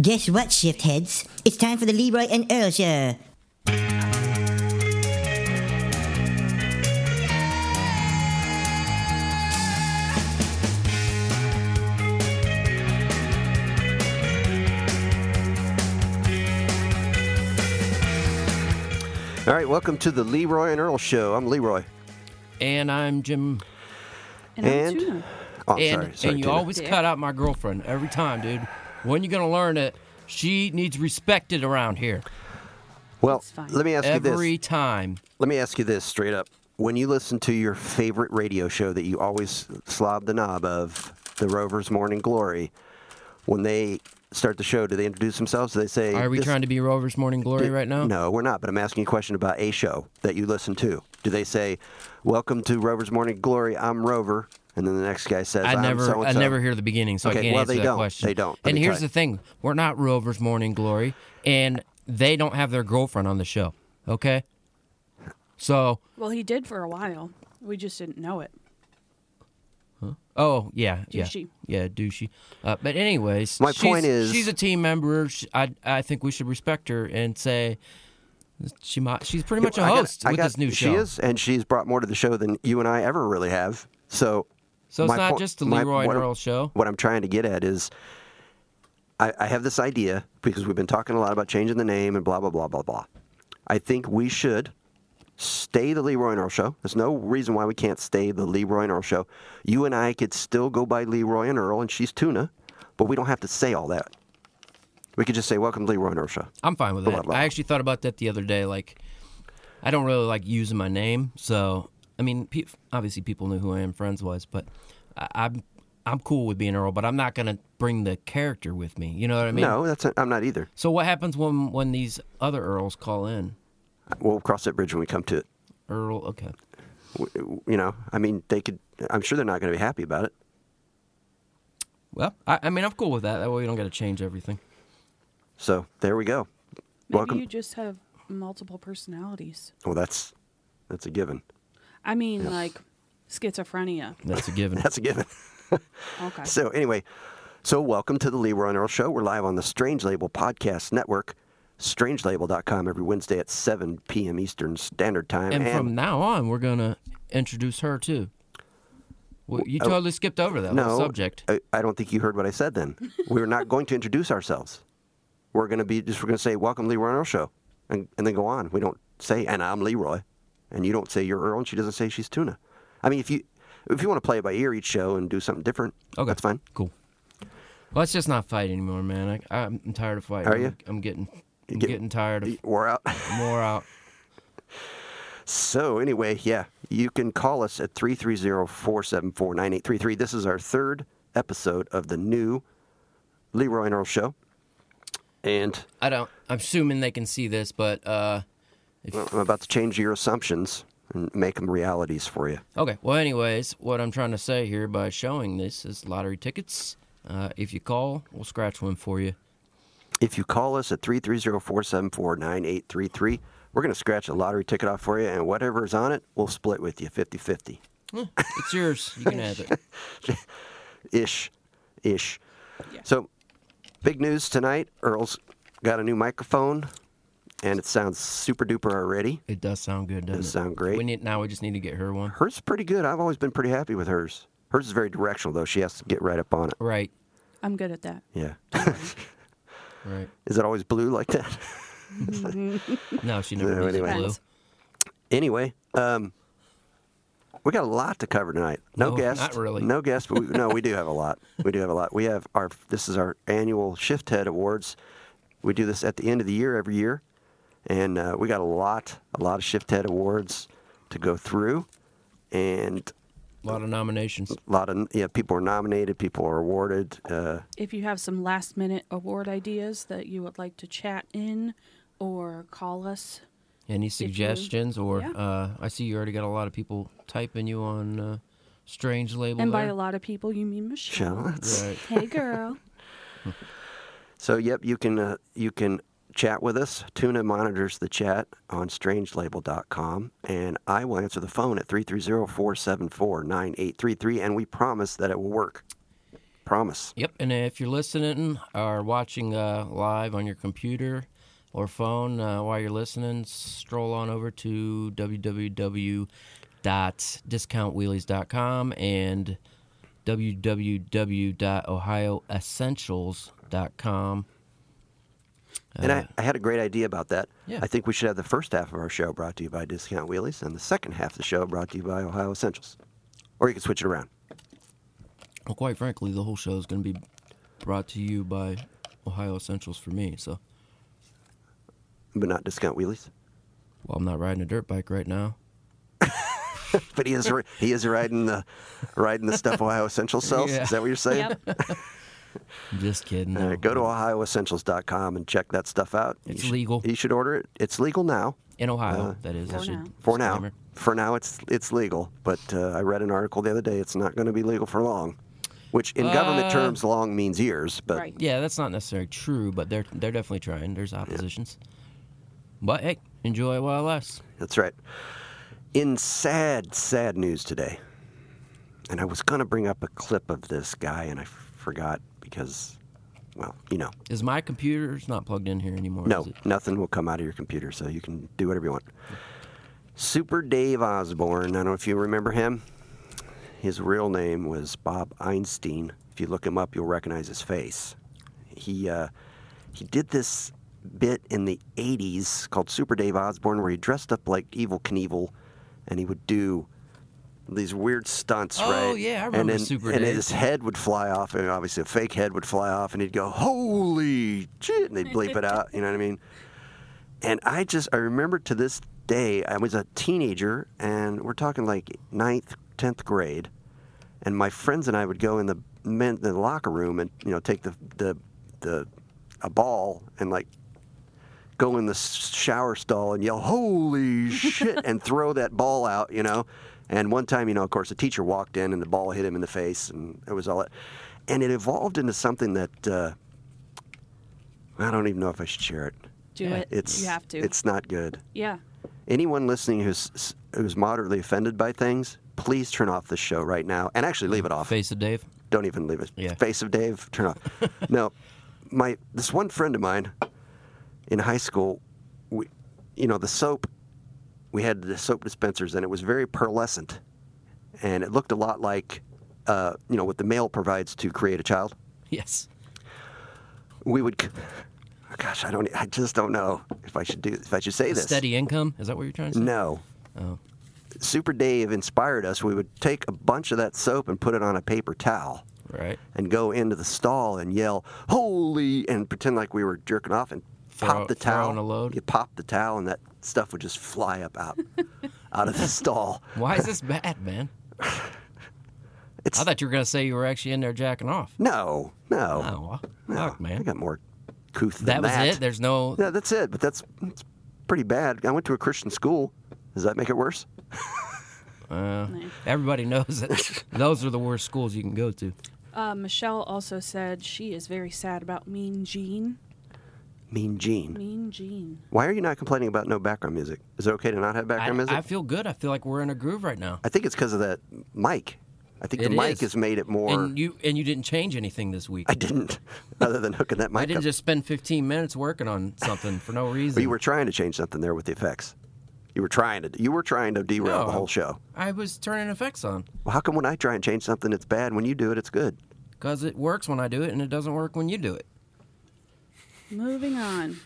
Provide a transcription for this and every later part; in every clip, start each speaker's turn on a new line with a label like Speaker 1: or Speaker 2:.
Speaker 1: Guess what, shift heads? It's time for the Leroy and Earl Show.
Speaker 2: All right, welcome to the Leroy and Earl Show. I'm Leroy.
Speaker 3: And I'm Jim.
Speaker 4: And,
Speaker 2: And-
Speaker 4: I'm tuna.
Speaker 2: Oh, I'm
Speaker 3: and
Speaker 2: sorry. sorry
Speaker 3: and you
Speaker 2: Tina.
Speaker 3: always
Speaker 4: Dick.
Speaker 3: cut out my girlfriend every time, dude. When you gonna learn it? She needs respected around here
Speaker 2: Well,
Speaker 4: It's fine.
Speaker 2: let me ask
Speaker 3: every
Speaker 2: you this.
Speaker 3: time.
Speaker 2: Let me ask you this straight up. When you listen to your favorite radio show that you always slob the knob of, the Rovers Morning Glory, when they start the show, do they introduce themselves? Do they say?
Speaker 3: Are we
Speaker 2: this-
Speaker 3: trying to be Rover's Morning Glory right now?
Speaker 2: No, we're not. But I'm asking you a question about a show that you listen to. Do they say, "Welcome to Rover's Morning Glory"? I'm Rover, and then the next guy says,
Speaker 3: I
Speaker 2: am
Speaker 3: never,
Speaker 2: So
Speaker 3: I never hear the beginning, so I
Speaker 2: Okay,
Speaker 3: can't
Speaker 2: well,
Speaker 3: answer
Speaker 2: they
Speaker 3: that
Speaker 2: don't.
Speaker 3: question.
Speaker 2: They don't. Let
Speaker 3: And
Speaker 2: me
Speaker 3: here's
Speaker 2: tell you.
Speaker 3: the thing: we're not Rover's Morning Glory, and they don't have their girlfriend on the show. Okay, so
Speaker 4: Well, he did for a while. We just didn't know it.
Speaker 3: Oh yeah, yeah,
Speaker 4: Douchey.
Speaker 3: yeah, douchey. Uh, but anyways,
Speaker 2: My
Speaker 3: she's-
Speaker 2: point is-
Speaker 3: she's a team member. Sh I I think we should respect her and say she might. She's pretty much a
Speaker 2: I got-
Speaker 3: host
Speaker 2: I
Speaker 3: with
Speaker 2: got-
Speaker 3: this new show.
Speaker 2: She is, and she's brought more to the show than you and I ever really have. So,
Speaker 3: So it's
Speaker 2: my
Speaker 3: not
Speaker 2: po-
Speaker 3: just the
Speaker 2: my-
Speaker 3: Leroy and
Speaker 2: what I'm-
Speaker 3: Earl show.
Speaker 2: What I'm trying to get at is, I, I have this idea because we've been talking a lot about changing the name and blah blah blah blah blah. I think we should stay the Leroy and Earl show. There's no reason why we can't stay the Leroy and Earl show. You and I could still go by Leroy and Earl, and she's Tuna, but we don't have to say all that. We could just say, "Welcome to Leroy and Earl show."
Speaker 3: I'm fine with that.
Speaker 2: blah.
Speaker 3: I actually thought about that the other day. Like, I don't really like using my name, so I mean, pe- obviously people knew who I am friends was, but I, I'm I'm cool with being Earl, but I'm not gonna bring the character with me. You know what I mean?
Speaker 2: No, that's I'm not either.
Speaker 3: So what happens when when these other Earls call in?
Speaker 2: We'll cross that bridge when we come to it.
Speaker 3: Earl, okay.
Speaker 2: you know, I mean, they could. I'm sure they're not going to be happy about it.
Speaker 3: Well, I, I mean, I'm cool with that. That way we don't got to change everything.
Speaker 2: So there we go.
Speaker 4: Maybe
Speaker 2: Welcome.
Speaker 4: you just have multiple personalities.
Speaker 2: Well, that's that's a given.
Speaker 4: I mean, like schizophrenia.
Speaker 3: That's a given.
Speaker 2: That's a given.
Speaker 4: Okay.
Speaker 2: so anyway, so welcome to the Leroy and Earl Show. We're live on the Strange Label Podcast Network, strangelabel.com every Wednesday at 7 p.m. Eastern Standard Time.
Speaker 3: and from now on, we're going to introduce her, too. Well, you totally skipped over that
Speaker 2: Oh. no
Speaker 3: whole subject.
Speaker 2: I, I don't think you heard what I said. Then we're not going to introduce ourselves. We're going to be just. We're going to say welcome, Leroy and Earl Show, and and then go on. We don't say and I'm Leroy, and you don't say you're Earl, and she doesn't say she's Tuna. I mean, if you if you want to play it by ear each show and do something different,
Speaker 3: Okay.
Speaker 2: that's fine.
Speaker 3: Cool. Let's just not fight anymore, man. I, I'm tired of fighting.
Speaker 2: Are you?
Speaker 3: I'm, I'm getting, I'm
Speaker 2: get-
Speaker 3: getting tired of
Speaker 2: We're out.
Speaker 3: more out.
Speaker 2: So, anyway, yeah, you can call us at 330 474 9833. This is our third episode of the new Leroy and Earl show. And
Speaker 3: I don't. I'm assuming they can see this, but uh,
Speaker 2: well, I'm about to change your assumptions and make them realities for you.
Speaker 3: Okay. Well, anyways, what I'm trying to say here by showing this is lottery tickets. Uh, if you call, we'll scratch one for you.
Speaker 2: If you call us at 330 474 9833, we're going to scratch a lottery ticket off for you, and whatever's on it, we'll split with you 50 50
Speaker 3: It's yours. You can have it.
Speaker 2: ish. Ish.
Speaker 4: Yeah.
Speaker 2: So, big news tonight Earl's got a new microphone, and it sounds super duper already.
Speaker 3: It does sound good, doesn't it?
Speaker 2: Does sound great.
Speaker 3: We need now. We just need to get her one.
Speaker 2: Hers is pretty good. I've always been pretty happy with hers. Hers is very directional, though. She has to get right up on it.
Speaker 3: Right.
Speaker 4: I'm good at that.
Speaker 2: Yeah.
Speaker 3: Right.
Speaker 2: is it always blue like that?
Speaker 3: No, she never
Speaker 2: No,
Speaker 3: needs
Speaker 2: anyway.
Speaker 3: blue.
Speaker 4: Depends.
Speaker 2: anyway, um, we got a lot to cover tonight. No,
Speaker 3: No,
Speaker 2: guest,
Speaker 3: Oh, not really.
Speaker 2: No guest, but we, no, we do have a lot. We do have a lot. We have our this is our annual Shift Head Awards. We do this at the end of the year every year, and uh, we got a lot, a lot of Shift Head Awards to go through, and
Speaker 3: A lot of nominations.
Speaker 2: a lot of yeah, people are nominated, people are awarded. Uh,
Speaker 4: If you have some last minute award ideas that you would like to chat in or call us,
Speaker 3: Any suggestions? Or
Speaker 4: yeah.
Speaker 3: uh, I see you already got a lot of people typing you on uh, strange label.
Speaker 4: and by
Speaker 3: there.
Speaker 4: a lot of people, you mean Michelle.
Speaker 2: Shall I?
Speaker 3: Right.
Speaker 4: Hey, girl.
Speaker 2: So yep, you can uh, you can chat with us. Tuna monitors the chat on strangelabel.com and I will answer the phone at 330-474-9833 and we promise that it will work. promise.
Speaker 3: Yep. And if you're listening or watching uh, live on your computer or phone uh, while you're listening, stroll on over to www.discountwheelies.com and www.ohioessentials.com.
Speaker 2: and I, I had a great idea about that.
Speaker 3: Uh. Yeah.
Speaker 2: I think we should have the first half of our show brought to you by Discount Wheelies and the second half of the show brought to you by Ohio Essentials. Or you can switch it around.
Speaker 3: Well, quite frankly, the whole show is going to be brought to you by Ohio Essentials for me. So,
Speaker 2: But not Discount Wheelies.
Speaker 3: well, I'm not riding a dirt bike right now.
Speaker 2: But he is ri- he is riding the riding the stuff Ohio Essentials sells.
Speaker 3: Yeah.
Speaker 2: Is that what you're saying?
Speaker 4: Yep.
Speaker 3: I'm just kidding.
Speaker 2: All
Speaker 3: no.
Speaker 2: right, Uh, go to ohioessentials.com and check that stuff out.
Speaker 3: It's
Speaker 2: You should-
Speaker 3: legal.
Speaker 2: You should order it. It's legal now.
Speaker 3: in Ohio. that is I
Speaker 4: For
Speaker 3: should
Speaker 4: now.
Speaker 2: Uh-huh. For now,
Speaker 3: disclaimer.
Speaker 2: for now, it's it's legal. But uh, I read an article the other day. It's not going to be legal for long, which in government
Speaker 3: Uh.
Speaker 2: terms, long means years. But
Speaker 4: Right.
Speaker 3: Yeah, that's not necessarily true, but they're they're definitely trying. There's oppositions. But hey, enjoy it while it lasts.
Speaker 2: that's right. In sad, sad news today, and I was going to bring up a clip of this guy, and I f- forgot because, well, you know,
Speaker 3: Is my computer's not plugged in here anymore?
Speaker 2: no,
Speaker 3: Is it?
Speaker 2: nothing will come out of your computer, so you can do whatever you want. Super Dave Osborne. I don't know if you remember him. His real name was Bob Einstein. If you look him up, you'll recognize his face. He uh, he did this bit in the '80s called Super Dave Osborne, where he dressed up like Evil Knievel, and he would do these weird stunts.
Speaker 3: Oh,
Speaker 2: right?
Speaker 3: yeah, I
Speaker 2: and
Speaker 3: remember
Speaker 2: then,
Speaker 3: Super
Speaker 2: and
Speaker 3: Dave.
Speaker 2: his head would fly off, and obviously a fake head would fly off, and he'd go, "Holy shit!" and they'd bleep it out. You know what I mean? And I just, I remember to this day, I was a teenager, and we're talking like ninth, tenth grade, and my friends and I would go in the men, the locker room, and you know, take the the the a ball and like go in the s- shower stall and yell "Holy shit!" and throw that ball out, you know. And one time, you know, of course, a teacher walked in and the ball hit him in the face, and it was all that. And it evolved into something that uh, I don't even know if I should share it.
Speaker 4: Do
Speaker 3: Yeah.
Speaker 4: it.
Speaker 2: It's
Speaker 4: you have to.
Speaker 2: It's not good.
Speaker 4: yeah.
Speaker 2: Anyone listening who's who's moderately offended by things, please turn off this show right now, and actually leave it off
Speaker 3: Face of Dave.
Speaker 2: don't even leave it.
Speaker 3: Yeah.
Speaker 2: Face of Dave, turn off. no, my this one friend of mine in high school, we, you know, the soap, we had the soap dispensers, and it was very pearlescent, and it looked a lot like, uh, you know, what the male provides to create a child.
Speaker 3: Yes.
Speaker 2: We would, c- oh gosh, I don't, e, I just don't know if I should do, if I should say this.
Speaker 3: Steady income. Is that what you're trying to say?
Speaker 2: No.
Speaker 3: Oh.
Speaker 2: Super Dave inspired us. We would take a bunch of that soap and put it on a paper towel.
Speaker 3: Right.
Speaker 2: and go into the stall and yell "Holy!" and pretend like we were jerking off and
Speaker 3: Throw-
Speaker 2: pop the
Speaker 3: throw
Speaker 2: towel.
Speaker 3: on a load?
Speaker 2: You pop the towel and that stuff would just fly up out out of the stall.
Speaker 3: Why is this bad, man?
Speaker 2: It's
Speaker 3: I thought you were gonna say you were actually in there jacking off.
Speaker 2: no, no,
Speaker 3: Oh,
Speaker 2: no.
Speaker 3: fuck,
Speaker 2: I
Speaker 3: man.
Speaker 2: got more couth than
Speaker 3: That
Speaker 2: that.
Speaker 3: was it. There's no.
Speaker 2: yeah, that's it. But that's, that's pretty bad. I went to a Christian school. Does that make it worse?
Speaker 3: Uh, everybody knows that those are the worst schools you can go to.
Speaker 4: Uh, Michelle also said she is very sad about Mean Gene.
Speaker 2: Mean Gene.
Speaker 4: Mean Gene.
Speaker 2: Why are you not complaining about no background music? Is it okay to not have
Speaker 3: I,
Speaker 2: background music?
Speaker 3: I feel good. I feel like we're in a groove right now.
Speaker 2: I think it's because of that mic. I think the
Speaker 3: It
Speaker 2: mic
Speaker 3: is.
Speaker 2: has made it more.
Speaker 3: And you and you didn't change anything this week.
Speaker 2: I didn't, other than hooking that mic
Speaker 3: I didn't
Speaker 2: up.
Speaker 3: just spend 15 minutes working on something for no reason.
Speaker 2: But you were trying to change something there with the effects. You were trying to. You were trying to derail
Speaker 3: No.
Speaker 2: the whole show.
Speaker 3: I was turning effects on
Speaker 2: Well, how come when I try and change something, it's bad? When you do it, it's good.
Speaker 3: because it works when I do it and it doesn't work when you do it.
Speaker 4: Moving on.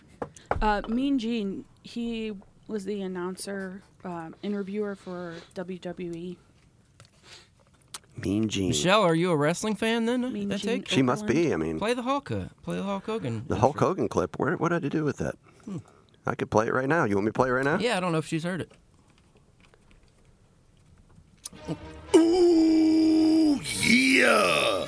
Speaker 4: Uh, mean Gene, he was the announcer, um, interviewer for E. WWE.
Speaker 2: Mean Gene.
Speaker 3: Michelle, are you a wrestling fan then?
Speaker 4: Mean
Speaker 3: I
Speaker 4: Gene.
Speaker 3: take?
Speaker 2: she must be. I mean,
Speaker 3: Play the Hulk. uh, Play the Hulk Hogan.
Speaker 2: the Hulk Hogan clip. Where? What did I do with that? I could play it right now. You want me to play it right now?
Speaker 3: Hmm. Yeah, I don't know if she's heard it.
Speaker 5: Ooh, yeah!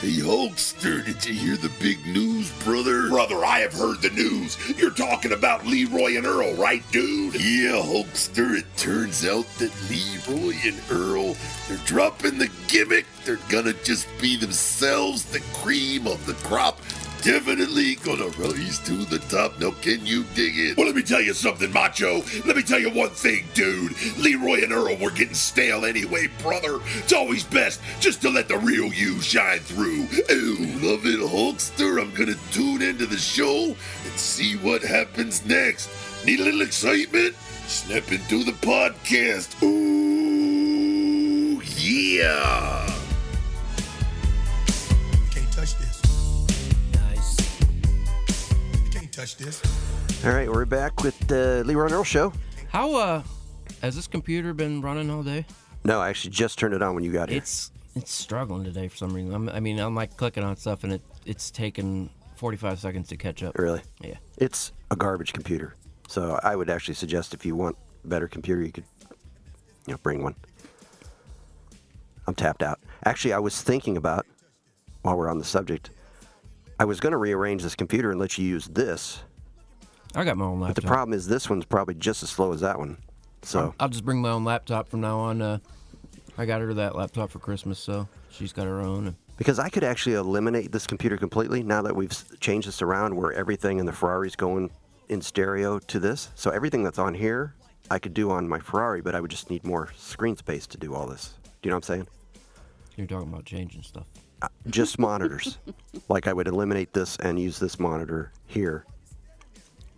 Speaker 5: Hey, Hulkster, did you hear the big news, brother? Brother, I have heard the news. You're talking about Leroy and Earl, right, dude? Yeah, Hulkster, it turns out that Leroy and Earl, they're dropping the gimmick. They're gonna just be themselves, the cream of the crop. definitely gonna rise to the top. Now, can you dig it? Well, let me tell you something, Macho. Let me tell you one thing, dude. Leroy and Earl were getting stale anyway, brother. It's always best just to let the real you shine through. Ooh, love it, Hulkster. I'm gonna tune into the show and see what happens next. Need a little excitement? Snap into the podcast. Ooh, yeah.
Speaker 6: Can't touch this.
Speaker 3: Nice.
Speaker 6: You can't touch this.
Speaker 2: All right, we're back with the Leroy and Earl show.
Speaker 3: How uh has this computer been running all day?
Speaker 2: No, I actually just turned it on when you got here.
Speaker 3: It's it's struggling today for some reason. I'm, I mean, I'm like clicking on stuff and it it's taking 45 seconds to catch up.
Speaker 2: really,
Speaker 3: Yeah.
Speaker 2: it's a garbage computer. So I would actually suggest if you want a better computer, you could, you know, bring one. I'm tapped out. Actually, I was thinking about while we're on the subject, I was going to rearrange this computer and let you use this.
Speaker 3: I got my own
Speaker 2: But
Speaker 3: laptop.
Speaker 2: the problem is this one's probably just as slow as that one. So
Speaker 3: I'll just bring my own laptop from now on. Uh, I got her that laptop for Christmas, so she's got her own.
Speaker 2: Because I could actually eliminate this computer completely now that we've s- changed this around where everything in the Ferrari's going in stereo to this. So everything that's on here, I could do on my Ferrari, but I would just need more screen space to do all this. Do you know what I'm saying?
Speaker 3: You're talking about changing stuff.
Speaker 2: Just monitors. like I would eliminate this and use this monitor here.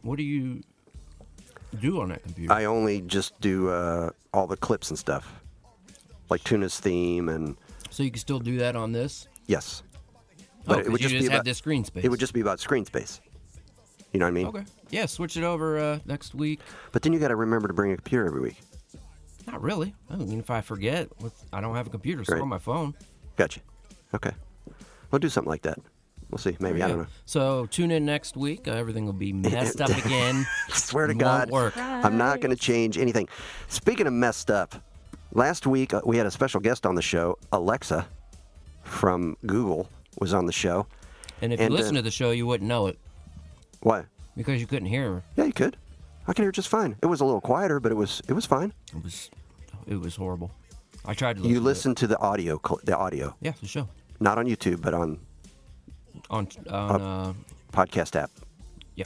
Speaker 3: What do you do on that computer?
Speaker 2: I only just do uh, all the clips and stuff, like Tuna's theme and
Speaker 3: so you can still do that on this?
Speaker 2: yes.
Speaker 3: Oh, 'cause you just have
Speaker 2: about
Speaker 3: this screen space.
Speaker 2: It would just be about screen space. You know what I mean?
Speaker 3: Okay. Yeah, switch it over uh, next week.
Speaker 2: But then you got to remember to bring a computer every week.
Speaker 3: Not really. I mean, if I forget, with- I don't have a computer, so
Speaker 2: Right.
Speaker 3: on my phone.
Speaker 2: Gotcha. Okay. We'll do something like that. We'll see. Maybe. I don't know.
Speaker 3: So tune in next week. Uh, everything will be messed up again.
Speaker 2: Swear to
Speaker 3: Won't
Speaker 2: God.
Speaker 3: work.
Speaker 2: I'm not going to change anything. Speaking of messed up, last week uh, we had a special guest on the show. Alexa from Google was on the show.
Speaker 3: And if
Speaker 2: And,
Speaker 3: you
Speaker 2: uh,
Speaker 3: listen to the show, you wouldn't know it
Speaker 2: Why?
Speaker 3: because you couldn't hear her.
Speaker 2: Yeah, you could. I can hear just fine. It was a little quieter, but it was it was fine.
Speaker 3: It was, it was horrible. I tried to listen.
Speaker 2: You
Speaker 3: to it.
Speaker 2: listen to the audio, cl- the audio,
Speaker 3: Yeah, the show
Speaker 2: not on YouTube, but on
Speaker 3: on on uh,
Speaker 2: podcast app.
Speaker 3: yeah.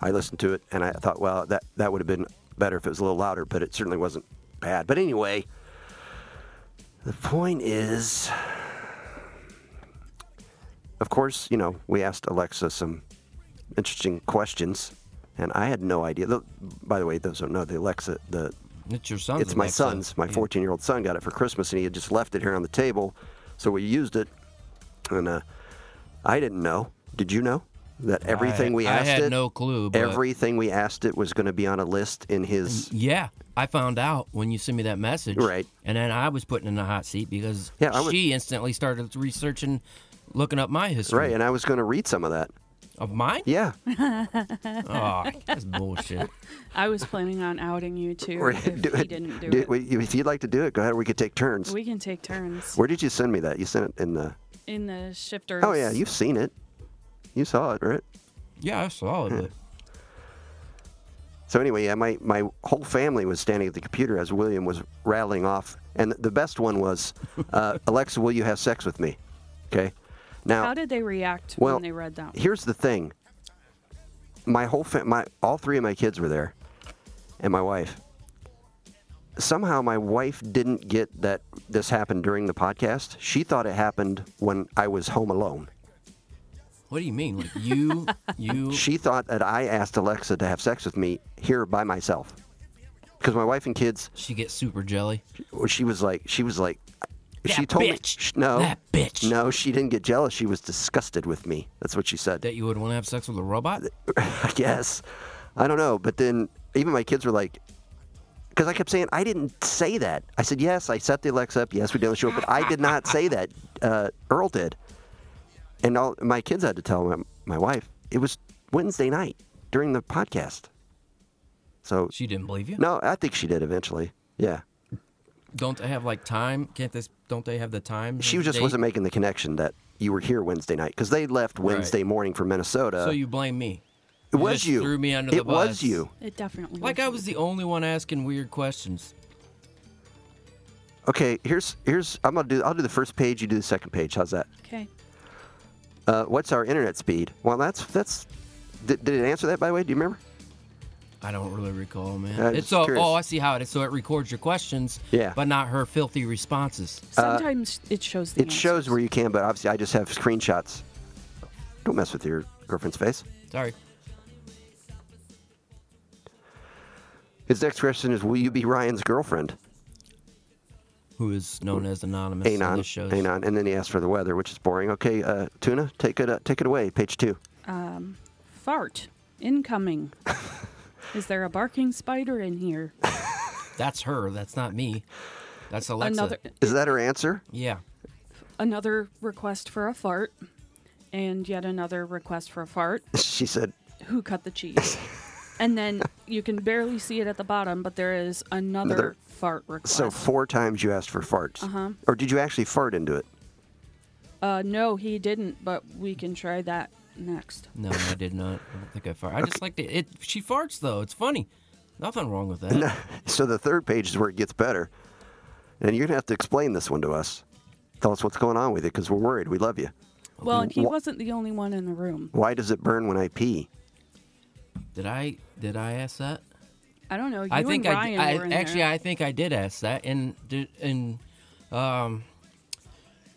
Speaker 2: I listened to it and I thought, well, that that would have been better if it was a little louder, but it certainly wasn't bad. But anyway, the point is, of course, you know, we asked Alexa some interesting questions, and I had no idea. Tho- By the way, those who don't know the Alexa, the
Speaker 3: It's your son's.
Speaker 2: it's my
Speaker 3: Alexa.
Speaker 2: son's. My
Speaker 3: Yeah.
Speaker 2: 14 year old son got it for Christmas, and he had just left it here on the table, so we used it, and uh, I didn't know. Did you know that everything we
Speaker 3: I
Speaker 2: asked
Speaker 3: had
Speaker 2: it,
Speaker 3: no clue, but-
Speaker 2: everything we asked it was going to be on a list in his.
Speaker 3: Yeah, I found out when you sent me that message.
Speaker 2: Right.
Speaker 3: And then I was put in the hot seat because
Speaker 2: Yeah, I was-
Speaker 3: she instantly started researching, looking up my history
Speaker 2: Right, and I was going to read some of that.
Speaker 3: of mine.
Speaker 2: Yeah,
Speaker 3: Oh, that's bullshit.
Speaker 4: I was planning on outing you too
Speaker 2: Or
Speaker 4: if he
Speaker 2: do it-
Speaker 4: didn't do,
Speaker 2: do-
Speaker 4: it.
Speaker 2: we- If you'd like to do it, go ahead. We could take turns.
Speaker 4: We can take turns
Speaker 2: Where did you send me that? You sent it in the.
Speaker 4: in the shifters.
Speaker 2: Oh yeah, you've seen it. You saw it, right?
Speaker 3: Yeah, I saw it. But
Speaker 2: So anyway, yeah, my, my whole family was standing at the computer as William was rattling off, and the best one was, uh, "Alexa, will you have sex with me?" Okay. Now,
Speaker 4: How did they react
Speaker 2: well,
Speaker 4: when they read that?
Speaker 2: here's the thing. My whole fa- my all three of my kids were there, and my wife. Somehow, my wife didn't get that this happened during the podcast. She thought it happened when I was home alone.
Speaker 3: what do you mean? Like you, you.
Speaker 2: She thought that I asked Alexa to have sex with me here by myself, because my wife and kids
Speaker 3: She gets super jelly.
Speaker 2: Well, she was like she was like she
Speaker 3: That
Speaker 2: told me
Speaker 3: bitch.
Speaker 2: sh- no
Speaker 3: That bitch.
Speaker 2: no she didn't get jealous she was disgusted with me that's what she said
Speaker 3: That you would want to have sex with a robot?
Speaker 2: i guess i don't know but then even my kids were like because i kept saying i didn't say that i said yes i set the alexa up yes we did the show but i did not say that uh, earl did and all my kids had to tell my, my wife it was wednesday night during the podcast so
Speaker 3: She didn't believe you.
Speaker 2: no i think she did eventually yeah
Speaker 3: Don't they have like time? Can't they? Don't they have the time?
Speaker 2: she
Speaker 3: and
Speaker 2: just
Speaker 3: date?
Speaker 2: wasn't making the connection that you were here Wednesday night because they left Wednesday morning for Minnesota.
Speaker 3: So you blame me?
Speaker 2: it
Speaker 3: you
Speaker 2: was
Speaker 3: just
Speaker 2: you.
Speaker 3: threw me under
Speaker 2: it
Speaker 3: the
Speaker 2: was
Speaker 3: bus.
Speaker 2: you.
Speaker 4: It definitely
Speaker 3: Like I was the only one asking weird questions.
Speaker 2: Okay, here's here's I'm gonna do I'll do the first page. You do the second page. How's that?
Speaker 4: okay.
Speaker 2: Uh, what's our internet speed? Well, that's that's. Did, did it answer that by the way? Do you remember?
Speaker 3: I don't really recall, man.
Speaker 2: Uh,
Speaker 3: it's
Speaker 2: just
Speaker 3: all,
Speaker 2: curious.
Speaker 3: oh, I see how it is. So it records your questions,
Speaker 2: Yeah.
Speaker 3: but not her filthy responses.
Speaker 4: Sometimes it shows the
Speaker 2: Uh, It shows
Speaker 4: answers.
Speaker 2: where you can, but obviously I just have screenshots. Don't mess with your girlfriend's face.
Speaker 3: Sorry.
Speaker 2: His next question is, will you be Ryan's girlfriend?
Speaker 3: Who is known as anonymous on
Speaker 2: Anon,
Speaker 3: the shows?
Speaker 2: Anon, and then he asked for the weather, which is boring. Okay, uh, Tuna, take it, uh, take it away. Page two.
Speaker 4: Fart. Incoming. Is there a barking spider in here?
Speaker 3: That's her. That's not me. That's Alexa.
Speaker 4: Another
Speaker 2: Is that her answer?
Speaker 3: Yeah.
Speaker 4: another request for a fart. And yet another request for a fart.
Speaker 2: She said,
Speaker 4: Who cut the cheese? And then you can barely see it at the bottom, but there is another,
Speaker 2: Another-
Speaker 4: fart request.
Speaker 2: so four times you asked for farts. Uh-huh. Or did you actually fart into it?
Speaker 4: uh, no, he didn't, but we can try that next.
Speaker 3: No, I did not. I don't think I farted. I just like to. It. She farts though. It's funny. Nothing wrong with that.
Speaker 2: So the third page is where it gets better. And you're going to have to explain this one to us. Tell us what's going on with it because we're worried. We love you.
Speaker 4: Well, and he
Speaker 2: Wha-
Speaker 4: wasn't the only one in the room.
Speaker 2: Why does it burn when I pee?
Speaker 3: Did I? Did I ask that?
Speaker 4: I don't know. You
Speaker 3: I think
Speaker 4: and
Speaker 3: I,
Speaker 4: Ryan
Speaker 3: did- I-
Speaker 4: were in
Speaker 3: actually
Speaker 4: there.
Speaker 3: I think I did ask that and did- and um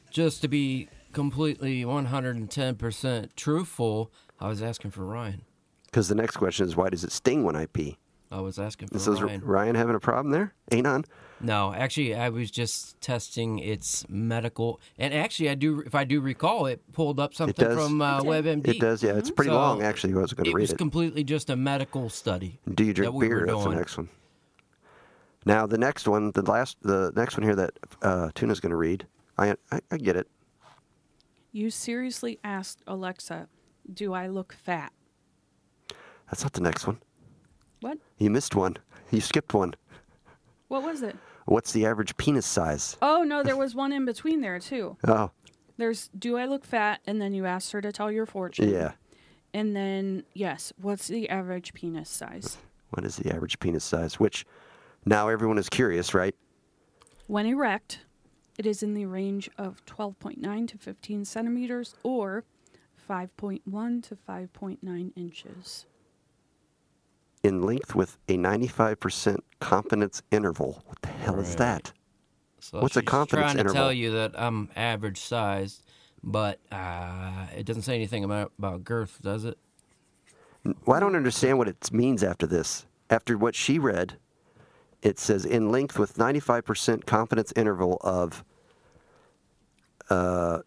Speaker 3: just to be completely 110% truthful, I was asking for Ryan.
Speaker 2: Because the next question is, why does it sting when I pee?
Speaker 3: I was asking for
Speaker 2: This is
Speaker 3: Ryan.
Speaker 2: Ryan. having a problem there? Anon?
Speaker 3: No, actually I was just testing its medical and actually I do if I do recall it pulled up something
Speaker 2: does.
Speaker 3: from uh, WebMD.
Speaker 2: It does, yeah. It's pretty
Speaker 3: So,
Speaker 2: long, actually. I was going
Speaker 3: It
Speaker 2: to read
Speaker 3: was
Speaker 2: it.
Speaker 3: completely just a medical study.
Speaker 2: Do you drink
Speaker 3: that we
Speaker 2: beer?
Speaker 3: Were
Speaker 2: That's
Speaker 3: doing.
Speaker 2: the next one. Now the next one, the last, the next one here that uh, Tuna's going to read. I, I I get it.
Speaker 4: You seriously asked Alexa, "Do I look fat?"
Speaker 2: That's not the next one.
Speaker 4: What?
Speaker 2: You missed one. You skipped one.
Speaker 4: What was it?
Speaker 2: What's the average penis size?
Speaker 4: Oh no, there was one in between there too.
Speaker 2: Oh,
Speaker 4: There's "Do I look fat?" and then you asked her to tell your fortune.
Speaker 2: yeah.
Speaker 4: And then yes, what's the average penis size?
Speaker 2: What is the average penis size? Which now everyone is curious, right?
Speaker 4: When erect, it is in the range of 12.9 to 15 centimeters, or 5.1 to 5.9 inches.
Speaker 2: In length with a 95% confidence interval. What the hell is that?
Speaker 3: So
Speaker 2: What's a
Speaker 3: she's
Speaker 2: confidence
Speaker 3: trying
Speaker 2: interval?
Speaker 3: to tell you that I'm average sized, but uh, it doesn't say anything about, about girth, does it?
Speaker 2: Well, I don't understand what it means after this. After what she read, it says in length with 95% confidence interval of, uh,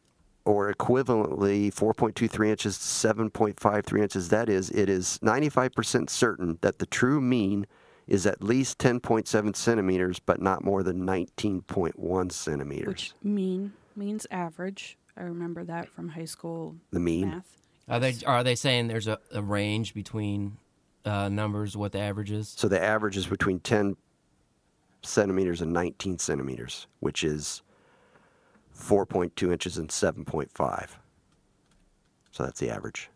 Speaker 2: or equivalently 4.23 inches, 7.53 inches. That is, it is 95% certain that the true mean is at least 10.7 centimeters, but not more than 19.1 centimeters.
Speaker 4: Which mean means average. I remember that from high school
Speaker 2: the mean.
Speaker 4: math.
Speaker 3: Are they are they saying there's a, a range between uh, numbers, what the average is?
Speaker 2: So the average is between 10 centimeters and 19 centimeters, which is 4.2 inches and 7.5. So that's the average.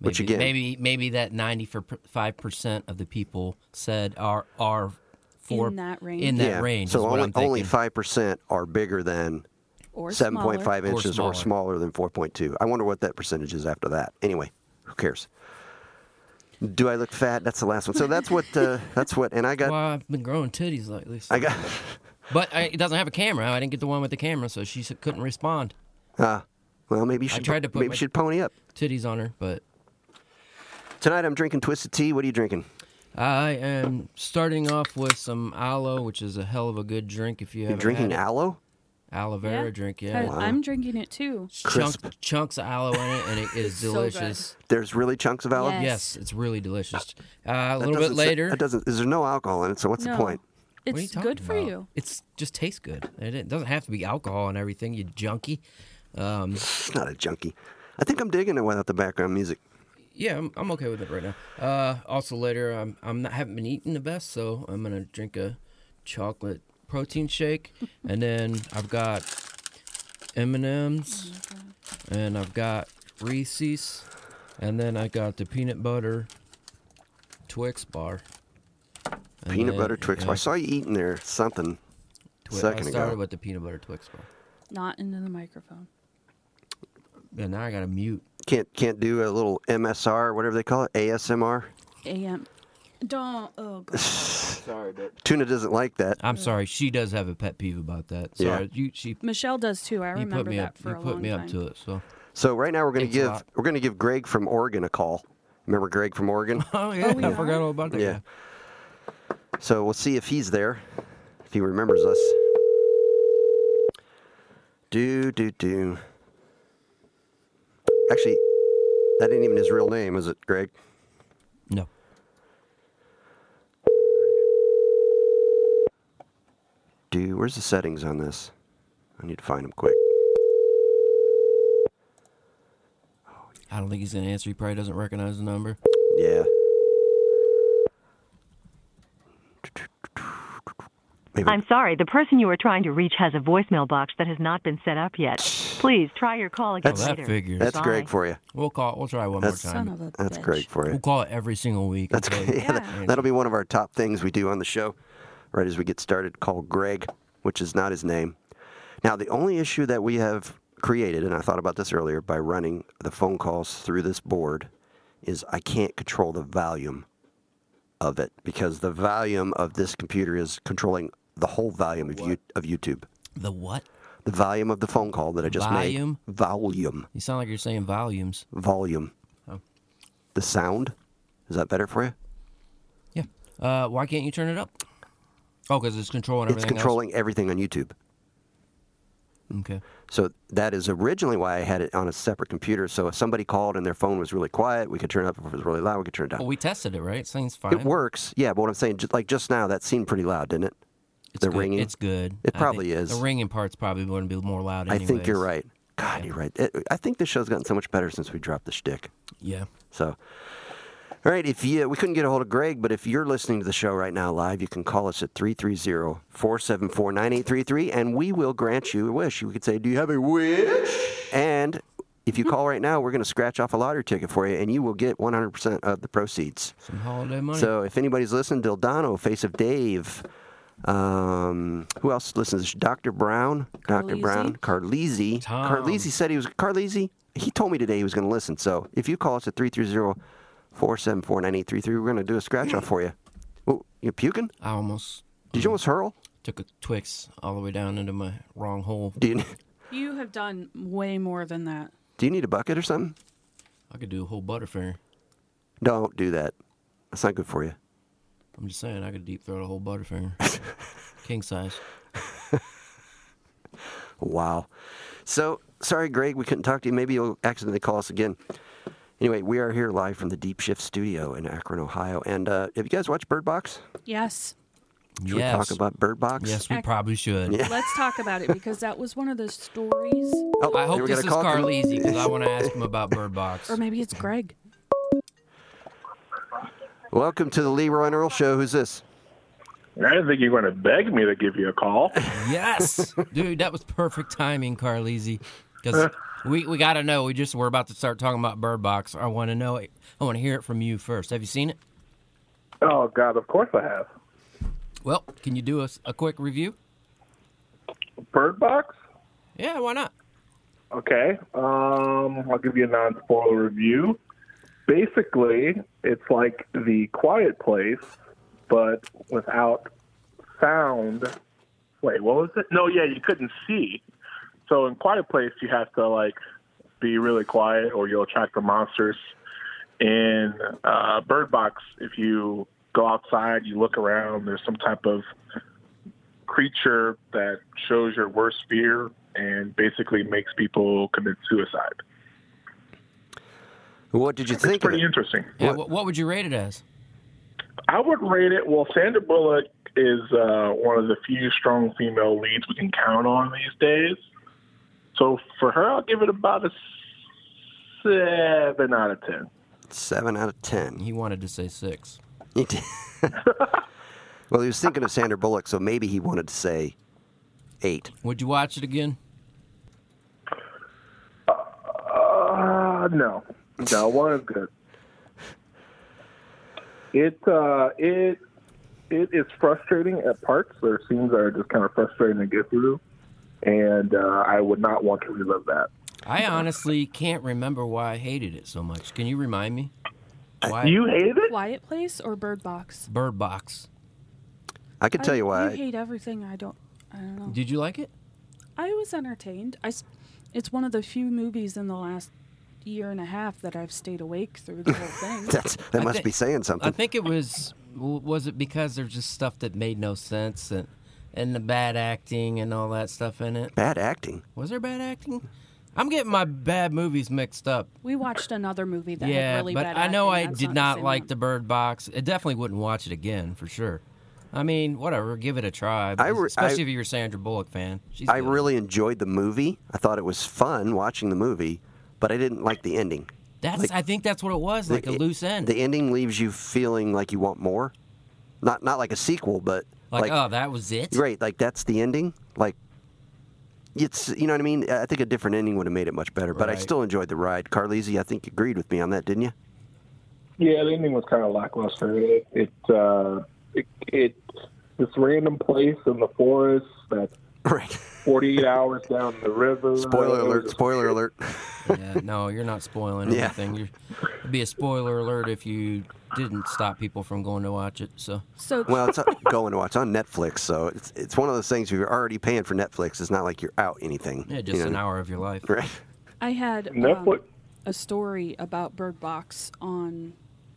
Speaker 3: Maybe,
Speaker 2: Which again-
Speaker 3: maybe maybe that ninety five percent of the people said are are for
Speaker 4: In that range.
Speaker 3: in that range.
Speaker 2: So
Speaker 3: is what
Speaker 2: only,
Speaker 3: I'm thinking.
Speaker 2: only 5% are bigger than
Speaker 4: Or smaller.
Speaker 2: 7.5 inches
Speaker 3: smaller.
Speaker 2: or smaller than 4.2. I wonder what that percentage is after that. Anyway, who cares? Do I look fat? That's the last one. So that's what, uh, that's what, and I got,
Speaker 3: Well, I've been growing titties lately, so-
Speaker 2: I got,
Speaker 3: but I, it doesn't have a camera. I didn't get the one with the camera, so she s- couldn't respond.
Speaker 2: uh, well, maybe you should,
Speaker 3: tried to put
Speaker 2: maybe
Speaker 3: my-
Speaker 2: you should pony up.
Speaker 3: Titties on her, but
Speaker 2: Tonight I'm drinking Twisted Tea. What are you drinking?
Speaker 3: I am starting off with some aloe, which is a hell of a good drink if you
Speaker 2: You're
Speaker 3: have
Speaker 2: drinking
Speaker 3: had it.
Speaker 2: aloe?
Speaker 3: aloe vera drink. Yeah,
Speaker 4: I- I'm drinking it too.
Speaker 2: Crisp.
Speaker 3: Chunks, chunks of aloe in it, and it is
Speaker 4: so good.
Speaker 3: delicious.
Speaker 2: There's really chunks of aloe?
Speaker 4: Yes.
Speaker 3: yes, it's really delicious. Uh, a
Speaker 2: That
Speaker 3: little bit
Speaker 2: doesn't say-
Speaker 3: later.
Speaker 2: that doesn't. Is there no alcohol in it? So what's
Speaker 4: No.
Speaker 2: the point?
Speaker 4: It's
Speaker 3: what are you talking
Speaker 4: good for
Speaker 3: about?
Speaker 4: you.
Speaker 3: It's just tastes good. It it doesn't have to be alcohol and everything. You junkie. Um,
Speaker 2: It's not a junkie. I think I'm digging it without the background music.
Speaker 3: yeah, I'm, I'm okay with it right now. Uh, also later, I'm I'm not haven't been eating the best, so I'm gonna drink a chocolate protein shake, and then I've got M and M's,
Speaker 4: Mm-hmm.
Speaker 3: and I've got Reese's, and then I got the peanut butter Twix bar. And
Speaker 2: Peanut
Speaker 3: then-
Speaker 2: butter Twix.
Speaker 3: yeah,
Speaker 2: I saw you eating there something
Speaker 3: Twi- I
Speaker 2: second
Speaker 3: started
Speaker 2: ago.
Speaker 3: with the peanut butter Twix bar.
Speaker 4: Not into the microphone.
Speaker 3: Yeah, now I gotta mute.
Speaker 2: Can't can't do a little MSR, whatever they call it, ASMR.
Speaker 4: AM. Don't. Oh, God.
Speaker 2: Tuna doesn't like that.
Speaker 3: I'm sorry, she does have a pet peeve about that.
Speaker 2: Yeah.
Speaker 3: Sorry, you she
Speaker 4: Michelle does too. I
Speaker 3: you
Speaker 4: remember
Speaker 3: put me
Speaker 4: that
Speaker 3: up
Speaker 4: for
Speaker 3: you
Speaker 4: a
Speaker 3: put
Speaker 4: long
Speaker 3: me
Speaker 4: time.
Speaker 3: up to it. So
Speaker 2: So right now we're gonna
Speaker 3: It's
Speaker 2: give
Speaker 3: hot.
Speaker 2: we're gonna give Greg from Oregon a call. Remember Greg from Oregon?
Speaker 3: oh yeah, I forgot all about that.
Speaker 2: yeah.
Speaker 3: guy.
Speaker 2: So we'll see if he's there, if he remembers us. Do do do. Actually, that ain't even his real name, is it, Greg?
Speaker 3: No.
Speaker 2: Do where's the settings on this? I need to find them quick.
Speaker 3: I don't think he's gonna answer. He probably doesn't recognize the number.
Speaker 2: Yeah. Maybe
Speaker 7: I'm sorry, the person you are trying to reach has a voicemail box that has not been set up yet. Please try your call again
Speaker 2: That's-
Speaker 3: Well, that
Speaker 7: later.
Speaker 3: figures.
Speaker 2: that's Greg
Speaker 7: Bye.
Speaker 2: for you.
Speaker 3: We'll call. We'll try one
Speaker 2: That's-
Speaker 3: more
Speaker 4: Son
Speaker 3: time.
Speaker 4: of a
Speaker 2: That's
Speaker 4: bitch.
Speaker 2: Greg for
Speaker 3: We'll
Speaker 2: you.
Speaker 3: call it every single week.
Speaker 2: That's
Speaker 3: until-
Speaker 2: great. Yeah, that- that'll be one of our top things we do on the show, right as we get started. Call Greg, which is not his name. Now, the only issue that we have created, and I thought about this earlier, by running the phone calls through this board, is I can't control the volume of it because the volume of this computer is controlling the whole volume of, you, of YouTube.
Speaker 3: the what?
Speaker 2: The volume of the phone call that I just
Speaker 3: Volume?
Speaker 2: made. Volume.
Speaker 3: You sound like you're saying volumes.
Speaker 2: Volume.
Speaker 3: Oh.
Speaker 2: The sound. Is that better for you?
Speaker 3: Yeah. Uh, why can't you turn it up? Oh, because it's controlling everything.
Speaker 2: it's controlling everything on YouTube.
Speaker 3: Else? Okay.
Speaker 2: So that is originally why I had it on a separate computer. So if somebody called and their phone was really quiet, we could turn it up. If it was really loud, we could turn it down.
Speaker 3: Well, we tested it, right? It seems fine.
Speaker 2: it works. Yeah, but what I'm saying, just, like just now, that seemed pretty loud, didn't it?
Speaker 3: It's
Speaker 2: the
Speaker 3: good.
Speaker 2: ringing.
Speaker 3: It's good.
Speaker 2: It
Speaker 3: I
Speaker 2: probably
Speaker 3: think
Speaker 2: is.
Speaker 3: The ringing part's probably going to be more loud.
Speaker 2: I think you're
Speaker 3: anyways.
Speaker 2: right. God, you're right. It- I think the show's gotten so much better since we dropped the shtick.
Speaker 3: Yeah.
Speaker 2: So, all right, if you, we couldn't get a hold of Greg, but if you're listening to the show right now live, you can call us at 330 474 9833 and we will grant you a wish. You could say, Do you have a wish? And if you call right now, we're going to scratch off a lottery ticket for you and you will get 100% of the proceeds.
Speaker 3: Some holiday money.
Speaker 2: So, if anybody's listening, Dildano, Face of Dave, um, who else listens? to this? Dr. Brown, Dr.
Speaker 4: Carlisi.
Speaker 2: Brown, Carlisi.
Speaker 3: Tom.
Speaker 2: Carlisi said he was Carlisi. He told me today he was going to listen. So if you call us at 330-474-9833, we're going to do a scratch off for you. Oh, you puking?
Speaker 3: I almost
Speaker 2: Did you almost hurl?
Speaker 3: took a Twix all the way down into my wrong hole.
Speaker 2: Do you
Speaker 4: You have done way more than that.
Speaker 2: do you need a bucket or something?
Speaker 3: I could do a whole Butterfinger.
Speaker 2: Don't do that. That's not good for you.
Speaker 3: I'm just saying, I could deep throat a whole Butterfinger. King size.
Speaker 2: Wow. So sorry, Greg, we couldn't talk to you. Maybe you'll accidentally call us again. Anyway, we are here live from the Deep Shift Studio in Akron, Ohio. And uh, have you guys watched Bird Box?
Speaker 4: Yes.
Speaker 2: Should
Speaker 3: yes.
Speaker 2: we talk about Bird Box?
Speaker 3: Yes, we
Speaker 4: Ac-
Speaker 3: probably should.
Speaker 2: Yeah.
Speaker 4: Let's talk about it because that was one of the stories.
Speaker 2: Oh,
Speaker 3: I
Speaker 2: here
Speaker 3: hope
Speaker 2: we
Speaker 3: this
Speaker 2: got
Speaker 3: is
Speaker 2: a call from-
Speaker 3: Carlisi because I want to ask him about Bird Box.
Speaker 4: Or maybe it's Greg.
Speaker 2: Welcome to the Leroy and Earl Show. Who's this?
Speaker 8: I didn't think you were going to beg me to give you a call.
Speaker 3: Yes, dude, that was perfect timing, Carlisi. Because we, we got to know. We just we're about to start talking about Bird Box. I want to know. it. I want to hear it from you first. Have you seen it?
Speaker 8: oh God, of course I have.
Speaker 3: Well, can you do us a quick review?
Speaker 8: Bird Box.
Speaker 3: Yeah, why not?
Speaker 8: Okay, um, I'll give you a non-spoiler review. Basically, it's like the Quiet Place, but without sound. Wait, what was it? No, yeah, you couldn't see. So in Quiet Place, you have to like be really quiet, or you'll attract the monsters. In uh, Bird Box, if you go outside, you look around. There's some type of creature that shows your worst fear and basically makes people commit suicide.
Speaker 2: What did you
Speaker 8: It's
Speaker 2: think of
Speaker 8: pretty
Speaker 2: it?
Speaker 8: interesting.
Speaker 3: Yeah, what, what would you rate it as?
Speaker 8: I would rate it. Well, Sandra Bullock is uh, one of the few strong female leads we can count on these days. So for her, I'll give it about a seven out of ten.
Speaker 2: Seven out of ten.
Speaker 3: He wanted to say six.
Speaker 2: He did. well, he was thinking of Sandra Bullock, so maybe he wanted to say eight.
Speaker 3: Would you watch it again?
Speaker 8: Uh, no, no, one is good. It uh, it it is frustrating at parts. There are scenes that are just kind of frustrating to get through, and uh, I would not want to relive that.
Speaker 3: I honestly can't remember why I hated it so much. Can you remind me?
Speaker 2: Uh,
Speaker 3: Why
Speaker 8: You hated it?
Speaker 4: Quiet Place or Bird Box?
Speaker 3: Bird Box?
Speaker 2: I can tell you why.
Speaker 4: I hate everything. I don't. I don't know.
Speaker 3: Did you like it?
Speaker 4: I was entertained. I. s- It's one of the few movies in the last year and a half that I've stayed awake through the whole thing.
Speaker 2: That's, that must
Speaker 3: thi-
Speaker 2: be saying
Speaker 3: I
Speaker 2: something.
Speaker 3: think it was w- was it because there's just stuff that made no sense and and the bad acting and all that stuff in it.
Speaker 2: Bad acting.
Speaker 3: Was there bad acting? I'm getting my bad movies mixed up.
Speaker 4: We watched another movie that
Speaker 3: yeah,
Speaker 4: had really
Speaker 3: but
Speaker 4: bad
Speaker 3: I know
Speaker 4: acting.
Speaker 3: I
Speaker 4: That's
Speaker 3: did
Speaker 4: the
Speaker 3: not
Speaker 4: same
Speaker 3: like
Speaker 4: one.
Speaker 3: the Bird Box. I definitely wouldn't watch it again for sure. I mean, whatever, give it a try.
Speaker 2: I re-
Speaker 3: especially
Speaker 2: I-
Speaker 3: if you're a Sandra Bullock fan. She's
Speaker 2: I
Speaker 3: good.
Speaker 2: really enjoyed the movie. I thought it was fun watching the movie, but I didn't like the ending.
Speaker 3: that's. I think that's what it was, like a
Speaker 2: it-
Speaker 3: loose end.
Speaker 2: The ending leaves you feeling like you want more. Not not like a sequel, but
Speaker 3: like,
Speaker 2: like,
Speaker 3: oh, that was it.
Speaker 2: great, like that's the ending. Like it's you know what I mean? I think a different ending would have made it much better, but I
Speaker 3: Right.
Speaker 2: still enjoyed the ride. Carlisi, I think you agreed with me on that, didn't you?
Speaker 8: Yeah, the ending was kind of lackluster. It, it, uh, it, it, this random place in the forest that's
Speaker 2: Right.
Speaker 8: 48 hours down the river.
Speaker 2: Spoiler alert, spoiler alert.
Speaker 3: yeah, no, you're not spoiling
Speaker 2: Yeah.
Speaker 3: anything. You're, it'd be a spoiler alert if you didn't stop people from going to watch it. So
Speaker 4: So
Speaker 2: Well, it's uh, going to watch on Netflix, so it's it's one of those things you're already paying for Netflix. It's not like you're out anything.
Speaker 3: yeah,
Speaker 2: you
Speaker 3: just
Speaker 2: know
Speaker 3: an
Speaker 2: what I
Speaker 3: hour of your life.
Speaker 2: mean? Right.
Speaker 4: I had um,
Speaker 8: Netflix.
Speaker 4: a story about Bird Box on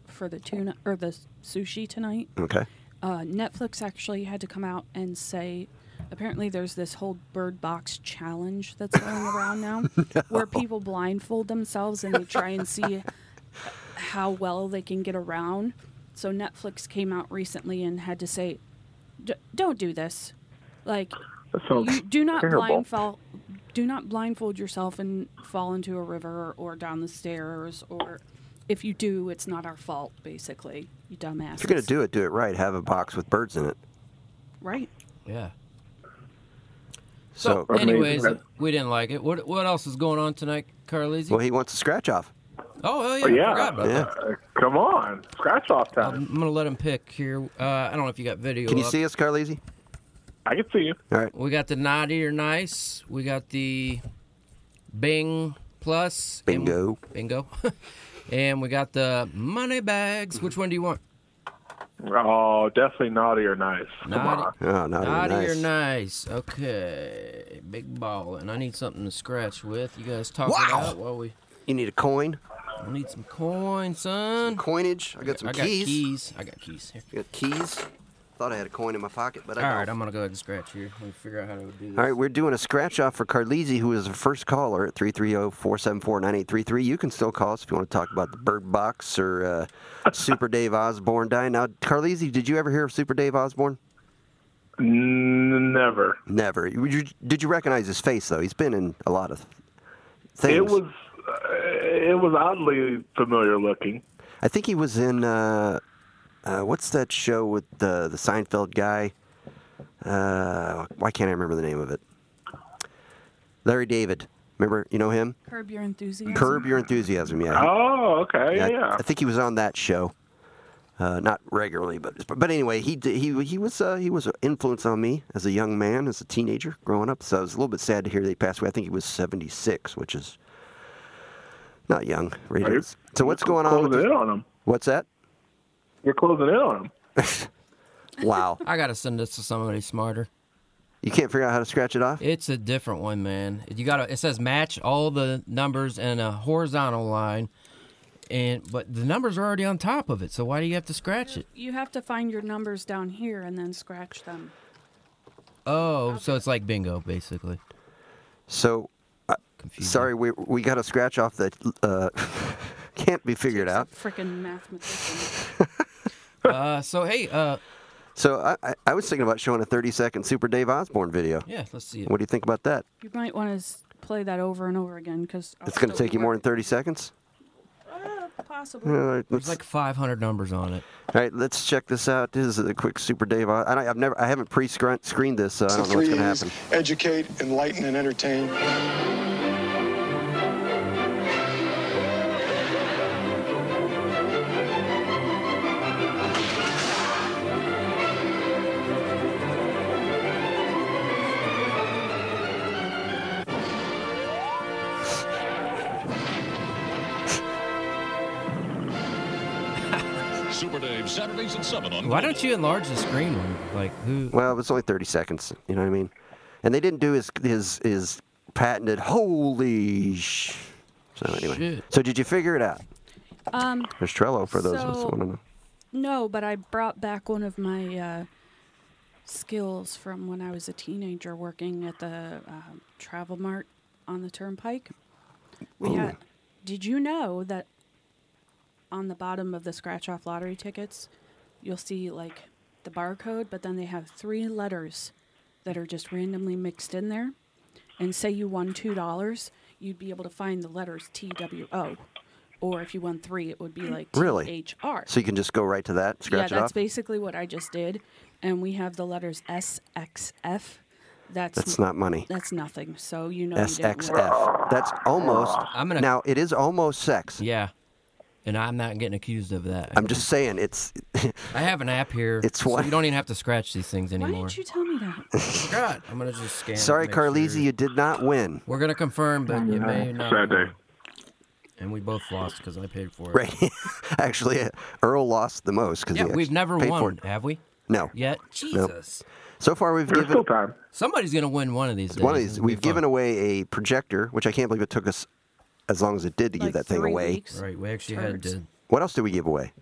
Speaker 4: for the tuna or the sushi tonight.
Speaker 2: Okay.
Speaker 4: uh, Netflix actually had to come out and say apparently there's this whole bird box challenge that's going around now where people blindfold themselves and they try and see how well they can get around. So Netflix came out recently and had to say, D- "Don't do this. Like,
Speaker 8: That sounds
Speaker 4: you do not
Speaker 8: terrible.
Speaker 4: blindfold, do not blindfold yourself and fall into a river or down the stairs. Or if you do, it's not our fault. Basically, you dumbass.
Speaker 2: If you're gonna do it, do it right. Have a box with birds in it.
Speaker 4: right.
Speaker 3: Yeah.
Speaker 2: So,
Speaker 3: So, anyways,
Speaker 8: Amazing.
Speaker 3: we didn't like it. What what else is going on tonight, Carlisi?
Speaker 2: well, he wants a scratch off.
Speaker 3: oh, hell yeah,
Speaker 8: Oh,
Speaker 3: I
Speaker 8: yeah.
Speaker 3: forgot about
Speaker 2: Yeah.
Speaker 3: that. Um,
Speaker 8: Uh, come on. Scratch off time.
Speaker 3: I'm gonna let him pick here. Uh, I don't know if you got video.
Speaker 2: Can you
Speaker 3: up.
Speaker 2: see us, Carlisi?
Speaker 8: I can see you.
Speaker 2: All right.
Speaker 3: We got the naughty or nice. We got the Bing Plus. and-
Speaker 2: Bingo.
Speaker 3: bingo. and we got the money bags. Which one do you want?
Speaker 8: Oh, definitely naughty or nice. Come
Speaker 3: Naughty-
Speaker 8: on.
Speaker 2: Oh, not
Speaker 3: Naughty
Speaker 2: nice.
Speaker 3: or nice. Okay. Big ball. And I need something to scratch with. You guys talk it
Speaker 2: Wow.
Speaker 3: out while we.
Speaker 2: You need a coin,
Speaker 3: I need some coin, son.
Speaker 2: coinage. I got some
Speaker 3: I got
Speaker 2: keys.
Speaker 3: keys. I got keys here.
Speaker 2: I got keys. Thought I had a coin in my pocket, but I
Speaker 3: All right,
Speaker 2: don't.
Speaker 3: I'm gonna go ahead and scratch here. Let me figure out how to do this.
Speaker 2: All right, we're doing a scratch off for Carlisi, who is the first caller at oh, 330-474-9833. You can still call us if you want to talk about the Bird Box or uh, Super Dave Osborne dying. Now, Carlisi, did you ever hear of Super Dave Osborne?
Speaker 8: N- never.
Speaker 2: Never. You- you- Did you recognize his face though? He's been in a lot of things.
Speaker 8: It was uh, it was oddly familiar looking.
Speaker 2: I think he was in uh, uh, what's that show with the the Seinfeld guy? Uh, why can't I remember the name of it? Larry David. Remember? You know him?
Speaker 4: Curb your enthusiasm.
Speaker 2: Curb Your Enthusiasm. Yeah.
Speaker 8: Oh, okay.
Speaker 2: Uh-huh. Yeah,
Speaker 8: Yeah.
Speaker 2: I- I, think he was on that show. Uh, not regularly, but but anyway, he d- he he was uh, he was an influence on me as a young man, as a teenager growing up. So I was a little bit sad to hear that he passed away. I think he was seventy six, which is not young. really.
Speaker 8: Right.
Speaker 2: So what's going on? With
Speaker 8: Closing in
Speaker 2: this?
Speaker 8: on him.
Speaker 2: What's that?
Speaker 8: You're closing in on him.
Speaker 2: Wow,
Speaker 3: I gotta send this to somebody smarter.
Speaker 2: you can't figure out how to scratch it off.
Speaker 3: It's a different one, man. You gotta. It says match all the numbers in a horizontal line, and but the numbers are already on top of it. So why do you have to scratch it?
Speaker 4: You have to find your numbers down here and then scratch them.
Speaker 3: Oh, so it's like bingo, basically.
Speaker 2: So uh,
Speaker 3: Confusing.
Speaker 2: sorry, we we got a scratch off that uh, can't be figured out.
Speaker 4: Freaking mathematician.
Speaker 3: Uh, so hey, uh,
Speaker 2: So I, I I was thinking about showing a thirty second Super Dave Osborne video.
Speaker 3: yeah, let's see it.
Speaker 2: What do you think about that?
Speaker 4: you might want to play that over and over again because
Speaker 2: It's going to take you more than 30 seconds?
Speaker 4: Uh, Possibly.
Speaker 2: All right, let's,
Speaker 3: There's like 500 numbers on it.
Speaker 2: all right, let's check this out. This is a quick Super Dave. I, I don't- I've never, I haven't pre-screened this, so I don't know what's going to happen.
Speaker 9: Educate, enlighten, and entertain.
Speaker 10: Super Dave, Saturdays at 7 on.
Speaker 3: Why don't you enlarge the screen? Like who?
Speaker 2: Well, it's only 30 seconds. You know what I mean? And they didn't do his his his patented holy sh. So anyway,
Speaker 3: Shit.
Speaker 2: so did you figure it out?
Speaker 4: Um,
Speaker 2: There's Trello for those of us
Speaker 4: So-
Speaker 2: who want to know.
Speaker 4: no, but I brought back one of my uh, skills from when I was a teenager working at the uh, Travel Mart on the Turnpike.
Speaker 2: Oh.
Speaker 4: We had, did you know that on the bottom of the scratch off lottery tickets, you'll see like the barcode, but then they have three letters that are just randomly mixed in there. And say you won $2, you'd be able to find the letters T W O. Or if you won three, it would be like
Speaker 2: Really?
Speaker 4: H R.
Speaker 2: So you can just go right to that,
Speaker 4: Yeah,
Speaker 2: scratch it
Speaker 4: that's
Speaker 2: off.
Speaker 4: basically what I just did. And we have the letters S X F. That's
Speaker 2: That's not money.
Speaker 4: That's nothing. So you know you didn't win.
Speaker 2: SXF. That's almost.
Speaker 3: I'm gonna-
Speaker 2: Now it is almost sex.
Speaker 3: Yeah, and I'm not getting accused of that.
Speaker 2: I'm just saying it's.
Speaker 3: I have an app here.
Speaker 2: It's
Speaker 3: so
Speaker 2: what-
Speaker 3: you don't even have to scratch these things
Speaker 4: Why
Speaker 3: anymore.
Speaker 4: didn't you tell me that?
Speaker 3: God, I'm gonna just scan. it,
Speaker 2: Sorry,
Speaker 3: make sure.
Speaker 2: Carlisi, you did not win.
Speaker 3: We're gonna confirm, but you may not.
Speaker 8: Sad day.
Speaker 3: And we both lost because I paid for it.
Speaker 2: Right. Actually, Earl lost the most because
Speaker 3: Yeah,
Speaker 2: he
Speaker 3: we've
Speaker 2: actually
Speaker 3: never
Speaker 2: paid for
Speaker 3: won,
Speaker 2: it.
Speaker 3: have we?
Speaker 2: No.
Speaker 3: Yet, Jesus.
Speaker 2: So far, we've
Speaker 8: There's
Speaker 2: given
Speaker 8: still time.
Speaker 3: Somebody's gonna win one of these days.
Speaker 2: one of these.
Speaker 3: It'll be
Speaker 2: We've given
Speaker 3: fun.
Speaker 2: away a projector, which I can't believe it took us as long as it did to give
Speaker 4: Like
Speaker 2: that thing
Speaker 4: three
Speaker 2: away.
Speaker 4: weeks.
Speaker 3: Right, we actually had
Speaker 4: Turds.
Speaker 3: to,
Speaker 2: What else did we give away?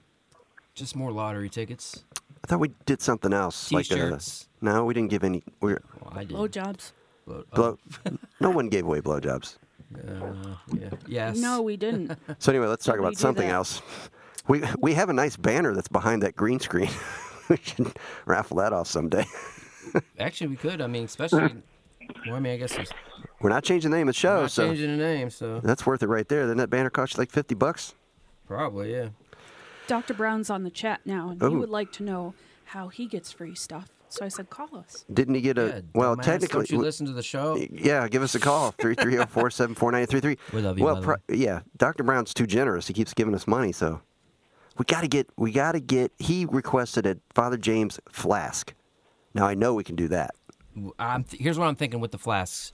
Speaker 3: just more lottery tickets.
Speaker 2: I thought we did something else.
Speaker 3: T-shirts.
Speaker 2: Like a, no, we didn't give any. We are
Speaker 3: Well, I did. uh,
Speaker 4: Low jobs.
Speaker 3: Blow-
Speaker 2: blow, no one gave away blowjobs.
Speaker 3: uh, yeah. Yes.
Speaker 4: No, we didn't.
Speaker 2: So anyway, let's talk
Speaker 4: Did we
Speaker 2: about
Speaker 4: do
Speaker 2: something
Speaker 4: that?
Speaker 2: else. We we have a nice banner that's behind that green screen. we should raffle that off someday.
Speaker 3: Actually, we could. I mean, especially. Well, I mean, I guess it's
Speaker 2: We're not changing the name of the show,
Speaker 3: not
Speaker 2: so
Speaker 3: changing the name, so
Speaker 2: that's worth it right there. Then that banner cost you like fifty bucks.
Speaker 3: probably yeah.
Speaker 4: Dr. Brown's on the chat now, and he
Speaker 2: Ooh.
Speaker 4: would like to know how he gets free stuff. So I said, call us.
Speaker 2: Didn't he get a
Speaker 3: yeah
Speaker 2: Uh, well?
Speaker 3: dumbass,
Speaker 2: Technically,
Speaker 3: don't you listen to the show?
Speaker 2: Yeah, give us a call oh, 330-474-9833.
Speaker 3: We love you,
Speaker 2: Well,
Speaker 3: by the
Speaker 2: pro-
Speaker 3: way.
Speaker 2: yeah, Dr. Brown's too generous. He keeps giving us money, so we got to get we got to get he requested a Father James flask. Now I know we can do that.
Speaker 3: I'm th- here's what I'm thinking with the flasks.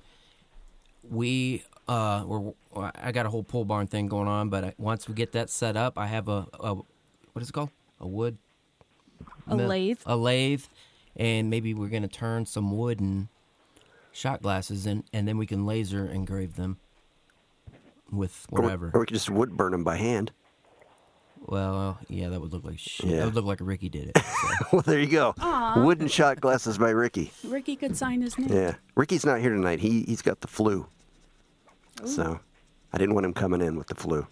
Speaker 3: We uh, were I got a whole pole barn thing going on, but I, once we get that set up, I have a, a what is it called? A wood
Speaker 4: A
Speaker 3: mill-
Speaker 4: lathe.
Speaker 3: a lathe, and maybe we're gonna turn some wooden shot glasses in, and then we can laser engrave them with
Speaker 2: Or we-
Speaker 3: whatever.
Speaker 2: Or we could just wood burn them by hand.
Speaker 3: Well, yeah, that would look like shit.
Speaker 2: Yeah.
Speaker 3: That would look like Ricky did it. so.
Speaker 2: well, there you go. Wooden shot glasses by Ricky.
Speaker 4: Ricky could sign his name.
Speaker 2: Yeah. Ricky's not here tonight. He he's got the flu. So I didn't want him coming in with the flu.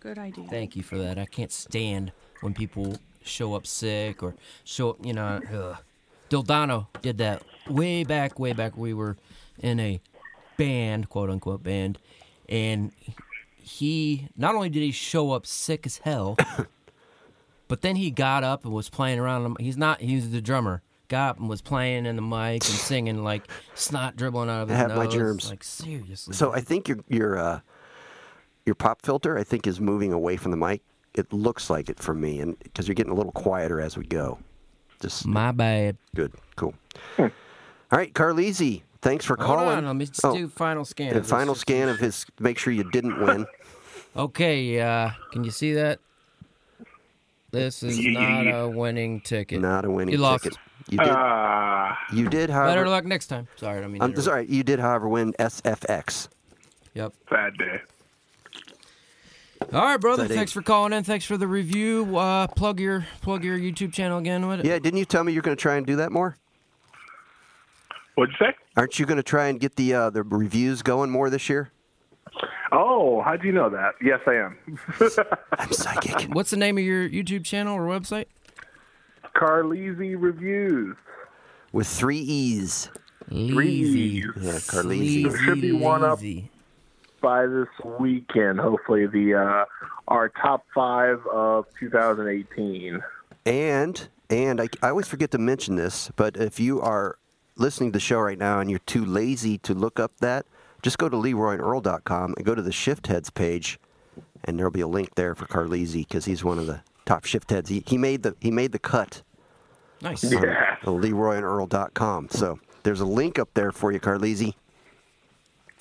Speaker 4: Good idea.
Speaker 3: Thank you for that. I can't stand when people show up sick or show up, you know. Ugh. Dildano did that way back, way back. We were in a band, quote unquote band, and he not only did he show up sick as hell, but then he got up and was playing around. He's not. He's the drummer. Got up and was playing in the mic and singing like snot dribbling out of his
Speaker 2: have my
Speaker 3: nose.
Speaker 2: germs.
Speaker 3: Like seriously.
Speaker 2: So I think your your uh, your pop filter, I think, is moving away from the mic. It looks like it for me, and because you're getting a little quieter as we go. Just
Speaker 3: my bad.
Speaker 2: good, cool. All right, Carlisi, thanks for
Speaker 3: Hold
Speaker 2: calling.
Speaker 3: on, let me just
Speaker 2: Oh,
Speaker 3: do final scan.
Speaker 2: and
Speaker 3: of this.
Speaker 2: final scan of his. Make sure you didn't win.
Speaker 3: Okay, uh, can you see that? This is not a winning ticket.
Speaker 2: Not a winning
Speaker 3: You lost.
Speaker 2: ticket. You did.
Speaker 8: Uh, Ah,
Speaker 2: you did. However,
Speaker 3: Better luck next time. Sorry, I mean.
Speaker 2: I'm sorry. You did, however, win SFX.
Speaker 3: Yep.
Speaker 8: Sad day.
Speaker 3: All right, brother.
Speaker 2: That ain't-
Speaker 3: Thanks for calling in. Thanks for the review. Uh, plug your plug your YouTube channel again. What?
Speaker 2: Yeah, didn't you tell me you're going to try and do that more?
Speaker 8: What'd you say?
Speaker 2: Aren't you going to try and get the uh, the reviews going more this year?
Speaker 8: Oh, how'd you know that? Yes, I am.
Speaker 2: I'm psychic.
Speaker 3: What's the name of your YouTube channel or website?
Speaker 8: Carlisi reviews.
Speaker 2: With three E's.
Speaker 3: Leezy.
Speaker 2: Yeah, Carlisi.
Speaker 8: There should be one up.
Speaker 3: Leezy.
Speaker 8: By this weekend, hopefully the uh, our top five of 2018.
Speaker 2: And and I, I always forget to mention this, but if you are listening to the show right now and you're too lazy to look up that, just go to leroyandearl.com and go to the shift heads page, and there'll be a link there for Carlisi because he's one of the top shift heads. He, he made the he made the cut
Speaker 3: Nice.
Speaker 2: on leroyandearl.com. So there's a link up there for you, Carlisi.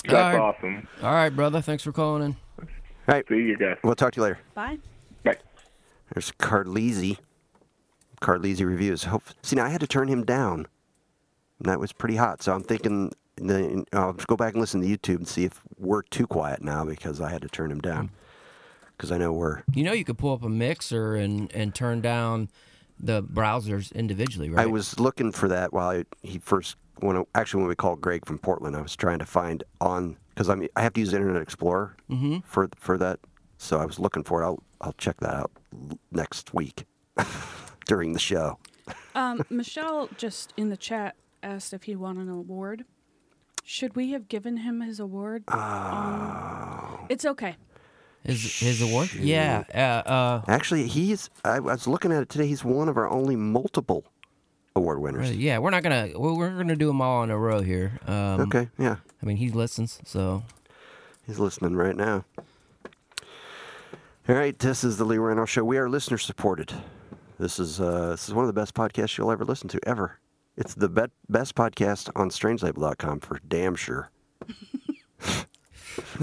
Speaker 8: That's
Speaker 3: Alright.
Speaker 8: awesome.
Speaker 3: All right, brother. Thanks for calling in.
Speaker 2: All right,
Speaker 8: See you guys.
Speaker 2: we'll talk to you later.
Speaker 4: Bye.
Speaker 8: Bye.
Speaker 2: There's Carlisi. Carlisi reviews. Hope. See, now I had to turn him down. And that was pretty hot. So I'm thinking, the, I'll just go back and listen to YouTube and see if we're too quiet now because I had to turn him down. Because I know we're.
Speaker 3: You know, you could pull up a mixer and and turn down the browsers individually, right?
Speaker 2: I was looking for that while I, he first when I- actually when we called Greg from Portland, I was trying to find on because I mean I have to use Internet Explorer
Speaker 3: Mhm.
Speaker 2: for for that, so I was looking for it. I'll I'll check that out l- next week during the show.
Speaker 4: Um, Michelle just in the chat asked if he won an award. Should we have given him his award? Um, it's okay.
Speaker 3: His, his award? Yeah. Uh, uh,
Speaker 2: Actually, he's I, I was looking at it today. He's one of our only multiple award winners.
Speaker 3: Right, uh, yeah, we're not gonna we're we're gonna do them all in a row here. Um,
Speaker 2: Okay, yeah.
Speaker 3: I mean, he listens, so
Speaker 2: He's listening right now. All right, this is the Lee Reynolds Show. We are listener supported. This is uh, this is one of the best podcasts you'll ever listen to ever. It's the bet best podcast on strangelabel.com for damn sure.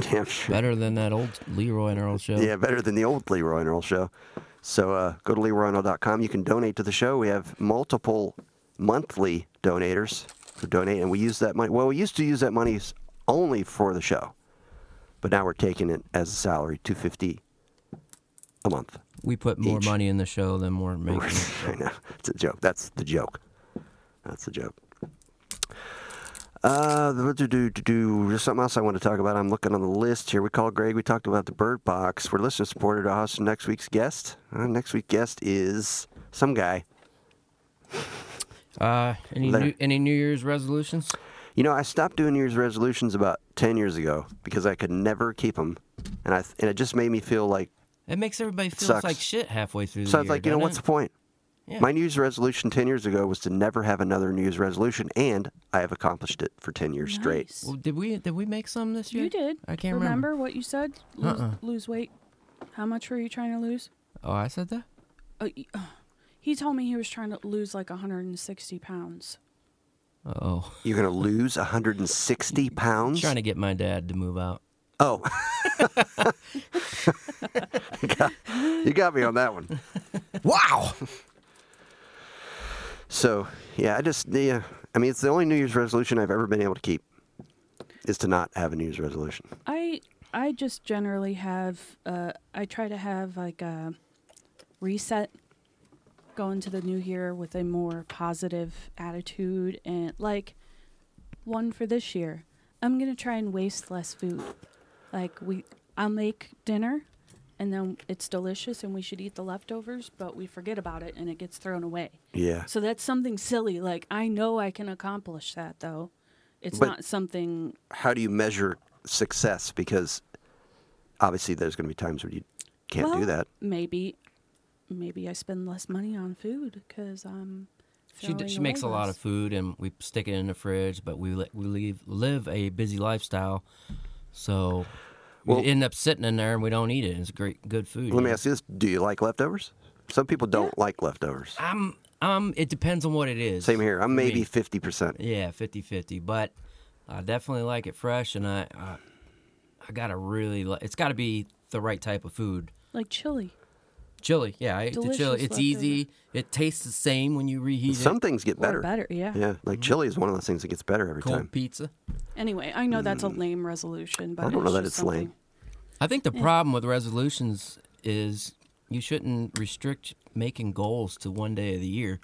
Speaker 2: damn sure.
Speaker 3: better than that old Leroy and Earl show.
Speaker 2: Yeah, better than the old Leroy and Earl show. So uh, go to leroyandearl.com. You can donate to the show. We have multiple monthly donators who donate, and we use that money. Well, we used to use that money s- only for the show, but now we're taking it as a salary, two fifty a month.
Speaker 3: we put more
Speaker 2: Each.
Speaker 3: money in the show than we're making.
Speaker 2: I know it's a joke. That's the joke. That's the joke. Uh, the- do, do, do, do. There's something else I want to talk about. I'm looking on the list here. We called Greg. We talked about the Bird Box. We're listening supported to us. Next week's guest. Uh, next week's guest is some guy.
Speaker 3: Uh, any
Speaker 2: There.
Speaker 3: new, any New Year's resolutions?
Speaker 2: You know, I stopped doing New Year's resolutions about ten years ago because I could never keep them, and I and it just made me feel like
Speaker 3: It makes everybody feel
Speaker 2: Sucks.
Speaker 3: like shit halfway through.
Speaker 2: So
Speaker 3: the
Speaker 2: I was
Speaker 3: year,
Speaker 2: like, you know,
Speaker 3: doesn't
Speaker 2: what's
Speaker 3: it?
Speaker 2: the point?
Speaker 3: Yeah.
Speaker 2: My New Year's resolution 10 years ago was to never have another New Year's resolution, and I have accomplished it for 10 years straight.
Speaker 4: Nice.
Speaker 3: Well, did we did we make some this year?
Speaker 4: You did.
Speaker 3: I can't
Speaker 4: remember,
Speaker 3: remember.
Speaker 4: what you said. Lose,
Speaker 3: Uh-uh.
Speaker 4: lose weight. How much were you trying to lose?
Speaker 3: Oh, I said that.
Speaker 4: Uh, y- uh, he told me he was trying to lose like 160 pounds.
Speaker 3: Oh,
Speaker 2: You're going to lose 160 pounds?
Speaker 3: trying to get my dad to move out.
Speaker 2: Oh. you got me on that one. Wow. So, yeah, I just, yeah, I mean, it's the only New Year's resolution I've ever been able to keep is to not have a New Year's resolution.
Speaker 4: I I just generally have uh I try to have like a reset go into the new year with a more positive attitude and like one for this year. I'm going to try and waste less food. Like we I'll make dinner and then it's delicious and we should eat the leftovers, but we forget about it and it gets thrown away.
Speaker 2: Yeah.
Speaker 4: So that's something silly. Like I know I can accomplish that though. It's
Speaker 2: But-
Speaker 4: not something
Speaker 2: how do you measure success? Because obviously, there's going to be times where you can't do
Speaker 4: Well,
Speaker 2: that.
Speaker 4: Maybe, maybe I spend less money on food because I'm.
Speaker 3: She d-
Speaker 4: throwing
Speaker 3: she makes a
Speaker 4: away
Speaker 3: lot
Speaker 4: less.
Speaker 3: of food, and we stick it in the fridge, but we li- we leave, live a busy lifestyle, so
Speaker 2: Well-
Speaker 3: we end up sitting in there and we don't eat it. It's great, good food.
Speaker 2: Let
Speaker 3: you
Speaker 2: me
Speaker 3: know?
Speaker 2: ask you this: Do you like leftovers? Some people don't like leftovers.
Speaker 3: I'm um. It depends on what it is.
Speaker 2: Same here. I'm
Speaker 3: for me.
Speaker 2: maybe fifty percent.
Speaker 3: Yeah, 50-50, But I definitely like it fresh, and I I, I gotta really. Li- it's got to be the right type of food.
Speaker 4: like chili.
Speaker 3: Chili, yeah, I ate the chili.
Speaker 4: Delicious
Speaker 3: It's
Speaker 4: leftover.
Speaker 3: easy. It tastes the same when you reheat
Speaker 2: Some
Speaker 3: it.
Speaker 2: things get
Speaker 4: Or
Speaker 2: better.
Speaker 4: better, yeah.
Speaker 2: Yeah, like
Speaker 3: Mm-hmm.
Speaker 2: chili is one of those things that gets better every
Speaker 3: Cold
Speaker 2: time.
Speaker 3: pizza.
Speaker 4: Anyway, I know that's a lame resolution, but
Speaker 2: Mm. I don't know that
Speaker 4: just
Speaker 2: it's lame.
Speaker 4: something-
Speaker 3: I think the problem with resolutions is you shouldn't restrict making goals to one day of the year.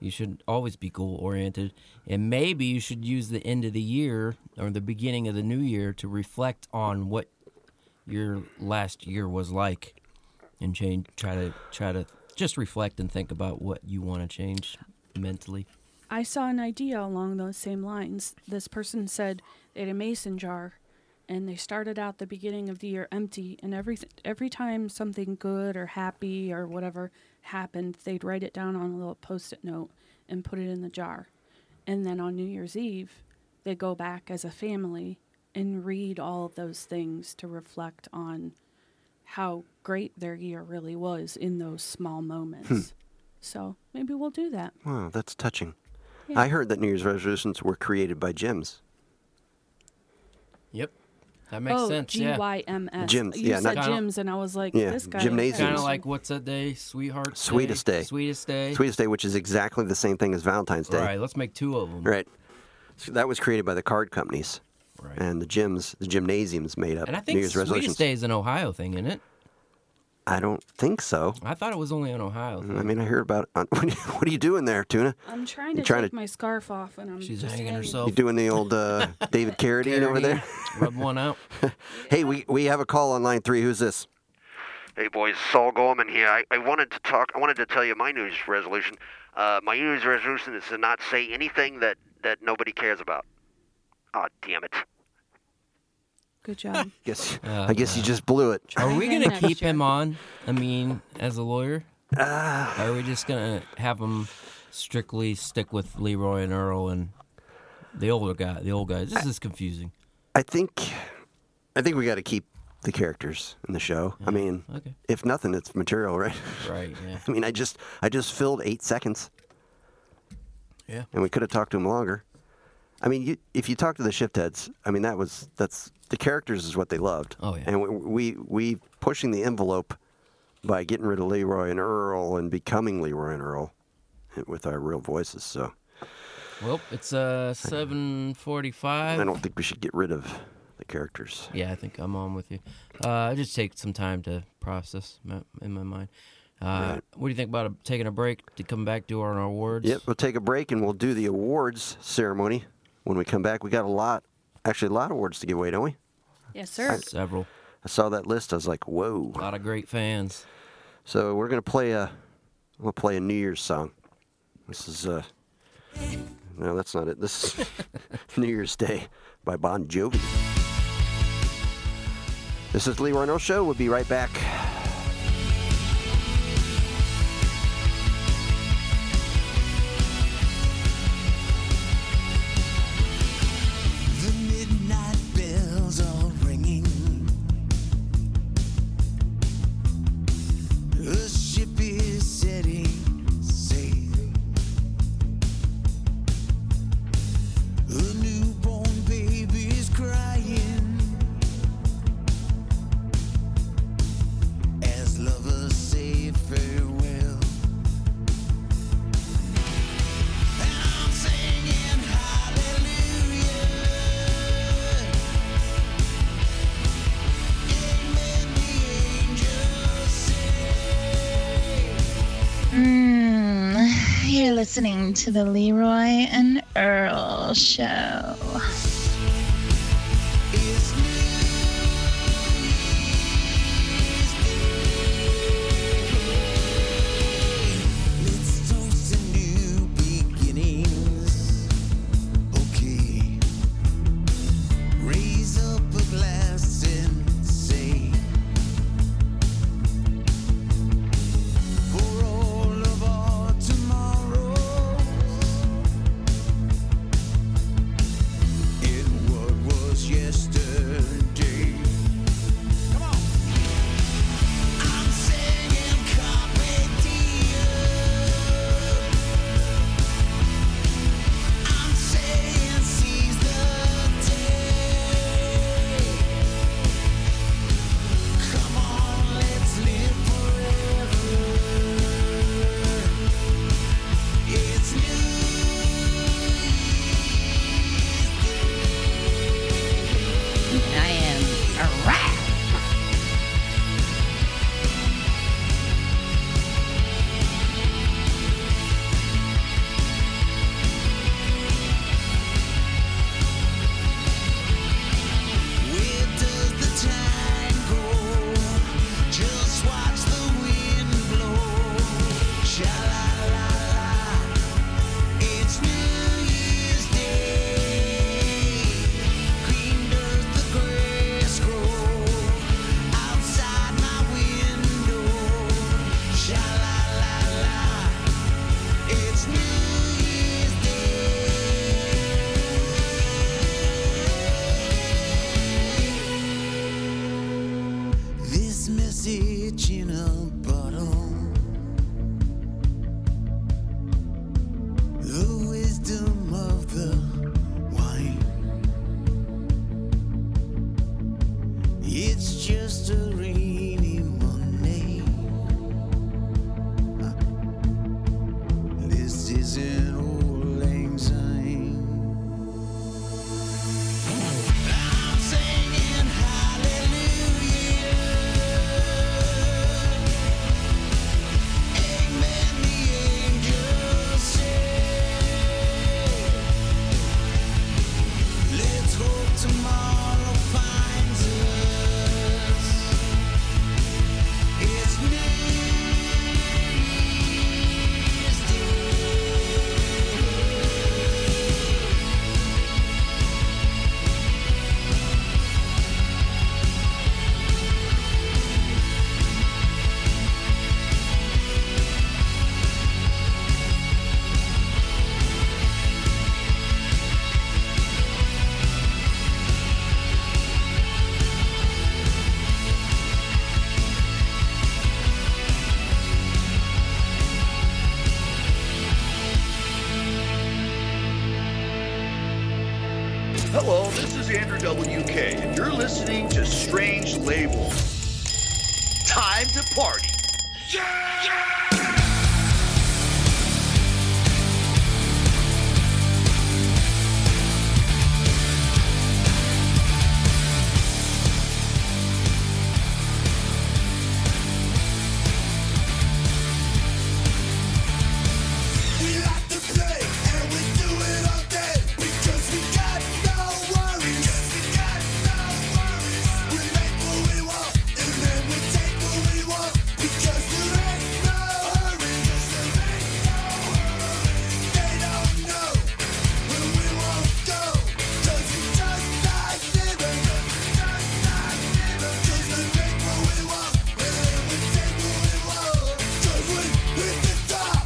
Speaker 3: You should always be goal oriented. And maybe you should use the end of the year or the beginning of the new year to reflect on what your last year was like and change try to try to just reflect and think about what you want to change mentally.
Speaker 4: I saw an idea along those same lines. This person said they had a mason jar and they started out the beginning of the year empty and every every time something good or happy or whatever happened, they'd write it down on a little post-it note and put it in the jar. And then on New Year's Eve, they go back as a family and read all of those things to reflect on how great their year really was in those small moments. So, maybe we'll do that.
Speaker 2: Wow, that's touching. I heard that New Year's resolutions were created by gyms.
Speaker 3: Yep. That makes
Speaker 4: oh,
Speaker 3: sense.
Speaker 4: G
Speaker 3: Yeah.
Speaker 4: Y M S.
Speaker 2: Gyms,
Speaker 4: You
Speaker 2: yeah,
Speaker 4: said
Speaker 2: not-
Speaker 4: gyms, and I was like,
Speaker 2: Yeah,
Speaker 4: this guy.
Speaker 2: gymnasiums.
Speaker 3: Kind of like what's that day? Sweetheart.
Speaker 2: Sweetest day.
Speaker 3: Sweetest day.
Speaker 2: Sweetest Day, which is exactly the same thing as Valentine's Day.
Speaker 3: All right, let's make two of them.
Speaker 2: Right. So that was created by the card companies.
Speaker 3: Right.
Speaker 2: And the gyms, the gymnasiums made up
Speaker 3: And I
Speaker 2: New
Speaker 3: think
Speaker 2: Year's
Speaker 3: Sweetest
Speaker 2: resolutions.
Speaker 3: Day is an Ohio thing, isn't it?
Speaker 2: I don't think so.
Speaker 3: I thought it was only an Ohio thing.
Speaker 2: I mean, I heard about it. On, what, are you, what are you doing there, Tuna?
Speaker 4: I'm trying to
Speaker 2: You're trying
Speaker 4: take
Speaker 2: to-
Speaker 4: my scarf off, and I'm
Speaker 3: She's
Speaker 4: just
Speaker 3: hanging
Speaker 4: hanging.
Speaker 3: herself.
Speaker 2: You doing the old uh, David Carradine over there?
Speaker 3: Rub one out.
Speaker 2: Hey, we, we have a call on line three. Who's this? Hey, boys. Saul Goldman here. I, I wanted to talk. I wanted to tell you my New Year's resolution. Uh, my New Year's resolution is to not say anything that, that nobody cares about. Oh, damn it.
Speaker 4: Good job.
Speaker 2: Guess, I guess you just blew it.
Speaker 3: Are we
Speaker 4: Again
Speaker 3: gonna
Speaker 4: next
Speaker 3: keep
Speaker 4: year.
Speaker 3: him on? I mean, as a lawyer,
Speaker 2: Ah.
Speaker 3: are we just gonna have him strictly stick with Leroy and Earl and the older guy? The old guys. This is confusing.
Speaker 2: I think, I think we got to keep the characters in the show. I mean,
Speaker 3: okay.
Speaker 2: if nothing, it's material, right?
Speaker 3: Right. Yeah.
Speaker 2: I mean, I just, I just filled eight seconds,
Speaker 3: Yeah.
Speaker 2: and we could have talked to him longer. I mean, you, if you talk to the shift heads, I mean, that was that's the characters is what they loved.
Speaker 3: Oh, yeah.
Speaker 2: And we we, we pushing the envelope by getting rid of Leroy and Earl and becoming Leroy and Earl with our real voices. So
Speaker 3: Well, it's uh seven
Speaker 2: I
Speaker 3: forty-five.
Speaker 2: don't think we should get rid of the characters.
Speaker 3: Yeah, I think I'm on with you. Uh, I just take some time to process my, in my mind. Uh, What do you think about a, taking a break to come back to our awards?
Speaker 2: Yep, we'll take a break and we'll do the awards ceremony when we come back. We got a lot, actually, a lot of awards to give away, don't we?
Speaker 4: yes, sir.
Speaker 3: Several.
Speaker 2: I saw that list. I was like, whoa.
Speaker 3: A lot of great fans.
Speaker 2: So we're gonna play a, I'm gonna play a New Year's song. This is uh, no, that's not it. This is New Year's Day by Bon Jovi. This is Lee Rhino Show. We'll be right back.
Speaker 5: The midnight bells are ringing. The ship is setting sail. The newborn baby is crying. As lovers say farewell. And I'm singing hallelujah. Amen, the angels say.
Speaker 11: You're listening to the Leroy and Earl Show.
Speaker 5: Let's toast to new beginnings. Okay. Raise up a glass and say, For all of our tomorrows,
Speaker 12: is it old lang syne? I'm singing hallelujah. Amen, the angels say. Let's hope tomorrow finds us. It's
Speaker 5: Hello, this is Andrew WK, and you're listening to Strange Label. Time to party.
Speaker 12: We like to play and we do it all day because we got no worries. we got no worries. We make what we want and then we take what we want because there ain't no hurry. They don't know where we won't go 'cause we just not living. 'Cause we make what we want and then we take what we want 'cause we hit the top.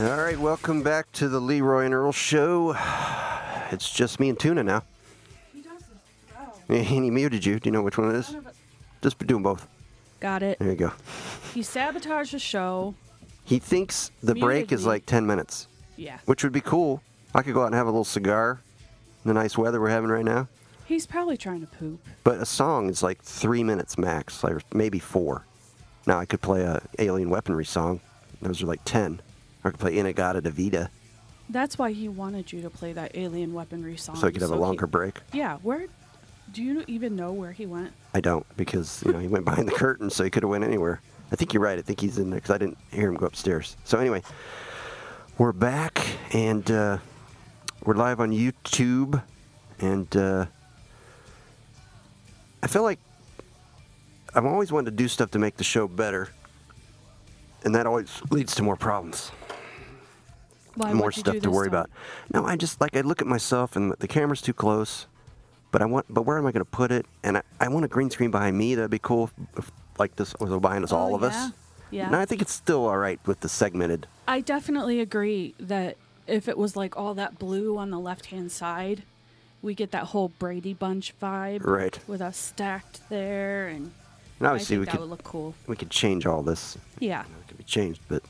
Speaker 2: All right, welcome back to the Leroy and Earl show. It's just me and Tuna now. And he muted you. Do you know which one it is? Just do them both.
Speaker 4: Got it.
Speaker 2: There you go.
Speaker 4: He sabotaged the show.
Speaker 2: He thinks the
Speaker 4: Muted
Speaker 2: break is
Speaker 4: me.
Speaker 2: like 10 minutes.
Speaker 4: Yeah.
Speaker 2: Which would be cool. I could go out and have a little cigar in the nice weather we're having right now.
Speaker 4: He's probably trying to poop.
Speaker 2: But a song is like three minutes max, like maybe four. Now I could play a Alien Weaponry song. Those are like 10. Or I could play Inagata Davida
Speaker 4: That's why he wanted you to play that alien weaponry song.
Speaker 2: so I could have a
Speaker 4: he-
Speaker 2: longer break.
Speaker 4: yeah. Where? Do you even know where he went?
Speaker 2: I don't because you know he went behind the curtain, so he could have went anywhere. I think you're right. I think he's in there because I didn't hear him go upstairs. So anyway, we're back and uh, we're live on YouTube, and uh, I feel like I've always wanted to do stuff to make the show better, and that always leads to more problems
Speaker 4: Why
Speaker 2: more
Speaker 4: would you
Speaker 2: stuff
Speaker 4: do
Speaker 2: to
Speaker 4: this
Speaker 2: worry
Speaker 4: song?
Speaker 2: about. No, I just like I look at myself and the camera's too close. But I want, but where am I going to put it? And I, I want a green screen behind me. That'd be cool. If, if, like this was behind us, all of us.
Speaker 4: Oh, yeah. Yeah.
Speaker 2: And I think it's still all right with the segmented.
Speaker 4: I definitely agree that if it was like all that blue on the left hand side, we get that whole Brady Bunch vibe.
Speaker 2: Right.
Speaker 4: With us stacked there, and,
Speaker 2: And
Speaker 4: I
Speaker 2: obviously
Speaker 4: think
Speaker 2: we
Speaker 4: that
Speaker 2: could
Speaker 4: would look cool.
Speaker 2: We could change all this.
Speaker 4: Yeah.
Speaker 2: It could be changed, but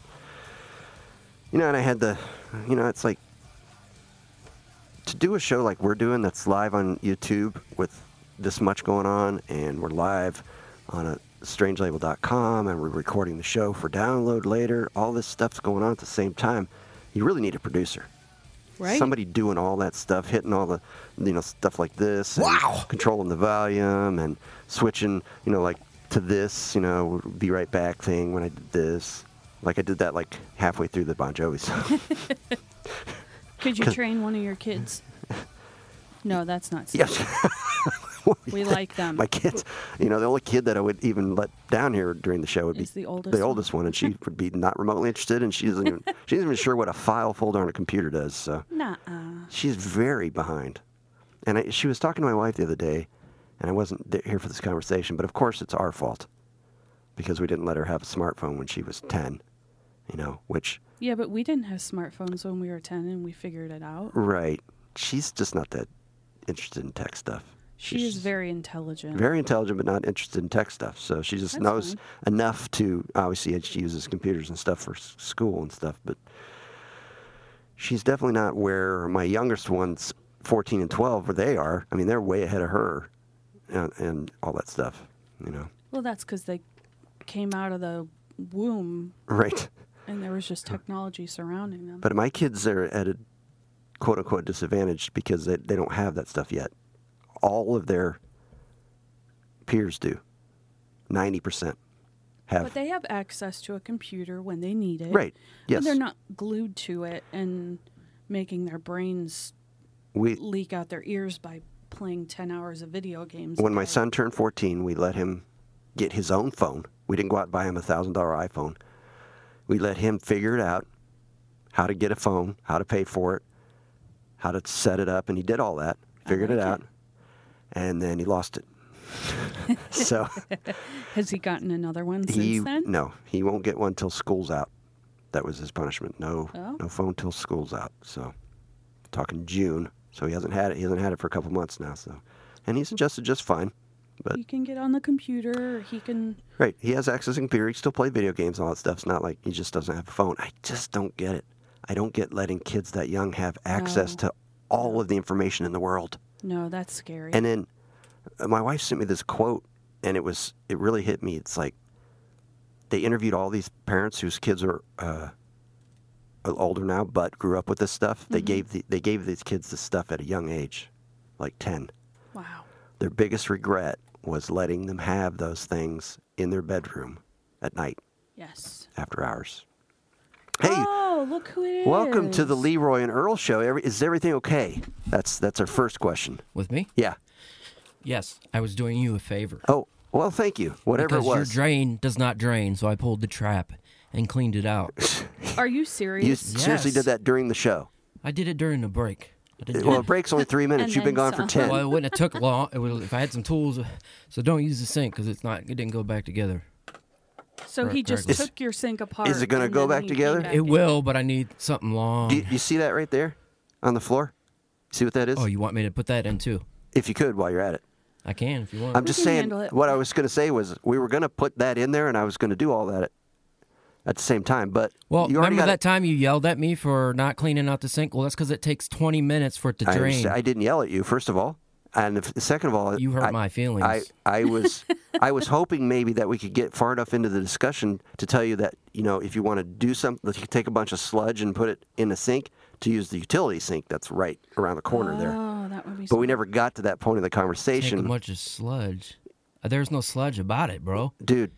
Speaker 2: you know, and I had the, you know, it's like to do a show like we're doing that's live on YouTube with this much going on, and we're live on a strangelabel.com, and we're recording the show for download later. All this stuff's going on at the same time. You really need a producer.
Speaker 4: Right.
Speaker 2: Somebody doing all that stuff, hitting all the, you know, stuff like this. and Controlling the volume and switching, you know, like to this, you know, be right back thing when I did this. Like I did that like halfway through the Bon Jovi song.
Speaker 4: Could you
Speaker 2: 'Cause-
Speaker 4: train one of your kids? No, that's not.
Speaker 2: Yes.
Speaker 4: We like them.
Speaker 2: My kids, you know, the only kid that I would even let down here during the show would be
Speaker 4: Is the oldest
Speaker 2: the
Speaker 4: one.
Speaker 2: oldest one, and she would be not remotely interested, and she doesn't even she isn't even sure what a file folder on a computer does. So
Speaker 4: Nah.
Speaker 2: she's very behind. And I, she was talking to my wife the other day, and I wasn't th- here for this conversation, but of course it's our fault because we didn't let her have a smartphone when she was ten, you know, which
Speaker 4: Yeah, but we didn't have smartphones when we were ten, and we figured it out.
Speaker 2: right, she's just not that interested in tech stuff.
Speaker 4: She is very intelligent.
Speaker 2: Very intelligent, but not interested in tech stuff. So she just
Speaker 4: That's
Speaker 2: knows
Speaker 4: fine.
Speaker 2: enough to obviously she uses computers and stuff for s- school and stuff. But she's definitely not where my youngest ones, 14 and 12, where they are. I mean, they're way ahead of her, and, and all that stuff. You know,
Speaker 4: Well, that's because they came out of the womb
Speaker 2: right?
Speaker 4: and there was just technology surrounding them.
Speaker 2: But my kids are at a quote unquote disadvantage because they, they don't have that stuff yet. All of their peers do. 90% have.
Speaker 4: But they have access to a computer when they need it.
Speaker 2: Right.
Speaker 4: But
Speaker 2: Yes.
Speaker 4: they're not glued to it and making their brains
Speaker 2: We-
Speaker 4: leak out their ears by playing 10 hours of video games.
Speaker 2: when my son turned 14, we let him get his own phone. We didn't go out and buy him a $1,000 iPhone. We let him figure it out how to get a phone, how to pay for it, how to set it up, and he did all that, figured it out, and then he lost it. so
Speaker 4: Has he gotten another one since
Speaker 2: he
Speaker 4: then?
Speaker 2: no, he won't get one till school's out. That was his punishment. No,
Speaker 4: Oh.
Speaker 2: no phone till school's out. So talking June, so he hasn't had it. He hasn't had it for a couple months now. So, and he's adjusted just fine. But
Speaker 4: He can get on the computer. He can.
Speaker 2: Right. He has access to computer. He can still play video games and all that stuff. It's not like he just doesn't have a phone. I just don't get it. I don't get letting kids that young have access to all of the information in the world.
Speaker 4: No, that's scary.
Speaker 2: And then uh, my wife sent me this quote, and it was it really hit me. It's like they interviewed all these parents whose kids are uh, older now, but grew up with this stuff. They
Speaker 4: Mhm.
Speaker 2: gave the, they gave these kids this stuff at a young age, like ten.
Speaker 4: wow.
Speaker 2: Their biggest regret was letting them have those things in their bedroom at night
Speaker 4: Yes.
Speaker 2: after hours. Hey,
Speaker 4: Oh, look who it is.
Speaker 2: welcome to the Leroy and Earl show. Every, is everything okay? That's that's our first question.
Speaker 3: With me?
Speaker 2: Yeah.
Speaker 3: Yes, I was doing you a favor.
Speaker 2: Oh, well, thank you. Whatever
Speaker 3: because
Speaker 2: it
Speaker 3: your
Speaker 2: was.
Speaker 3: drain does not drain, so I pulled the trap and cleaned it out.
Speaker 4: Are you
Speaker 2: you
Speaker 4: serious?
Speaker 2: seriously did
Speaker 3: Yes.
Speaker 2: that during the show.
Speaker 3: I did it during the break. I didn't do
Speaker 2: Well,
Speaker 3: it-
Speaker 2: it breaks only three minutes.
Speaker 4: And
Speaker 2: You've been
Speaker 4: then
Speaker 2: gone for
Speaker 4: some.
Speaker 2: ten.
Speaker 3: Well, it wouldn't have took long. It would, if I had some tools, so don't use the sink because it's not. It didn't go back together.
Speaker 4: So he just
Speaker 3: Is-
Speaker 4: took your sink apart.
Speaker 2: is it gonna
Speaker 4: and
Speaker 2: go
Speaker 4: then
Speaker 2: back
Speaker 4: he came
Speaker 2: together?
Speaker 4: back
Speaker 3: It
Speaker 4: in.
Speaker 3: will, but I need something long.
Speaker 2: Do you, you see that right there on the floor? See what that is?
Speaker 3: oh, you want me to put that in too?
Speaker 2: If you could, while you're at it.
Speaker 3: I can if you want.
Speaker 2: I'm just
Speaker 4: can
Speaker 2: saying.
Speaker 4: handle it.
Speaker 2: What I was going to say was we were going to put that in there, and I was going to do all that at, at the same time. But
Speaker 3: Well,
Speaker 2: you already
Speaker 3: remember
Speaker 2: got
Speaker 3: that
Speaker 2: it.
Speaker 3: time you yelled at me for not cleaning out the sink? Well, that's because it takes 20 minutes for it to
Speaker 2: I,
Speaker 3: drain.
Speaker 2: understand- I didn't yell at you, first of all, and if, second of all,
Speaker 3: You hurt
Speaker 2: I-
Speaker 3: my feelings.
Speaker 2: I, I was I was hoping maybe that we could get far enough into the discussion to tell you that you know if you want to do something, that you could take a bunch of sludge and put it in the sink to use the utility sink that's right around the corner there.
Speaker 4: Oh, that would be.
Speaker 2: But we
Speaker 4: smart.
Speaker 2: never got to that point of the
Speaker 3: Take a
Speaker 2: conversation,
Speaker 3: bunch of sludge. Uh, There's no sludge about it, bro.
Speaker 2: dude.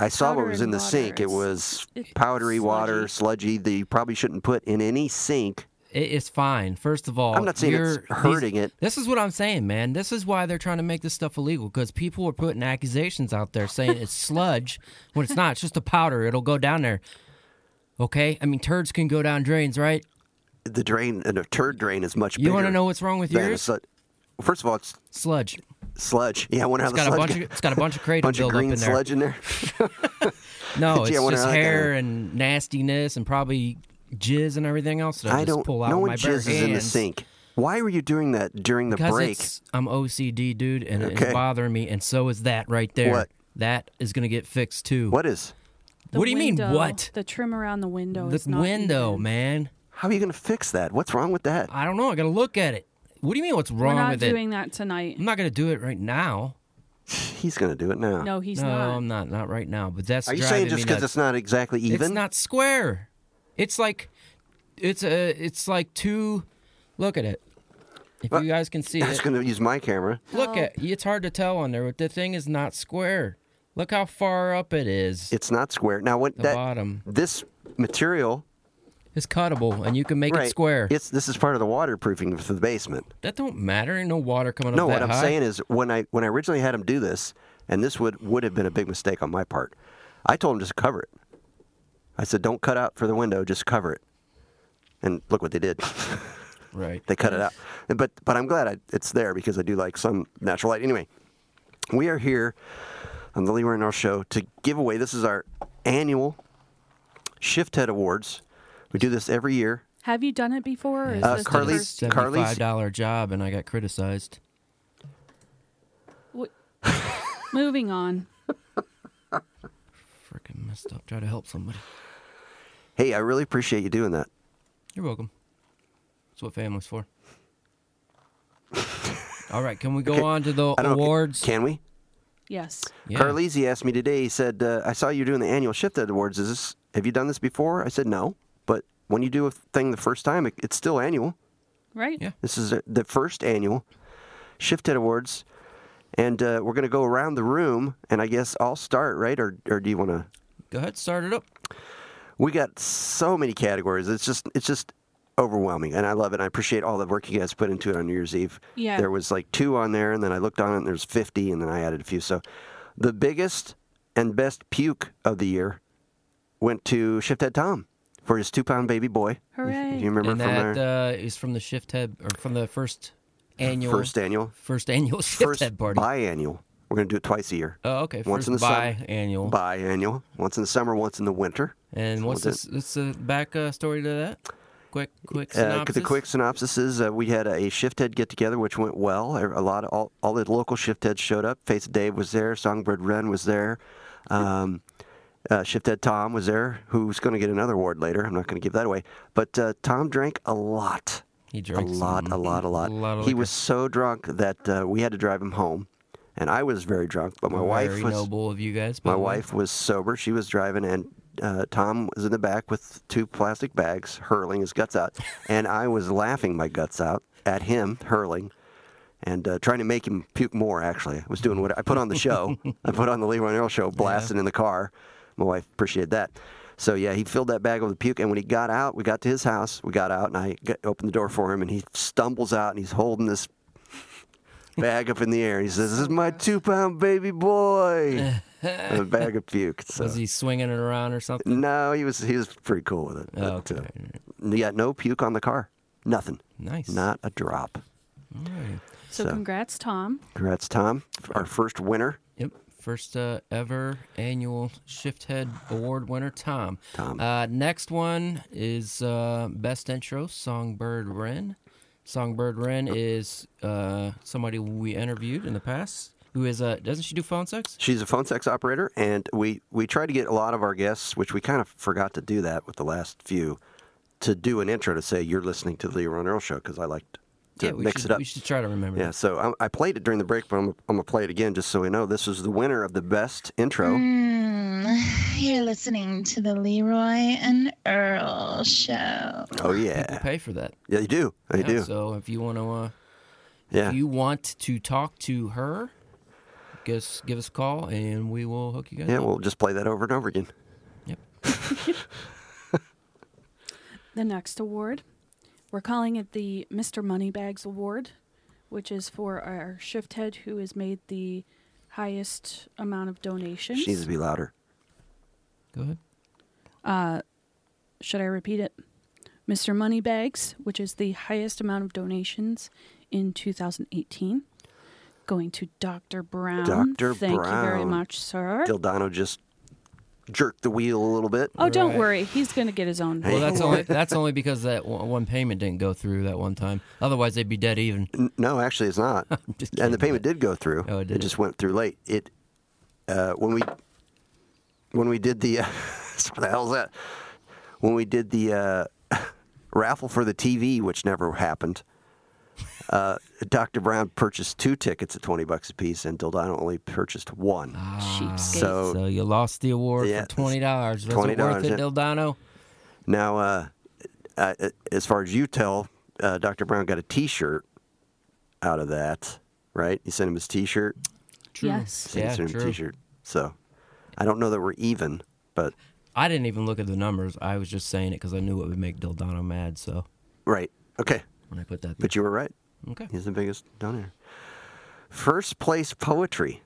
Speaker 2: I saw what
Speaker 4: Powder
Speaker 2: was
Speaker 4: and
Speaker 2: in the
Speaker 4: water
Speaker 2: sink. It
Speaker 4: is-
Speaker 2: was
Speaker 4: it's
Speaker 2: powdery water, sludgy that you probably shouldn't put in any sink.
Speaker 3: It is fine. First of all,
Speaker 2: I'm not saying it's
Speaker 3: you're- these-
Speaker 2: hurting it.
Speaker 3: This is what I'm saying, man. This is why they're trying to make this stuff illegal because people are putting accusations out there saying it's sludge when it's not. It's just a powder. It'll go down there. Okay? I mean, turds can go down drains, right?
Speaker 2: The drain, and a turd drain, is much bigger.
Speaker 3: You want to know what's wrong with
Speaker 2: than a
Speaker 3: yours?
Speaker 2: slu- First of all, it's
Speaker 3: Sludge.
Speaker 2: sludge. Yeah, I wonder how
Speaker 3: It's
Speaker 2: the
Speaker 3: got a
Speaker 2: sludge
Speaker 3: bunch of
Speaker 2: got-
Speaker 3: it's got a bunch of crater
Speaker 2: bunch of
Speaker 3: buildup
Speaker 2: green
Speaker 3: in there.
Speaker 2: sludge in there.
Speaker 3: No,
Speaker 2: Gee,
Speaker 3: it's
Speaker 2: I wonder
Speaker 3: just
Speaker 2: how that got
Speaker 3: hair
Speaker 2: in.
Speaker 3: and nastiness and probably jizz and everything else that I,
Speaker 2: I
Speaker 3: just
Speaker 2: don't.
Speaker 3: pull out
Speaker 2: No one
Speaker 3: with my bare
Speaker 2: jizzes in the
Speaker 3: hands.
Speaker 2: sink. Why were you doing that during the
Speaker 3: Because
Speaker 2: break?
Speaker 3: it's- I'm OCD, dude, and
Speaker 2: Okay.
Speaker 3: it's bothering me, and so is that right there.
Speaker 2: What?
Speaker 3: That is going to get fixed too.
Speaker 2: What is?
Speaker 4: The
Speaker 3: what do you mean,
Speaker 4: window-
Speaker 3: what?
Speaker 4: The trim around the window.
Speaker 3: The
Speaker 4: is Oh, not
Speaker 3: window,
Speaker 4: even-
Speaker 3: man.
Speaker 2: How are you going to fix that? What's wrong with that?
Speaker 3: I don't know. I got to look at it. What do you mean? What's
Speaker 4: We're
Speaker 3: wrong
Speaker 4: not
Speaker 3: with it?
Speaker 4: doing
Speaker 3: Mm.
Speaker 4: that tonight.
Speaker 3: I'm not going to do it right now.
Speaker 2: He's going to do it now.
Speaker 4: No, he's
Speaker 3: no,
Speaker 4: not.
Speaker 3: I'm not. Not right now. But that's
Speaker 2: Are you
Speaker 3: driving
Speaker 2: saying just
Speaker 3: me
Speaker 2: because
Speaker 3: nuts.
Speaker 2: it's not exactly even?
Speaker 3: It's not square. It's like it's a it's like two. Look at it. If
Speaker 2: Well,
Speaker 3: you guys can see
Speaker 2: I was
Speaker 3: it,
Speaker 2: going to use my camera.
Speaker 4: Oh.
Speaker 3: look at it's hard to tell on there, but the thing is not square. Look how far up it is.
Speaker 2: It's not square. Now what?
Speaker 3: the
Speaker 2: that
Speaker 3: bottom.
Speaker 2: this material.
Speaker 3: It's cuttable, and you can make
Speaker 2: right,
Speaker 3: it square.
Speaker 2: It's this is part of the waterproofing for the basement.
Speaker 3: that don't matter. Ain't no water coming
Speaker 2: No,
Speaker 3: up
Speaker 2: what
Speaker 3: that
Speaker 2: I'm
Speaker 3: high.
Speaker 2: saying is when I when I originally had him do this, and this would would have been a big mistake on my part. I told him just cover it. I said, "Don't cut out for the window, just cover it." And look what they did.
Speaker 3: right.
Speaker 2: they cut it out. But but I'm glad I, it's there because I do like some natural light. Anyway, we are here on the Leroy and Earl Show to give away. This is our annual Shift Head Awards. We do this every year.
Speaker 4: Have you done it before? Or is
Speaker 2: Uh,
Speaker 4: this the
Speaker 2: Carly's-
Speaker 4: first-
Speaker 2: Carly's-
Speaker 3: seventy-five dollar job, and I got criticized.
Speaker 4: Moving on.
Speaker 3: Freaking messed up. Try to help somebody.
Speaker 2: Hey, I really appreciate you doing that.
Speaker 3: You're welcome. That's what family's for. All right, can we go on to the
Speaker 2: I don't know, ca-
Speaker 3: awards?
Speaker 2: Can we?
Speaker 4: Yes.
Speaker 3: Yeah.
Speaker 2: Carlisi asked me today. He said, uh, "I saw you doing the annual Shift Ed Awards. Is this? Have you done this before?" I said, "No, but when you do a thing the first time, it, it's still annual.
Speaker 4: Right?
Speaker 3: Yeah.
Speaker 2: This is uh, the first annual Shift Ed Awards, and uh, we're going to go around the room, and I guess I'll start, right? Or, or do you want to?
Speaker 3: Go ahead, start it up.
Speaker 2: We got so many categories. It's just, it's just overwhelming, and I love it. I appreciate all the work you guys put into it on New Year's Eve.
Speaker 4: Yeah.
Speaker 2: There was like two on there, and then I looked on it, and there's 50, and then I added a few. So, the biggest and best puke of the year went to Shift Ed Tom for his two-pound baby boy.
Speaker 4: Hooray.
Speaker 2: Do you remember
Speaker 3: and
Speaker 2: from
Speaker 3: that
Speaker 2: there?
Speaker 3: uh, is from the shift head or from the first annual
Speaker 2: First annual.
Speaker 3: first annual shift
Speaker 2: first
Speaker 3: head party.
Speaker 2: biannual. We're going to do it twice a year.
Speaker 3: Oh, okay.
Speaker 2: once
Speaker 3: First
Speaker 2: in the
Speaker 3: biannual.
Speaker 2: Summer, biannual. Once in the summer, once in the winter.
Speaker 3: And
Speaker 2: So
Speaker 3: what's
Speaker 2: we'll
Speaker 3: this? What's the back uh, story to that? Quick, quick
Speaker 2: Uh,
Speaker 3: synopsis.
Speaker 2: the quick synopsis is uh, we had a shift head get together, which went well. A a lot of all, all the local shift heads showed up. Face of Dave was there. Songbird Wren was there. Um, uh, shift head Tom was there, who's going to get another award later. I'm not going to give that away. But uh, Tom drank a lot.
Speaker 3: He drank
Speaker 2: a lot, a lot, a lot.
Speaker 3: lot of
Speaker 2: he
Speaker 3: liquor.
Speaker 2: was so drunk that uh, we had to drive him home, and I was very drunk. But my
Speaker 3: Very
Speaker 2: wife was
Speaker 3: noble of you guys. by
Speaker 2: my
Speaker 3: the way.
Speaker 2: wife was sober. She was driving, and uh, Tom was in the back with two plastic bags, hurling his guts out. And I was laughing my guts out at him hurling, and uh, trying to make him puke more. Actually, I was doing what I put on the show. I put on the Leroy and Earl show, blasting in the car. My wife appreciated that. So yeah, he filled that bag with the puke, and when he got out, we got to his house. We got out, and I got, opened the door for him, and he stumbles out, and he's holding this bag up in the air. He says, "This is my two-pound baby boy." with a bag of puke. So.
Speaker 3: Was he swinging it around or something?
Speaker 2: No, he was he was pretty cool with it.
Speaker 3: Oh,
Speaker 2: But, uh, yeah, no puke on the car. Nothing.
Speaker 3: Nice.
Speaker 2: Not a drop.
Speaker 4: So,
Speaker 2: So-
Speaker 4: congrats, Tom.
Speaker 2: Congrats, Tom. Our first winner.
Speaker 3: Yep. First uh, ever annual Shift Head Award winner, Tom. Tom. Uh, next one is uh, Best Intro, Songbird Wren. Songbird Wren is uh, somebody we interviewed in the past who is, uh, doesn't she do phone sex?
Speaker 2: She's a phone sex operator, and we we tried to get a lot of our guests, which we kind of forgot to do that with the last few, to do an intro to say you're listening to the Leroy and Earl show because I liked to
Speaker 3: yeah, we
Speaker 2: mix
Speaker 3: should,
Speaker 2: it up.
Speaker 3: We should try to remember.
Speaker 2: Yeah,
Speaker 3: that.
Speaker 2: so I, I played it during the break, but I'm, I'm gonna play it again just so we know this is the winner of the best intro.
Speaker 13: Mm, you're listening to the Leroy and Earl show.
Speaker 2: Oh yeah,
Speaker 3: People pay for that.
Speaker 2: yeah, you do, they
Speaker 3: Yeah,
Speaker 2: do.
Speaker 3: So if you want to, uh,
Speaker 2: Yeah.
Speaker 3: if you want to talk to her, just give us a call and we will hook you guys
Speaker 2: Yeah,
Speaker 3: up.
Speaker 2: we'll just play that over and over again.
Speaker 4: The next award, we're calling it the Mr. Moneybags Award, which is for our shift head who has made the highest amount of donations.
Speaker 2: She needs to be louder.
Speaker 3: Go ahead.
Speaker 4: Uh, should I repeat it? Mr. Moneybags, which is the highest amount of donations in 2018, going to Dr. Brown.
Speaker 2: Dr.
Speaker 4: Thank you very
Speaker 2: Brown.
Speaker 4: much, sir.
Speaker 2: Dildano just jerked the wheel a little bit.
Speaker 4: Oh, don't worry. He's going to get his own.
Speaker 3: Well, that's
Speaker 4: award.
Speaker 3: only that's only because that o- one payment didn't go through that one time. Otherwise, they'd be dead even.
Speaker 2: N- No, actually, it's not. and the payment did go through.
Speaker 3: Oh, it did.
Speaker 2: just went through late. It uh, when we when we did the uh, what the hell's that? When we did the uh, raffle for the TV, which never happened. Uh, Dr. Brown purchased two tickets at twenty bucks apiece, and Dildano only purchased one.
Speaker 3: Ah.
Speaker 2: So
Speaker 3: So you lost the award
Speaker 2: Yeah,
Speaker 3: for twenty dollars. Was
Speaker 2: $20,
Speaker 3: it worth it,
Speaker 2: yeah.
Speaker 3: Dildano?
Speaker 2: Now, uh, uh, as far as you tell, uh, Dr. Brown got a t shirt out of that, right? You sent him his t shirt?
Speaker 4: True. Yes.
Speaker 2: So you
Speaker 3: Yeah,
Speaker 2: sent him
Speaker 3: true.
Speaker 2: a t shirt. So I don't know that we're even, but
Speaker 3: I didn't even look at the numbers. I was just saying it because I knew it would make Dildano mad. So
Speaker 2: right. Okay.
Speaker 3: when I put that,
Speaker 2: But you were right.
Speaker 3: Okay.
Speaker 2: He's the biggest donor. First place poetry.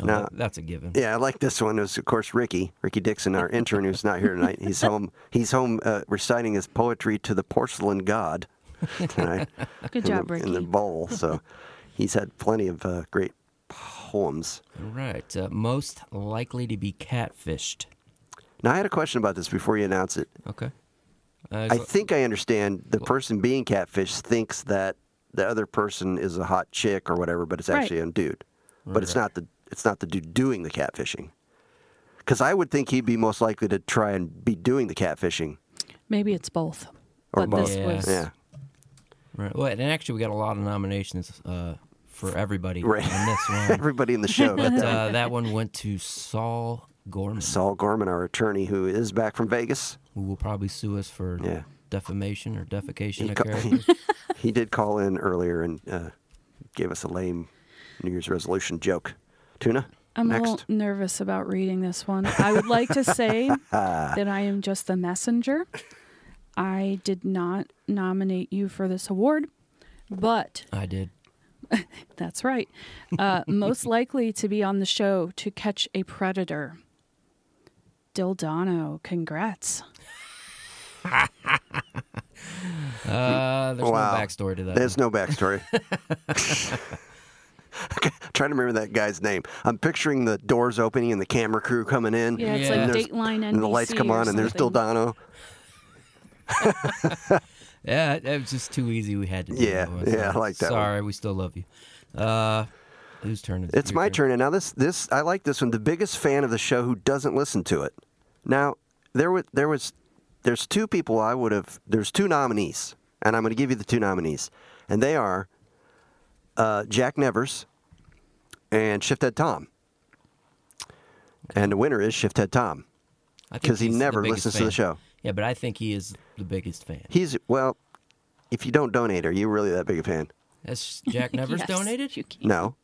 Speaker 3: Oh,
Speaker 2: Now-
Speaker 3: that- that's a given.
Speaker 2: Yeah, I like this one. It was, of course, Ricky, Ricky Dixon, our intern, who's not here tonight. He's home. He's home uh, reciting his poetry to the porcelain god tonight. in
Speaker 4: Good job,
Speaker 2: the, In the
Speaker 4: Ricky.
Speaker 2: bowl, so he's had plenty of uh, great poems.
Speaker 3: All right. Uh, most likely to be catfished.
Speaker 2: Now, I had a question about this before you announce it.
Speaker 3: Okay.
Speaker 2: I think I understand the person being catfish thinks that the other person is a hot chick or whatever, but it's
Speaker 4: Right.
Speaker 2: actually a dude. But it's
Speaker 3: Right.
Speaker 2: not the It's not the dude doing the catfishing. Because I would think he'd be most likely to try and be doing the catfishing.
Speaker 4: Maybe it's both.
Speaker 2: Or
Speaker 4: but
Speaker 2: both.
Speaker 4: this
Speaker 3: Yeah.
Speaker 4: was
Speaker 2: Yeah.
Speaker 3: Right. Well, and actually, we got a lot of nominations uh, for everybody
Speaker 2: Right.
Speaker 3: on this one.
Speaker 2: Everybody in the show got
Speaker 3: But,
Speaker 2: that.
Speaker 3: uh, that one went to Saul Gorman.
Speaker 2: Saul Gorman, our attorney, who is back from Vegas.
Speaker 3: Who will probably sue us for
Speaker 2: yeah.
Speaker 3: defamation or defecation
Speaker 2: He,
Speaker 3: of
Speaker 2: ca-
Speaker 3: character.
Speaker 2: he did call in earlier and uh, gave us a lame New Year's resolution joke. Tuna,
Speaker 4: I'm a
Speaker 2: next.
Speaker 4: little nervous about reading this one. I would like to say
Speaker 2: Ah.
Speaker 4: that I am just the messenger. I did not nominate you for this award, but
Speaker 3: I did.
Speaker 4: that's right. Uh, most likely to be on the show to catch a predator. Dildano, congrats.
Speaker 3: Uh, there's
Speaker 2: Wow.
Speaker 3: no backstory to that.
Speaker 2: There's
Speaker 3: one.
Speaker 2: no backstory. Trying to remember that guy's name. I'm picturing the doors opening and the camera crew coming in.
Speaker 4: Yeah, it's
Speaker 2: and
Speaker 4: like
Speaker 2: there's-
Speaker 4: Dateline
Speaker 2: And the lights
Speaker 4: NBC
Speaker 2: come
Speaker 4: or
Speaker 2: on, and there's
Speaker 4: something.
Speaker 2: Dildano.
Speaker 3: Yeah, it- it was just too easy. We had to. Do
Speaker 2: Yeah,
Speaker 3: that one.
Speaker 2: yeah, I like that one.
Speaker 3: uh, Sorry, we still love you. Uh, whose turn is it?
Speaker 2: It's
Speaker 3: Your
Speaker 2: my turn. And now this this I like this one. The biggest fan of the show who doesn't listen to it. Now there was there was there's two people I would have there's two nominees, and I'm going to give you the two nominees, and they are uh, Jack Nevers and Shifthead Tom. And the winner is Shifthead Tom
Speaker 3: I think
Speaker 2: because he
Speaker 3: he's the
Speaker 2: never
Speaker 3: biggest
Speaker 2: listens to the
Speaker 3: fan.
Speaker 2: show.
Speaker 3: Yeah, but I think he is the biggest fan.
Speaker 2: He's well, if you don't donate, are you really that big a fan?
Speaker 3: That's Jack Nevers
Speaker 4: Yes,
Speaker 3: donated.
Speaker 4: You can't.
Speaker 2: No,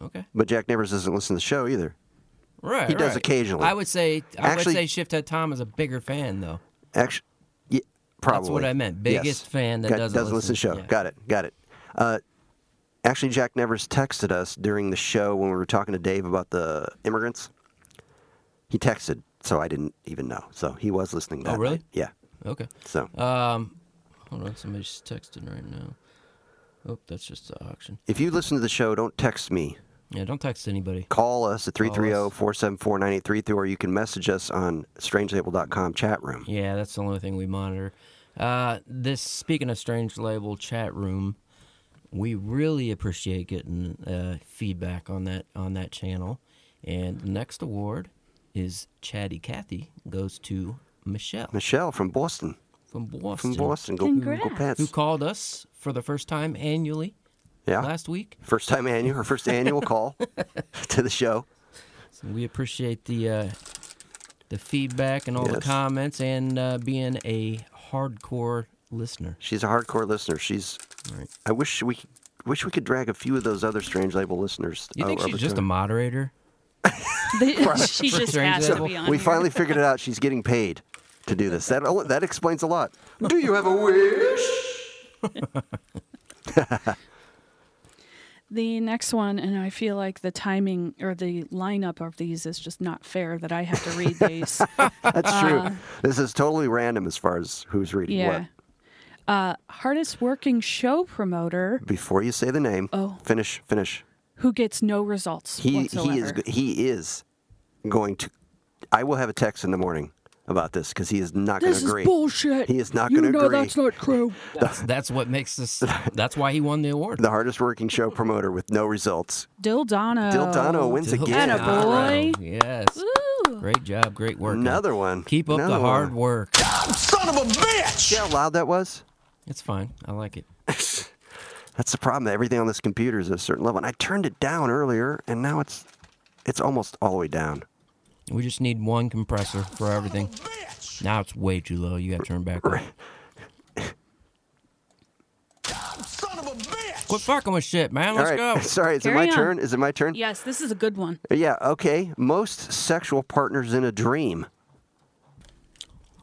Speaker 3: Okay.
Speaker 2: but Jack Nevers doesn't listen to the show either.
Speaker 3: Right.
Speaker 2: He does
Speaker 3: right.
Speaker 2: occasionally.
Speaker 3: I would say I
Speaker 2: Actually-
Speaker 3: would say Shift Head Tom is a bigger fan though.
Speaker 2: Actually, yeah, probably.
Speaker 3: what I meant.
Speaker 2: Yes.
Speaker 3: Biggest fan that
Speaker 2: Got-
Speaker 3: doesn't
Speaker 2: listen to
Speaker 3: listen.
Speaker 2: show.
Speaker 3: Yeah.
Speaker 2: Got it. Got it. Uh, actually, Jack Nevers texted us during the show when we were talking to Dave about the immigrants. He texted, so I didn't even know. So he was listening. That
Speaker 3: Oh, really?
Speaker 2: night. Yeah.
Speaker 3: Okay.
Speaker 2: So
Speaker 3: Um, hold on, somebody's just texting right now. Oh, that's just the auction.
Speaker 2: if you listen to the show, don't text me.
Speaker 3: Yeah, don't text anybody.
Speaker 2: Call us at
Speaker 3: Call us.
Speaker 2: 330-474-9832, or you can message us on strangelabel.com chat room.
Speaker 3: Yeah, that's the only thing we monitor. Uh, this speaking of strange label chat room, we really appreciate getting uh, feedback on that on that channel. And the next award is Chatty Cathy goes to Michelle
Speaker 2: Michelle from Boston.
Speaker 3: from Boston.
Speaker 2: From Boston. Go, go
Speaker 4: Congrats.
Speaker 2: Pats.
Speaker 3: who called us for the first time annually
Speaker 2: Yeah.
Speaker 3: last week.
Speaker 2: First time annual, her first annual call to the show.
Speaker 3: So we appreciate the uh, the feedback and all the
Speaker 2: Yes.
Speaker 3: comments and uh, being a hardcore listener.
Speaker 2: She's a hardcore listener. She's.
Speaker 3: Right.
Speaker 2: I wish we wish we could drag a few of those other strange label listeners. uh,
Speaker 3: You think
Speaker 2: over
Speaker 3: she's just
Speaker 2: to
Speaker 3: a moderator?
Speaker 4: They- she just
Speaker 3: strange
Speaker 4: has to
Speaker 3: level.
Speaker 4: be on
Speaker 2: We
Speaker 4: here.
Speaker 2: finally figured it out. She's getting paid to do this. That oh, that explains a lot. Do you have a wish?
Speaker 4: The next one, and I feel like the timing or the lineup of these is just not fair that I have to read these.
Speaker 2: That's true.
Speaker 4: Uh.
Speaker 2: this is totally random as far as who's reading
Speaker 4: yeah. Uh, hardest working show promoter
Speaker 2: what. Before you say the name,
Speaker 4: Oh.
Speaker 2: finish, finish.
Speaker 4: who gets no results
Speaker 2: He
Speaker 4: whatsoever.
Speaker 2: he is go- he is going to. I will have a text in the morning about this because he is not going
Speaker 4: this
Speaker 2: to
Speaker 4: is
Speaker 2: agree.
Speaker 4: bullshit.
Speaker 2: He is not
Speaker 4: You
Speaker 2: gonna
Speaker 4: know
Speaker 2: agree.
Speaker 4: that's not true.
Speaker 3: That's, that's what makes this. That's why he won the award.
Speaker 2: the hardest working show promoter with no results.
Speaker 4: Dildano.
Speaker 2: Dildano wins
Speaker 3: Dil-
Speaker 2: again.
Speaker 4: Atta Oh. boy.
Speaker 3: Yes.
Speaker 4: Woo.
Speaker 3: Great job. Great work. man.
Speaker 2: Another one.
Speaker 3: Keep up
Speaker 2: Another
Speaker 3: the hard
Speaker 2: one.
Speaker 3: work.
Speaker 12: Son of a bitch!
Speaker 2: See how loud that was?
Speaker 3: It's fine. I like it.
Speaker 2: That's the problem. Everything on this computer is at a certain level. And I turned it down earlier, and now it's it's almost all the way down.
Speaker 3: We just need one compressor for everything. Now it's way too low. You got to turn back. up.
Speaker 12: Son of a bitch!
Speaker 3: Quit fucking with shit, man. Let's
Speaker 2: all right.
Speaker 3: go.
Speaker 2: Sorry, is
Speaker 4: Carry
Speaker 2: it my
Speaker 4: on.
Speaker 2: turn? Is it my turn?
Speaker 4: Yes, this is a good one.
Speaker 2: Yeah, okay. Most sexual partners in a dream.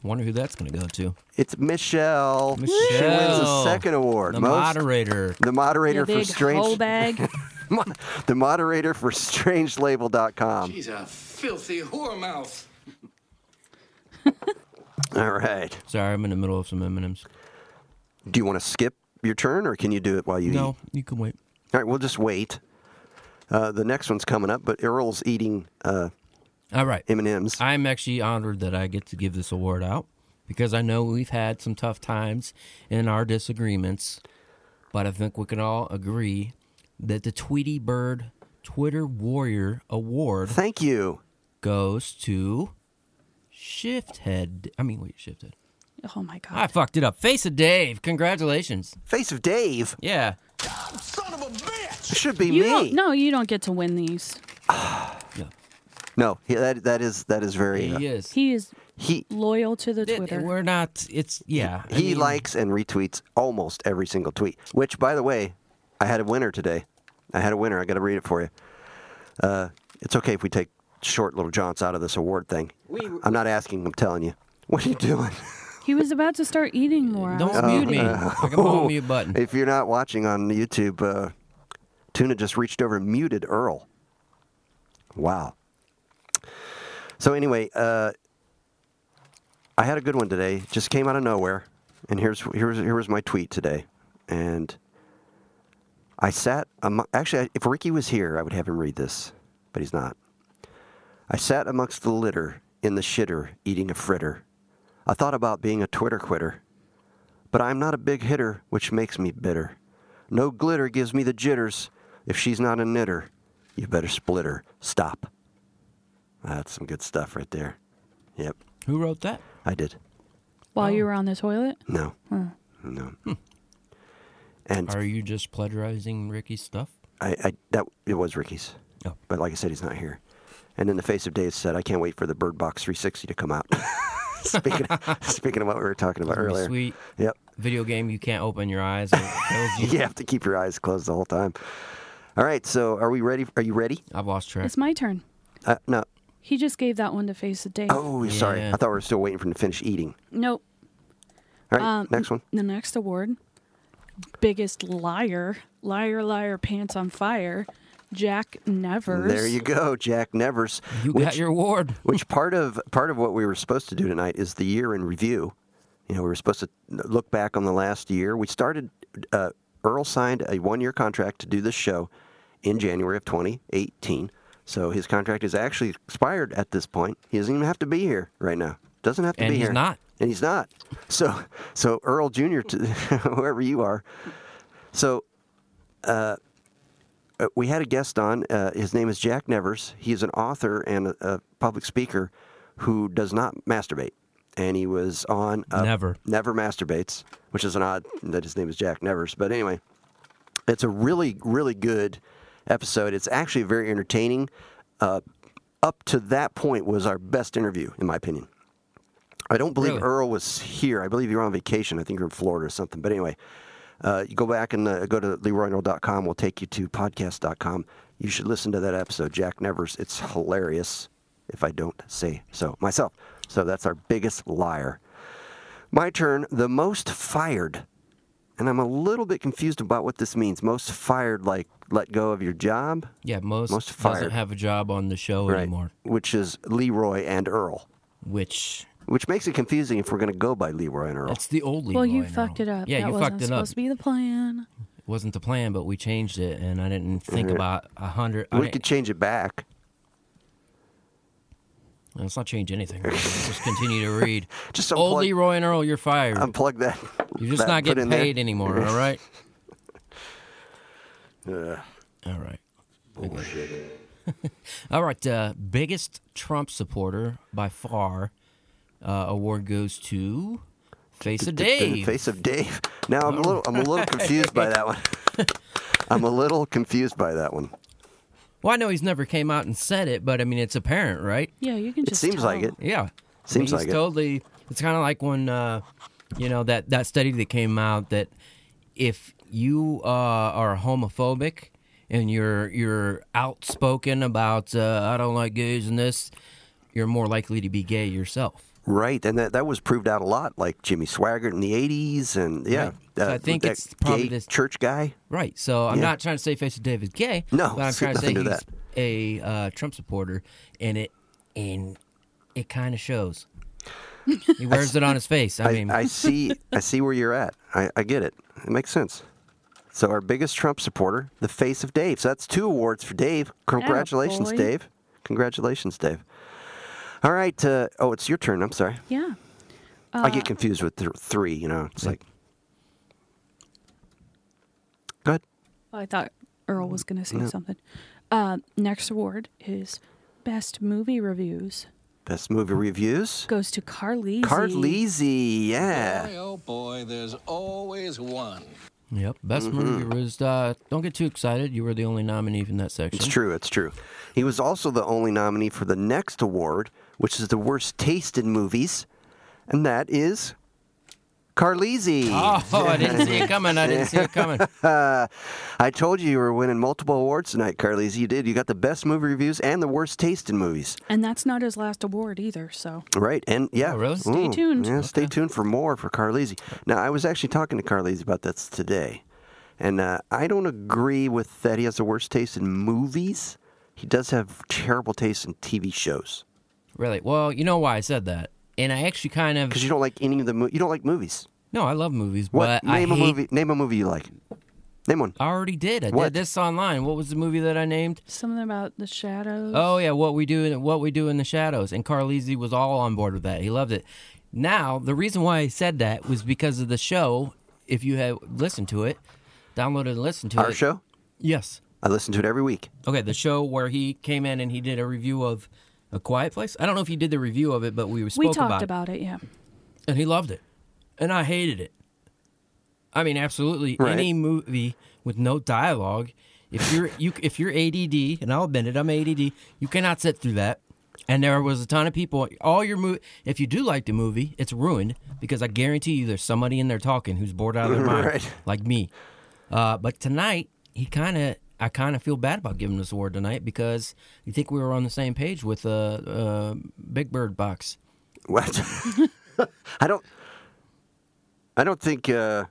Speaker 3: Wonder who that's gonna go to.
Speaker 2: It's Michelle. She wins the
Speaker 3: Michelle.
Speaker 2: second award.
Speaker 3: Oh, The
Speaker 2: Most-
Speaker 3: moderator.
Speaker 2: the moderator
Speaker 4: You
Speaker 2: for
Speaker 4: big hoe
Speaker 2: strange
Speaker 4: bag.
Speaker 2: the moderator for strangelabel.com.
Speaker 10: He's a filthy whore mouth.
Speaker 2: All right.
Speaker 3: Sorry, I'm in the middle of some M&Ms.
Speaker 2: Do you want to skip your turn or can you do it while you eat?
Speaker 3: No, you can wait.
Speaker 2: All right, we'll just wait. Uh, the next one's coming up, but Earl's eating uh,
Speaker 3: All right.
Speaker 2: M and M's.
Speaker 3: I'm actually honored that I get to give this award out because I know we've had some tough times in our disagreements, but I think we can all agree that the Tweety Bird Twitter Warrior Award.
Speaker 2: Thank you.
Speaker 3: Goes to Shifthead. I mean, wait, Shifthead.
Speaker 4: Oh my god.
Speaker 3: I fucked it up. Face of Dave. Congratulations.
Speaker 2: Face of Dave.
Speaker 3: Yeah.
Speaker 2: It should be
Speaker 4: you
Speaker 2: me.
Speaker 4: don't. No, you don't get to win these.
Speaker 2: No, he- that that is that is very. uh,
Speaker 3: He is.
Speaker 4: He is
Speaker 2: He-
Speaker 4: loyal to the Twitter.
Speaker 3: We're not. It's yeah. I
Speaker 2: He
Speaker 3: mean,
Speaker 2: likes and retweets almost every single tweet. Which, by the way, I had a winner today. I had a winner. I got to read it for you. Uh, it's okay if we take short little jaunts out of this award thing. I'm not asking. I'm telling you. What are you doing?
Speaker 4: He was about to start eating more. I was muting.
Speaker 2: Uh,
Speaker 3: Click on the mute button.
Speaker 2: If you're not watching on YouTube, uh, Tuna just reached over and muted Earl. Wow. So anyway, uh, I had a good one today. Just came out of nowhere, and here's here's here was my tweet today, and I sat. Am- actually, I- if Ricky was here, I would have him read this, but he's not. I sat amongst the litter in the shitter, eating a fritter. I thought about being a Twitter quitter but I'm not a big hitter, which makes me bitter. No glitter gives me the jitters. If she's not a knitter, you better split her. Stop. That's some good stuff right there. Yep,
Speaker 3: Who wrote that?
Speaker 2: I did.
Speaker 4: While you were on the toilet?
Speaker 2: No,
Speaker 4: Huh.
Speaker 2: no.
Speaker 3: Hmm.
Speaker 2: And
Speaker 3: Are you just plagiarizing Ricky's stuff?
Speaker 2: I, I that it was Ricky's.
Speaker 3: Oh.
Speaker 2: But like I said, he's not here. And in the face of days said, I can't wait for the Bird Box 360 to come out. speaking, of, speaking of what we were talking about
Speaker 3: Pretty
Speaker 2: earlier.
Speaker 3: Sweet.
Speaker 2: Yep.
Speaker 3: Video game. You can't open your eyes. It kills you.
Speaker 2: You have to keep your eyes closed the whole time. All right, so are we ready? Are you ready?
Speaker 3: I've lost track.
Speaker 4: It's my turn.
Speaker 2: Uh, no.
Speaker 4: He just gave that one to face the day.
Speaker 2: Oh, sorry. I thought we were still waiting for him to finish eating.
Speaker 4: Nope.
Speaker 2: All right,
Speaker 4: Um,
Speaker 2: next one.
Speaker 4: The next award, biggest liar, liar, liar, pants on fire, Jack Nevers.
Speaker 2: There you go, Jack Nevers. You
Speaker 3: got your award.
Speaker 2: which part of part of what we were supposed to do tonight is the year in review. You know, we were supposed to look back on the last year. We started. Uh, Earl signed a one-year contract to do this show in January of 2018. So his contract is actually expired at this point. He doesn't even have to be here right now. Doesn't have to
Speaker 3: And
Speaker 2: be
Speaker 3: he's
Speaker 2: here.
Speaker 3: not.
Speaker 2: And he's not. So, so Earl Junior, to whoever you are. So, uh, uh, we had a guest on. Uh, his name is Jack Nevers. He is an author and a, a public speaker who does not masturbate. And he was on uh,
Speaker 3: Never.
Speaker 2: Never Masturbates, which is an odd that his name is Jack Nevers. But anyway, it's a really, really good episode. It's actually very entertaining. Uh, up to that point was our best interview, in my opinion. I don't believe
Speaker 3: Really?
Speaker 2: Earl was here. I believe you were on vacation. I think you're in Florida or something. But anyway, uh, you go back and uh, go to leroynearl.com. We'll take you to podcast.com. You should listen to that episode, Jack Nevers. It's hilarious, if I don't say so myself. So that's our biggest liar. My turn, the most fired. And I'm a little bit confused about what this means. Most fired, like let go of your job?
Speaker 3: Yeah, most,
Speaker 2: Most
Speaker 3: doesn't
Speaker 2: fired.
Speaker 3: have a job on the show anymore.
Speaker 2: Which is Leroy and Earl.
Speaker 3: Which
Speaker 2: Which makes it confusing if we're going to go by Leroy and Earl.
Speaker 3: it's the old Leroy.
Speaker 4: well, you
Speaker 3: now.
Speaker 4: fucked it up.
Speaker 3: Yeah,
Speaker 4: that
Speaker 3: you
Speaker 4: wasn't
Speaker 3: fucked it up.
Speaker 4: supposed to be the plan.
Speaker 3: It wasn't the plan, but we changed it, and I didn't think
Speaker 2: Yeah.
Speaker 3: about a hundred. I
Speaker 2: we
Speaker 3: didn't-
Speaker 2: could change it back.
Speaker 3: Let's not change anything. Let's just continue to read.
Speaker 2: Just
Speaker 3: old
Speaker 2: unplug-
Speaker 3: Leroy and Earl, you're fired.
Speaker 2: Unplug that.
Speaker 3: You're just
Speaker 2: that
Speaker 3: not
Speaker 2: put
Speaker 3: getting
Speaker 2: in there.
Speaker 3: paid anymore. All right.
Speaker 2: Ugh.
Speaker 3: All right. Bullshit. All right. Uh, biggest Trump supporter by far uh, award goes to Face of
Speaker 2: D- d- d-
Speaker 3: Dave.
Speaker 2: Face of Dave. Now I'm a little I'm a little confused by that one. I'm a little confused by that one.
Speaker 3: Well, I know he's never came out and said it, but I mean, it's apparent, right?
Speaker 4: Yeah, you can
Speaker 2: It
Speaker 4: just.
Speaker 2: seems
Speaker 4: tell.
Speaker 2: like it.
Speaker 3: Yeah.
Speaker 2: Seems
Speaker 3: I mean,
Speaker 2: like
Speaker 3: he's
Speaker 2: it.
Speaker 3: totally, It's kind of like when, uh, you know, that, that study that came out that if you uh, are homophobic and you're you're outspoken about uh, I don't like gays and this, you're more likely to be gay yourself.
Speaker 2: Right, and that, that was proved out a lot, like Jimmy Swaggart in the '80s, and yeah, uh,
Speaker 3: Right. So I think
Speaker 2: that
Speaker 3: it's probably
Speaker 2: gay
Speaker 3: this-
Speaker 2: church guy.
Speaker 3: Right. So I'm
Speaker 2: Yeah.
Speaker 3: not trying to say Face of Dave is gay.
Speaker 2: No,
Speaker 3: but I'm trying to say
Speaker 2: nothing
Speaker 3: he's
Speaker 2: to
Speaker 3: a uh, Trump supporter, and it and it kind of shows. He wears it on his face. I,
Speaker 2: I,
Speaker 3: mean,
Speaker 2: I see, I see where you're at. I, I get it. It makes sense. So our biggest Trump supporter, the face of Dave. So that's two awards for Dave. Congratulations,
Speaker 4: Attaboy.
Speaker 2: Dave. Congratulations, Dave. All right. Uh, oh, it's your turn. I'm sorry.
Speaker 4: Yeah.
Speaker 2: I
Speaker 3: Uh,
Speaker 2: get confused with th- three. You know, it's like. Go ahead.
Speaker 4: Oh, I thought Earl was going to say
Speaker 2: No.
Speaker 4: something. Uh, next award is best movie reviews.
Speaker 2: Best movie reviews.
Speaker 4: Goes to Carly.
Speaker 2: Carlisi, yeah.
Speaker 10: Oh boy, there's always one.
Speaker 3: Yep. Best
Speaker 2: Mm-hmm.
Speaker 3: movie was. Uh, don't get too excited. You were the only nominee in that section.
Speaker 2: It's true, it's true. He was also the only nominee for the next award, which is the worst taste in movies, and that is Carlisi.
Speaker 3: Oh, I didn't see it coming. I didn't see it coming.
Speaker 2: I told you you were winning multiple awards tonight, Carlisi. You did. You got the best movie reviews and the worst taste in movies.
Speaker 4: And that's not his last award either, so.
Speaker 2: Right, and yeah,
Speaker 3: Oh, really? Stay
Speaker 2: Mm,
Speaker 4: tuned.
Speaker 2: Yeah, stay tuned for more for Carlisi. Now, I was actually talking to Carlisi about this today, and uh, I don't agree with that. He has the worst taste in movies. He does have terrible taste in TV shows
Speaker 3: Really? Well, you know why I said that, and I actually kind of.
Speaker 2: because you don't like any of the mo- you don't like movies.
Speaker 3: No, I love movies,
Speaker 2: What
Speaker 3: but I
Speaker 2: name a
Speaker 3: hate-
Speaker 2: movie? Name a movie you like. Name one.
Speaker 3: I already did. I
Speaker 2: What?
Speaker 3: did this online. What was the movie that I named?
Speaker 4: Something about the shadows.
Speaker 3: Oh yeah, what we do, in, what we do in the shadows, and Carlisi was all on board with that. He loved it. Now the reason why I said that was because of the show. If you had listened to it, downloaded and listened to it.
Speaker 2: Our show.
Speaker 3: Yes.
Speaker 2: I listen to it every week.
Speaker 3: Okay, the show where he came in and he did a review of A Quiet Place. I don't know if you did the review of it, but we spoke
Speaker 4: we talked
Speaker 3: about,
Speaker 4: about it, yeah.
Speaker 3: it, and he loved it, and I hated it. I mean, absolutely
Speaker 2: Right.
Speaker 3: any movie with no dialogue. If you're you if you're ADD, and I'll admit it, I'm ADD. You cannot sit through that. And there was a ton of people. All your movie, if you do like the movie, it's ruined because I guarantee you, there's somebody in there talking who's bored out of their mind,
Speaker 2: Right.
Speaker 3: like me. Uh, but tonight, he kind of, I kind of feel bad about giving this award tonight because you think we were on the same page with uh, uh, Big Bird Box.
Speaker 2: What? I don't. I don't think uh,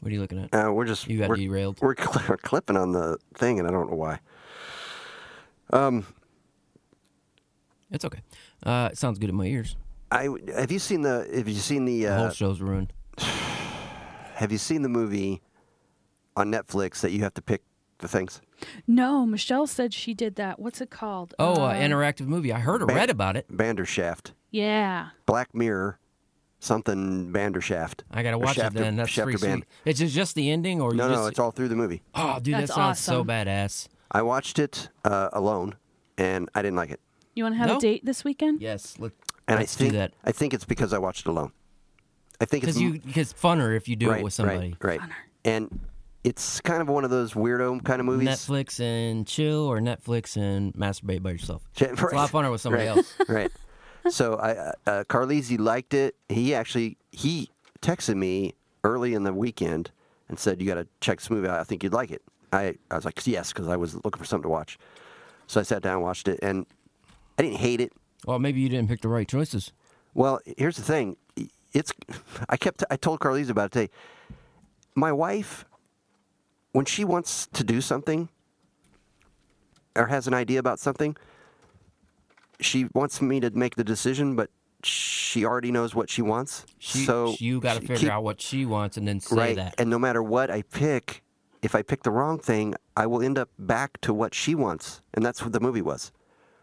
Speaker 3: What are you looking at?
Speaker 2: uh, we're just
Speaker 3: You got
Speaker 2: we're,
Speaker 3: derailed.
Speaker 2: We're, cl- we're clipping on the thing, and I don't know why.
Speaker 3: It's okay. Uh, it sounds good in my ears.
Speaker 2: I w- have you seen the have you seen the
Speaker 3: The whole
Speaker 2: uh,
Speaker 3: show's ruined.
Speaker 2: have you seen the movie on Netflix that you have to pick the things?
Speaker 4: No, Michelle said she did that. What's it called?
Speaker 3: Oh, uh,
Speaker 4: Um,
Speaker 3: interactive movie. I heard or read about it.
Speaker 2: Bandershaft,
Speaker 4: Yeah.
Speaker 2: Black Mirror, something Bandershaft.
Speaker 3: I gotta
Speaker 2: Or
Speaker 3: watch
Speaker 2: Shaft
Speaker 3: it
Speaker 2: or-
Speaker 3: then. That's
Speaker 2: Shaft or
Speaker 3: free
Speaker 2: Band.
Speaker 3: sweet. It's just, just the ending, or
Speaker 2: No,
Speaker 3: you
Speaker 2: no,
Speaker 3: just
Speaker 2: it's all through the movie.
Speaker 3: oh, dude,
Speaker 4: That's
Speaker 3: that sounds so
Speaker 4: awesome.
Speaker 3: badass.
Speaker 2: I watched it uh, alone, and I didn't like it.
Speaker 4: You want to have
Speaker 3: No?
Speaker 4: a date this weekend?
Speaker 3: Yes, let,
Speaker 2: And
Speaker 3: let's
Speaker 2: I think
Speaker 3: do that
Speaker 2: I think it's because I watched it alone. I think it's
Speaker 3: because you because funner if you do it with somebody.
Speaker 2: Right, right. And it's kind of one of those weirdo kind of movies.
Speaker 3: Netflix and chill, or Netflix and masturbate by yourself.
Speaker 2: Yeah,
Speaker 3: It's a lot funner with somebody
Speaker 2: right,
Speaker 3: else.
Speaker 2: Right. So I, uh, uh, Carlisi liked it. He actually he texted me early in the weekend and said, "You got to check this movie out. I think you'd like it." I, I was like, "Yes," because I was looking for something to watch. So I sat down and watched it, and I didn't hate it.
Speaker 3: Well, maybe you didn't pick the right choices.
Speaker 2: Well, here's the thing. It's I kept I told Carlise about it today. My wife, when she wants to do something or has an idea about something, she wants me to make the decision, but she already knows what she wants.
Speaker 3: She,
Speaker 2: so
Speaker 3: you got to
Speaker 2: she
Speaker 3: figure
Speaker 2: keep-
Speaker 3: out what she wants and then say
Speaker 2: right.
Speaker 3: that.
Speaker 2: And no matter what I pick, if I pick the wrong thing, I will end up back to what she wants, and that's what the movie was.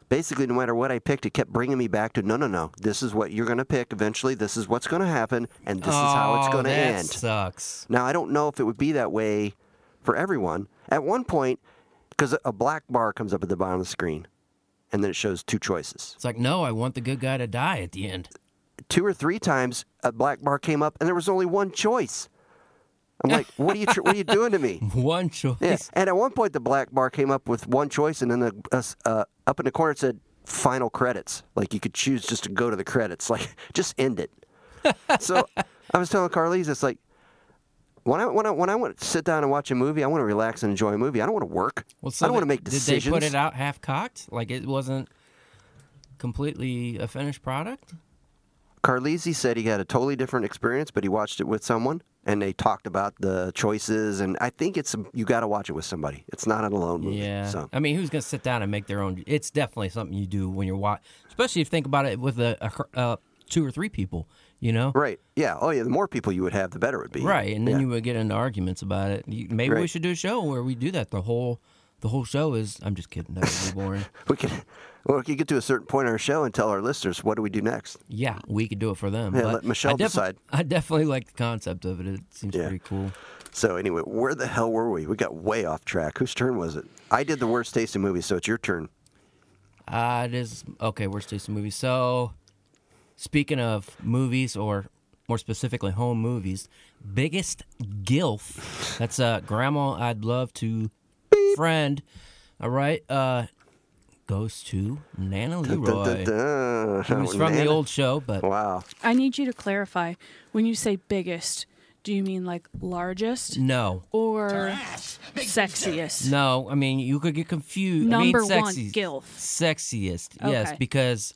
Speaker 2: Basically, no matter what I picked, it kept bringing me back to no, no, no. This is what you're going to pick eventually. This is what's going to happen, and this is how it's
Speaker 3: Oh,
Speaker 2: going to
Speaker 3: that
Speaker 2: end.
Speaker 3: Sucks.
Speaker 2: Now, I don't know if it would be that way for everyone. At one point, because a black bar comes up at the bottom of the screen, and then it shows two choices.
Speaker 3: It's like no, I want the good guy to die at the end.
Speaker 2: Two or three times, a black bar came up, and there was only one choice. I'm like, what are you? Tr- what are you doing to me?
Speaker 3: One choice.
Speaker 2: Yeah. And at one point, the black bar came up with one choice, and then the uh, s- uh, up in the corner it said "final credits." Like you could choose just to go to the credits, like just end it. so I was telling Carlise, it's like when I when I when I want to sit down and watch a movie, I want to relax and enjoy a movie. I don't want to work. I don't
Speaker 3: they-
Speaker 2: want to make
Speaker 3: Did they
Speaker 2: decisions.
Speaker 3: put it out half cocked? Like it wasn't completely a finished product?
Speaker 2: Carlisi said he had a totally different experience, but he watched it with someone. And they talked about the choices, and I think it's you got to watch it with somebody. It's not an alone movie.
Speaker 3: Yeah.
Speaker 2: So
Speaker 3: I mean, who's going to sit down and make their own? It's definitely something you do when you're watching, especially if you think about it with a, a cr- uh, two or three people, you know?
Speaker 2: right, yeah, oh yeah. The more people you would have, the better it would be.
Speaker 3: Right, and then
Speaker 2: Yeah.
Speaker 3: you would get into arguments about it. You, maybe we
Speaker 2: Right.
Speaker 3: should do a show where we do that. The whole the whole show is I'm just kidding. That would be boring.
Speaker 2: We could, well, we could get to a certain point in our show and tell our listeners what do we do next.
Speaker 3: yeah, we could do it for them.
Speaker 2: Yeah,
Speaker 3: but
Speaker 2: let Michelle
Speaker 3: I defi-
Speaker 2: decide.
Speaker 3: I definitely like the concept of it. It seems
Speaker 2: Yeah.
Speaker 3: pretty cool.
Speaker 2: So anyway, where the hell were we? We got way off track. Whose turn was it? I did the worst tasting movie, so it's your turn.
Speaker 3: Uh, it is okay. Worst tasting movie. So, speaking of movies, or more specifically, home movies, biggest gilf. That's uh, grandma. I'd love to friend. All right. Uh, goes to Nana
Speaker 2: Dun, dun, dun,
Speaker 3: Leroy.
Speaker 2: dun.
Speaker 3: Who was from the
Speaker 2: Nana.
Speaker 3: old show, but
Speaker 2: wow.
Speaker 4: I need you to clarify when you say biggest, do you mean like largest?
Speaker 3: No.
Speaker 4: Or sexiest?
Speaker 3: No, I mean you could get confused.
Speaker 4: Number
Speaker 3: I mean,
Speaker 4: one,
Speaker 3: sexiest.
Speaker 4: gilf.
Speaker 3: Sexiest, yes,
Speaker 4: Okay.
Speaker 3: because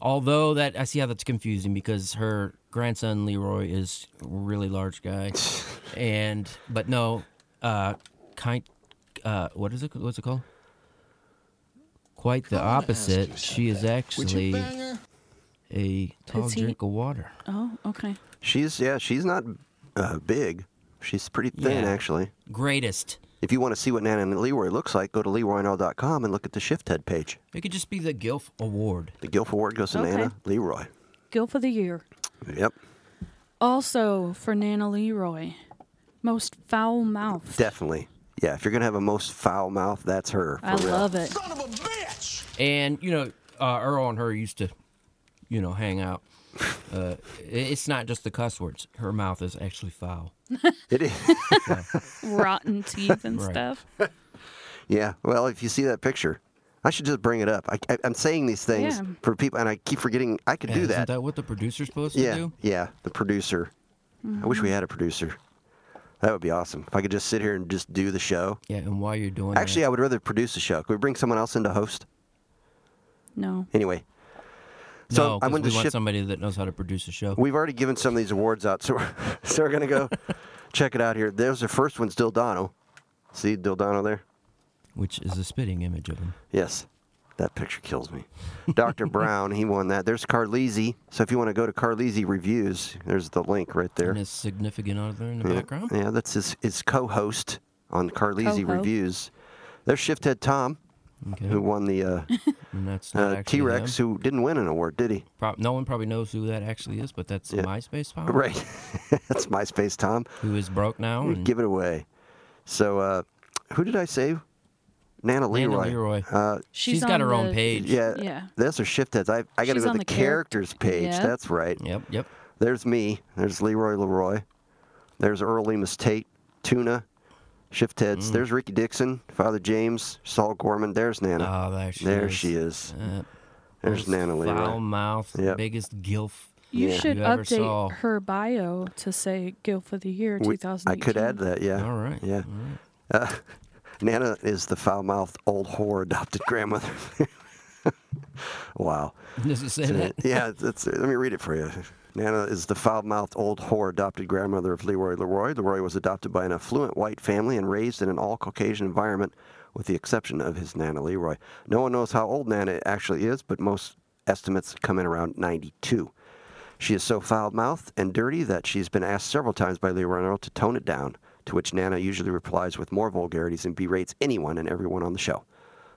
Speaker 3: although that I see how that's confusing because her grandson Leroy is a really large guy, and but no, uh, kind, uh, what is it? What's it called? Quite the opposite. She is actually a tall
Speaker 4: Is he-
Speaker 3: drink of water.
Speaker 4: Oh, okay.
Speaker 2: She's yeah, she's not uh, big. She's pretty thin
Speaker 3: Yeah.
Speaker 2: actually.
Speaker 3: Greatest.
Speaker 2: If you want to see what Nana and Leroy looks like, go to leroynall.com and look at the shift head page.
Speaker 3: It could just be the Gilf Award.
Speaker 2: The Guilf Award goes to
Speaker 4: Okay.
Speaker 2: Nana Leroy.
Speaker 4: Gilf of the year.
Speaker 2: Yep,
Speaker 4: Also for Nana Leroy, most foul mouth.
Speaker 2: definitely. Yeah, if you're gonna have a most foul mouth, that's her. For
Speaker 4: I
Speaker 2: real.
Speaker 4: love it.
Speaker 3: And you know, uh, Earl and her used to, you know, hang out. Uh, i- it's not just the cuss words. Her mouth is actually foul.
Speaker 2: It is.
Speaker 4: Rotten teeth and
Speaker 3: Right.
Speaker 4: stuff.
Speaker 2: Yeah. Well, if you see that picture, I should just bring it up. I, I, I'm saying these things
Speaker 4: Yeah.
Speaker 2: for people, and I keep forgetting I could
Speaker 3: Yeah,
Speaker 2: do
Speaker 3: isn't
Speaker 2: that.
Speaker 3: that what the producer's supposed
Speaker 2: yeah.
Speaker 3: to do?
Speaker 2: Yeah. The producer. I wish we had a producer. That would be awesome. If I could just sit here and just do the show.
Speaker 3: Yeah. And while you're doing
Speaker 2: Actually, I would rather produce the show. Could we bring someone else in to host?
Speaker 4: No.
Speaker 2: Anyway.
Speaker 3: that,
Speaker 2: So
Speaker 3: no,
Speaker 2: I
Speaker 3: 'cause
Speaker 2: wanted
Speaker 3: we
Speaker 2: to
Speaker 3: want
Speaker 2: shift.
Speaker 3: somebody that knows how to produce a show.
Speaker 2: We've already given some of these awards out, so we're, so we're gonna go check it out here. There's the first one's Dildano. See Dildano there?
Speaker 3: which is a spitting image of him.
Speaker 2: Yes. That picture kills me. Dr. Brown, he won that. There's Carlisi. So if you want to go to Carlisi Reviews, there's the link right there.
Speaker 3: And his significant other in the
Speaker 2: yeah.
Speaker 3: background.
Speaker 2: Yeah, that's his, his co host on Carlisi
Speaker 3: Co-ho.
Speaker 2: Reviews. There's Shifthead Tom,
Speaker 3: Okay.
Speaker 2: who won the uh,
Speaker 3: And that's not
Speaker 2: uh,
Speaker 3: actually
Speaker 2: T Rex,
Speaker 3: him.
Speaker 2: who didn't win an award, did he?
Speaker 3: Pro- no one probably knows who that actually is, but that's
Speaker 2: Yeah.
Speaker 3: MySpace file.
Speaker 2: Right. that's MySpace Tom.
Speaker 3: Who is broke now? And
Speaker 2: Give it away. So uh, who did I save? Nana
Speaker 3: Nana
Speaker 2: Leroy.
Speaker 3: Leroy.
Speaker 2: Uh,
Speaker 3: she's got
Speaker 4: on
Speaker 3: her own
Speaker 4: the-
Speaker 3: page.
Speaker 2: Yeah,
Speaker 4: Yeah.
Speaker 2: That's her shift heads. I, I got to
Speaker 4: She's
Speaker 2: go to
Speaker 4: on
Speaker 2: the
Speaker 4: the character-
Speaker 2: characters page.
Speaker 4: yeah.
Speaker 2: That's right.
Speaker 3: Yep. Yep.
Speaker 2: There's me. There's Leroy Leroy. There's Earl Lemus Tate, Tuna, Shift
Speaker 3: Mm.
Speaker 2: Heads. There's Ricky Dixon, Father James, Saul Gorman. There's Nana.
Speaker 3: Oh, there she
Speaker 2: there
Speaker 3: is.
Speaker 2: she is.
Speaker 3: Uh,
Speaker 2: There's Nana Leroy.
Speaker 3: Foul mouth,
Speaker 2: Yep.
Speaker 3: biggest gilf.
Speaker 4: You
Speaker 2: Yeah.
Speaker 4: should
Speaker 3: You ever
Speaker 4: update
Speaker 3: saw.
Speaker 4: her bio to say Gilf of the Year
Speaker 2: We-
Speaker 4: 2018.
Speaker 2: I could add that, yeah.
Speaker 3: All right.
Speaker 2: Yeah. Uh, Nana is the foul mouthed old whore adopted grandmother. wow.
Speaker 3: Does it say
Speaker 2: Isn't
Speaker 3: that?
Speaker 2: it? Yeah, that's, let me read it for you. Nana is the foul mouthed old whore adopted grandmother of Leroy Leroy. Leroy was adopted by an affluent white family and raised in an all Caucasian environment, with the exception of his Nana Leroy. No one knows how old Nana actually is, but most estimates come in around 92. She is so foul mouthed and dirty that she's been asked several times by Leroy Leroy to tone it down, to which Nana usually replies with more vulgarities and berates anyone and everyone on the show.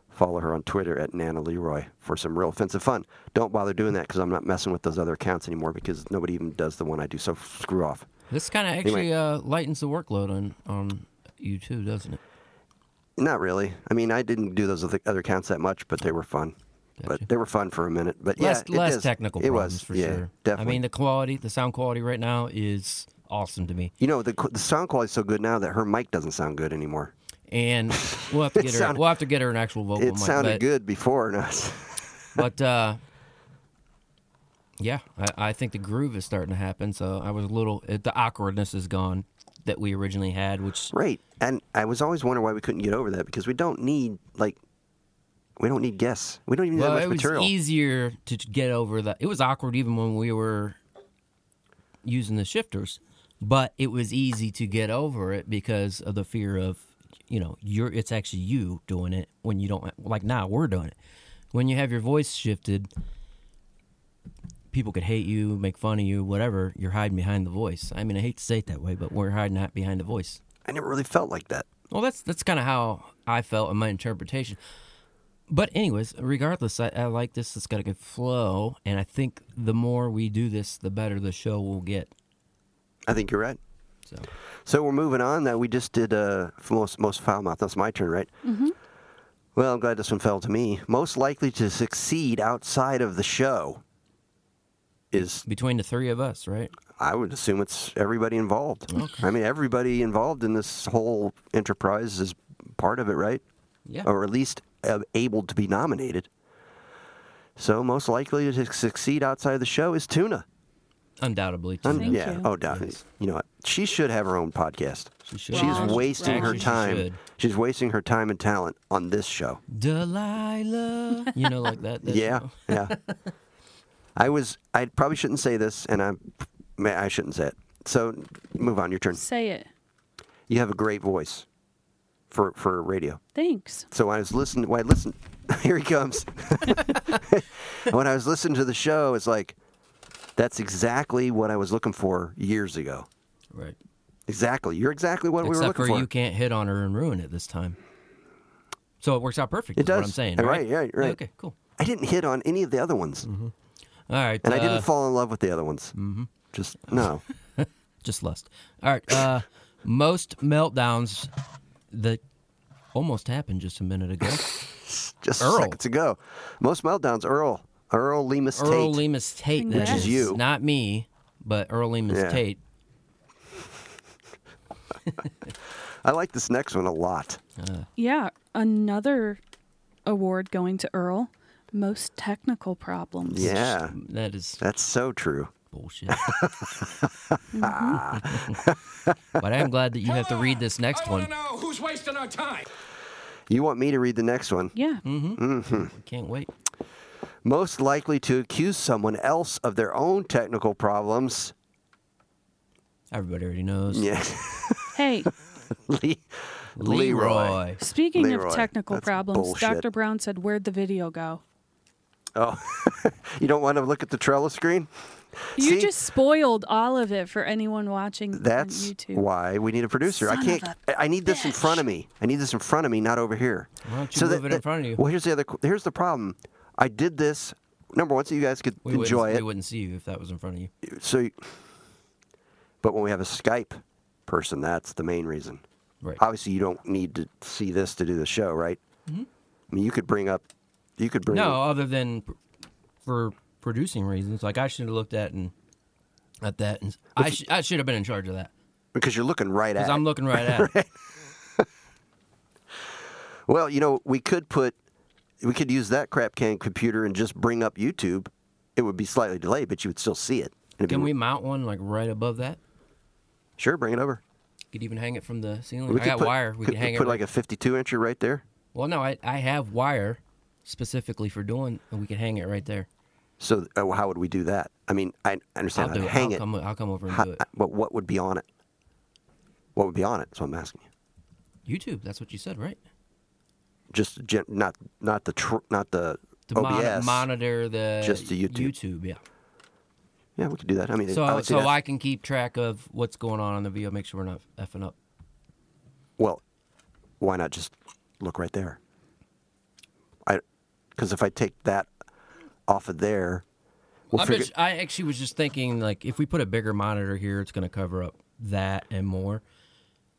Speaker 2: Follow her on Twitter at Nana Leroy for some real offensive fun. Don't bother doing that because I'm not messing with those other accounts anymore because nobody even does the one I do. So screw off.
Speaker 3: This kind of actually uh, lightens the workload on on you too, doesn't it?
Speaker 2: Not really. I mean, I didn't do those other other accounts that much, but they were fun. But they were fun for a minute. But
Speaker 3: less
Speaker 2: yeah, it
Speaker 3: less
Speaker 2: does-
Speaker 3: technical
Speaker 2: It
Speaker 3: problems
Speaker 2: was
Speaker 3: for
Speaker 2: yeah,
Speaker 3: sure.
Speaker 2: Definitely.
Speaker 3: I mean, the quality, the sound quality right now is awesome to me.
Speaker 2: you know, the qu- the sound quality's so good now that her mic doesn't sound good anymore.
Speaker 3: And we'll have to
Speaker 2: It
Speaker 3: get her.
Speaker 2: sounded-
Speaker 3: we'll have to get her an actual vocal
Speaker 2: it
Speaker 3: mic.
Speaker 2: sounded
Speaker 3: Oh but,
Speaker 2: good before, and I was-
Speaker 3: but uh, yeah, I, I think the groove is starting to happen. So I was a little. It, the awkwardness is gone that we originally had, which
Speaker 2: Right. And I was always wondering why we couldn't get over that because we don't need like we don't need guests. We don't even need
Speaker 3: well,
Speaker 2: that much
Speaker 3: it was
Speaker 2: material.
Speaker 3: easier to t- get over that. It was awkward even when we were using the shifters, but it was easy to get over it because of the fear of, you know, you're it's actually you doing it when you don't like now we're doing it. When you have your voice shifted, people could hate you, make fun of you, whatever. You're hiding behind the voice. I mean, I hate to say it that way, but we're hiding that behind the voice.
Speaker 2: I never really felt like that.
Speaker 3: Well, that's that's kind of how I felt in my interpretation. But anyways, regardless, I, I like this. It's got a good flow, and I think the more we do this, the better the show will get.
Speaker 2: I think you're right.
Speaker 3: So
Speaker 2: So we're moving on. That we just did uh, for most most foul mouth. That's my turn, right?
Speaker 12: Mm-hmm.
Speaker 2: Well, I'm glad this one fell to me. Most likely to succeed outside of the show is
Speaker 3: between the three of us, right?
Speaker 2: I would assume it's everybody involved. I mean, everybody involved in this whole enterprise is part of it, right?
Speaker 3: Yeah.
Speaker 2: Or at least uh, able to be nominated. So most likely to succeed outside of the show is Tuna.
Speaker 3: undoubtedly.
Speaker 2: Un-
Speaker 3: Tuna.
Speaker 2: yeah. Oh, doubt. You know what? She should have her own podcast.
Speaker 3: should.
Speaker 2: She's
Speaker 3: Right,
Speaker 2: wasting
Speaker 3: right.
Speaker 2: her
Speaker 3: She
Speaker 2: time.
Speaker 3: should.
Speaker 2: She's wasting her time and talent on this show.
Speaker 3: Delilah, you know, like that. that
Speaker 2: yeah,
Speaker 3: song.
Speaker 2: yeah. I was. I probably shouldn't say this, and I, may- I shouldn't say it. So, move on. Your turn.
Speaker 4: Say it.
Speaker 2: You have a great voice, for for radio.
Speaker 4: Thanks.
Speaker 2: So when I was listening, when I listened, here he comes. when I was listening to the show, it's like, that's exactly what I was looking for years ago.
Speaker 3: Right.
Speaker 2: Exactly. You're exactly what
Speaker 3: Except
Speaker 2: we were looking
Speaker 3: for,
Speaker 2: for.
Speaker 3: you can't hit on her and ruin it this time. So it works out perfect.
Speaker 2: It
Speaker 3: is What I'm
Speaker 2: does.
Speaker 3: saying.
Speaker 2: Right,
Speaker 3: Right.
Speaker 2: right, right.
Speaker 3: Okay. Cool.
Speaker 2: I didn't hit on any of the other ones.
Speaker 3: All right.
Speaker 2: And I
Speaker 3: uh,
Speaker 2: didn't fall in love with the other ones. Mm-hmm. Just no.
Speaker 3: Just lust. All right. Uh, most meltdowns that almost happened just a minute ago.
Speaker 2: Just
Speaker 3: Earl.
Speaker 2: seconds ago. Most meltdowns, Earl. Earl Lemus
Speaker 3: Earl
Speaker 2: Tate.
Speaker 3: Lemus Tate. that
Speaker 2: Which is you.
Speaker 3: Not me, but Earl Lemus
Speaker 2: Yeah.
Speaker 3: Tate.
Speaker 2: I like this next one a lot.
Speaker 4: Yeah, another award going to Earl. Most technical problems.
Speaker 2: yeah.
Speaker 3: That is.
Speaker 2: That's so true.
Speaker 3: Bullshit. but I'm glad that you have to read this next one.
Speaker 14: Oh, who's wasting our time?
Speaker 2: You want me to read the next one?
Speaker 4: Yeah.
Speaker 3: Hmm.
Speaker 2: Mm-hmm. mm-hmm.
Speaker 3: Can't wait.
Speaker 2: Most likely to accuse someone else of their own technical problems.
Speaker 3: Everybody already knows.
Speaker 2: Yeah.
Speaker 4: Hey,
Speaker 2: Le- Leroy.
Speaker 3: Leroy.
Speaker 4: speaking
Speaker 2: Leroy.
Speaker 4: of technical
Speaker 2: That's
Speaker 4: problems,
Speaker 2: bullshit.
Speaker 4: Dr. Brown said, Where'd the video go?
Speaker 2: Oh, you don't want to look at the Trello screen?
Speaker 4: You
Speaker 2: See?
Speaker 4: just spoiled all of it for anyone watching
Speaker 2: That's
Speaker 4: on YouTube.
Speaker 2: why we need a producer. I
Speaker 4: Son
Speaker 2: can't.
Speaker 4: of
Speaker 2: I I need this in front of me. I need this in front of me, not over here.
Speaker 3: Why don't you move it in front of you?
Speaker 2: Well, here's the other. qu- Here's the problem. I did this. Number one, so you guys could
Speaker 3: We
Speaker 2: enjoy
Speaker 3: wouldn't,
Speaker 2: it.
Speaker 3: We wouldn't see you if that was in front of you.
Speaker 2: So, you- but when we have a Skype person, that's the main reason.
Speaker 3: Right.
Speaker 2: Obviously, you don't need to see this to do the show, right?
Speaker 3: Mhm.
Speaker 2: I mean, you could bring up. You could bring.
Speaker 3: No, other than pr- for producing reasons. Like I should have looked at and at that, and I sh- I should have been in charge of that
Speaker 2: Because you're looking right at.
Speaker 3: because I'm
Speaker 2: it.
Speaker 3: looking right at. it.
Speaker 2: Well, you know, we could put, we could use that crap can computer and just bring up YouTube. It would be slightly delayed, but you would still see it. And it'd
Speaker 3: Can
Speaker 2: be-
Speaker 3: we mount one like right above that?
Speaker 2: Sure, bring it over.
Speaker 3: Could even hang it from the ceiling.
Speaker 2: We
Speaker 3: I
Speaker 2: could
Speaker 3: got
Speaker 2: put-
Speaker 3: wire. We
Speaker 2: could
Speaker 3: could hang
Speaker 2: put
Speaker 3: it.
Speaker 2: like a 52 incher right there.
Speaker 3: well, no, I I have wire specifically for doing, and we could hang it right there.
Speaker 2: So uh, how would we do that? I mean, I I understand how
Speaker 3: I'll do
Speaker 2: to
Speaker 3: it.
Speaker 2: hang
Speaker 3: I'll
Speaker 2: it.
Speaker 3: come- I'll come over and
Speaker 2: How-
Speaker 3: do it.
Speaker 2: I- But what would be on it? What would be on it? That's what I'm asking you.
Speaker 3: YouTube. That's what you said, right?
Speaker 2: Just gen- not not the tr- not the
Speaker 3: To mon-
Speaker 2: OBS.
Speaker 3: monitor the
Speaker 2: Just the YouTube.
Speaker 3: YouTube, yeah.
Speaker 2: yeah, we could do that. I mean,
Speaker 3: So,
Speaker 2: I would say
Speaker 3: so
Speaker 2: that-
Speaker 3: I can keep track of what's going on on the video, make sure we're not effing up.
Speaker 2: Well, why not just look right there? I, because if I take that off of there, we'll
Speaker 3: I,
Speaker 2: figure,
Speaker 3: bet- I actually was just thinking, like, if we put a bigger monitor here, it's going to cover up that and more.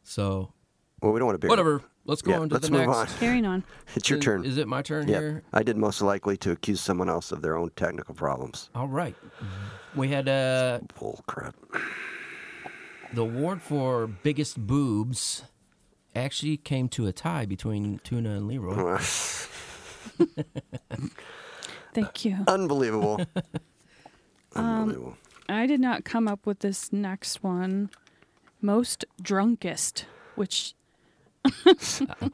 Speaker 3: So,
Speaker 2: well, we don't want to bigger.
Speaker 3: whatever. Let's go
Speaker 2: Yeah,
Speaker 3: on to
Speaker 2: let's
Speaker 3: the
Speaker 2: move
Speaker 3: next.
Speaker 2: on.
Speaker 4: Carrying on.
Speaker 2: It's your
Speaker 3: Is-
Speaker 2: turn.
Speaker 3: Is it my turn
Speaker 2: Yeah,
Speaker 3: here?
Speaker 2: I did most likely to accuse someone else of their own technical problems.
Speaker 3: All right. We had uh,
Speaker 2: Bull crap.
Speaker 3: the award for biggest boobs actually came to a tie between Tuna and Leroy.
Speaker 4: Thank you.
Speaker 2: Unbelievable.
Speaker 4: Um, I did not come up with this next one. Most drunkest, which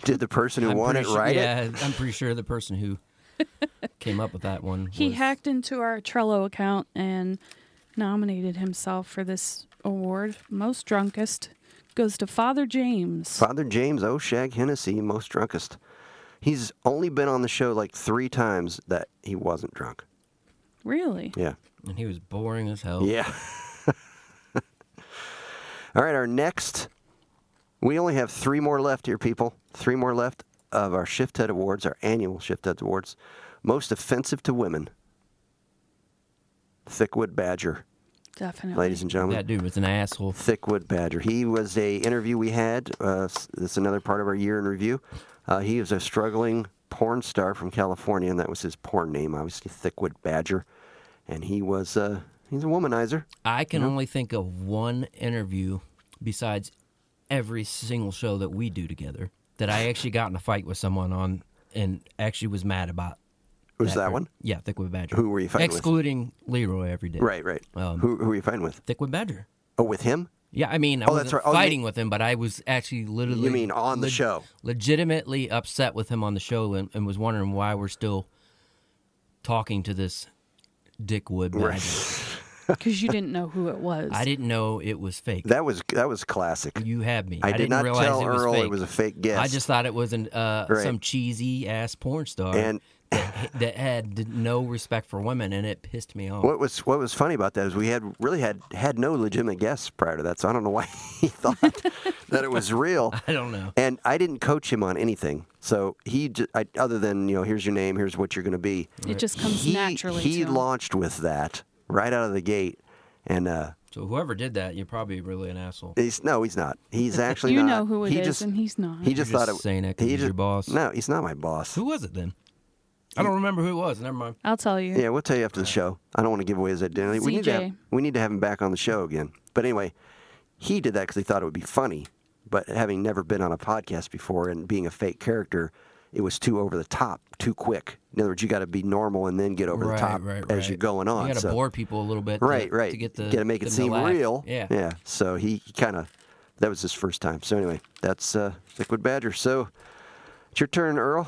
Speaker 2: Did the person who
Speaker 3: Um, I'm
Speaker 2: won it
Speaker 3: pretty su-
Speaker 2: write
Speaker 3: yeah,
Speaker 2: it?
Speaker 3: I'm pretty sure the person who came up with that one.
Speaker 4: he
Speaker 3: was-
Speaker 4: hacked into our Trello account and nominated himself for this award. Most drunkest goes to Father James.
Speaker 2: Father James O'Shag Hennessy, most drunkest. He's only been on the show like three times that he wasn't drunk.
Speaker 4: Really?
Speaker 2: Yeah.
Speaker 3: And he was boring as hell.
Speaker 2: Yeah. All right, our next. We only have three more left here, people. Three more left of our Shift Head Awards, our annual Shift Head Awards. Most offensive to women. Thickwood Badger.
Speaker 4: Definitely.
Speaker 2: ladies and gentlemen.
Speaker 3: That dude was an asshole.
Speaker 2: Thickwood Badger. He was a interview we had. Uh, s- that's another part of our year in review. Uh, he is a struggling porn star from California, and that was his porn name, obviously Thickwood Badger. And he was uh, he's a womanizer.
Speaker 3: I can
Speaker 2: Mhm.
Speaker 3: only think of one interview besides every single show that we do together that I actually got in a fight with someone on and actually was mad about.
Speaker 2: Was that one?
Speaker 3: Yeah, Thickwood Badger.
Speaker 2: Who were you fighting with?
Speaker 3: Excluding Leroy every day.
Speaker 2: Right, right.
Speaker 3: Um,
Speaker 2: who, who were you fighting with?
Speaker 3: Thickwood Badger.
Speaker 2: Oh, with him?
Speaker 3: Yeah, I mean, I
Speaker 2: Oh, that's
Speaker 3: wasn't
Speaker 2: right. Oh, you-
Speaker 3: fighting with him, but I was actually literally.
Speaker 2: You mean on the show?
Speaker 3: Legitimately upset with him on the show and, and was wondering why we're still talking to this dickwood badger.
Speaker 4: Because you didn't know who it was.
Speaker 3: I didn't know it was fake.
Speaker 2: That was that was classic.
Speaker 3: You had me.
Speaker 2: I,
Speaker 3: I,
Speaker 2: did
Speaker 3: didn't
Speaker 2: not
Speaker 3: realize
Speaker 2: tell
Speaker 3: it was
Speaker 2: Earl
Speaker 3: fake.
Speaker 2: it was a fake guess.
Speaker 3: I just thought it was an, uh,
Speaker 2: Right.
Speaker 3: some cheesy ass porn star
Speaker 2: And-
Speaker 3: that, that had no respect for women, and it pissed me off.
Speaker 2: What was what was funny about that is we had really had had no legitimate guests prior to that, so I don't know why he thought that it was real.
Speaker 3: I don't know.
Speaker 2: And I didn't coach him on anything, so he j I other than you know, here's your name, here's what you're going to be.
Speaker 4: It just comes
Speaker 2: he,
Speaker 4: naturally
Speaker 2: He
Speaker 4: to him.
Speaker 2: launched with that right out of the gate, and uh,
Speaker 3: So whoever did that, you're probably really an asshole.
Speaker 2: he's no, he's not. He's actually
Speaker 4: You
Speaker 2: not.
Speaker 4: know who it
Speaker 2: he
Speaker 4: is,
Speaker 2: just,
Speaker 4: and he's not.
Speaker 2: He just
Speaker 3: You're
Speaker 2: thought
Speaker 3: just
Speaker 2: it.
Speaker 3: saying that 'cause
Speaker 2: he
Speaker 3: he's
Speaker 2: just,
Speaker 3: your boss.
Speaker 2: No, he's not my boss.
Speaker 3: Who was it then? I don't remember who it was. Never mind.
Speaker 4: I'll tell you.
Speaker 2: Yeah, we'll tell you after the show. I don't want to give away his identity. We need to have,
Speaker 4: CJ.
Speaker 2: we need to have him back on the show again. But anyway, he did that because he thought it would be funny. But having never been on a podcast before and being a fake character, it was too over the top, too quick. In other words, you got to be normal and then get over the
Speaker 3: Right,
Speaker 2: top
Speaker 3: right,
Speaker 2: as
Speaker 3: right.
Speaker 2: you're going on.
Speaker 3: You got to
Speaker 2: so.
Speaker 3: bore people a little bit. to-
Speaker 2: right, right.
Speaker 3: To get the
Speaker 2: got to make it
Speaker 3: them
Speaker 2: seem
Speaker 3: laugh.
Speaker 2: real.
Speaker 3: Yeah.
Speaker 2: yeah. So he kind of that was his first time. So anyway, that's uh, Liquid Badger. So it's your turn, Earl.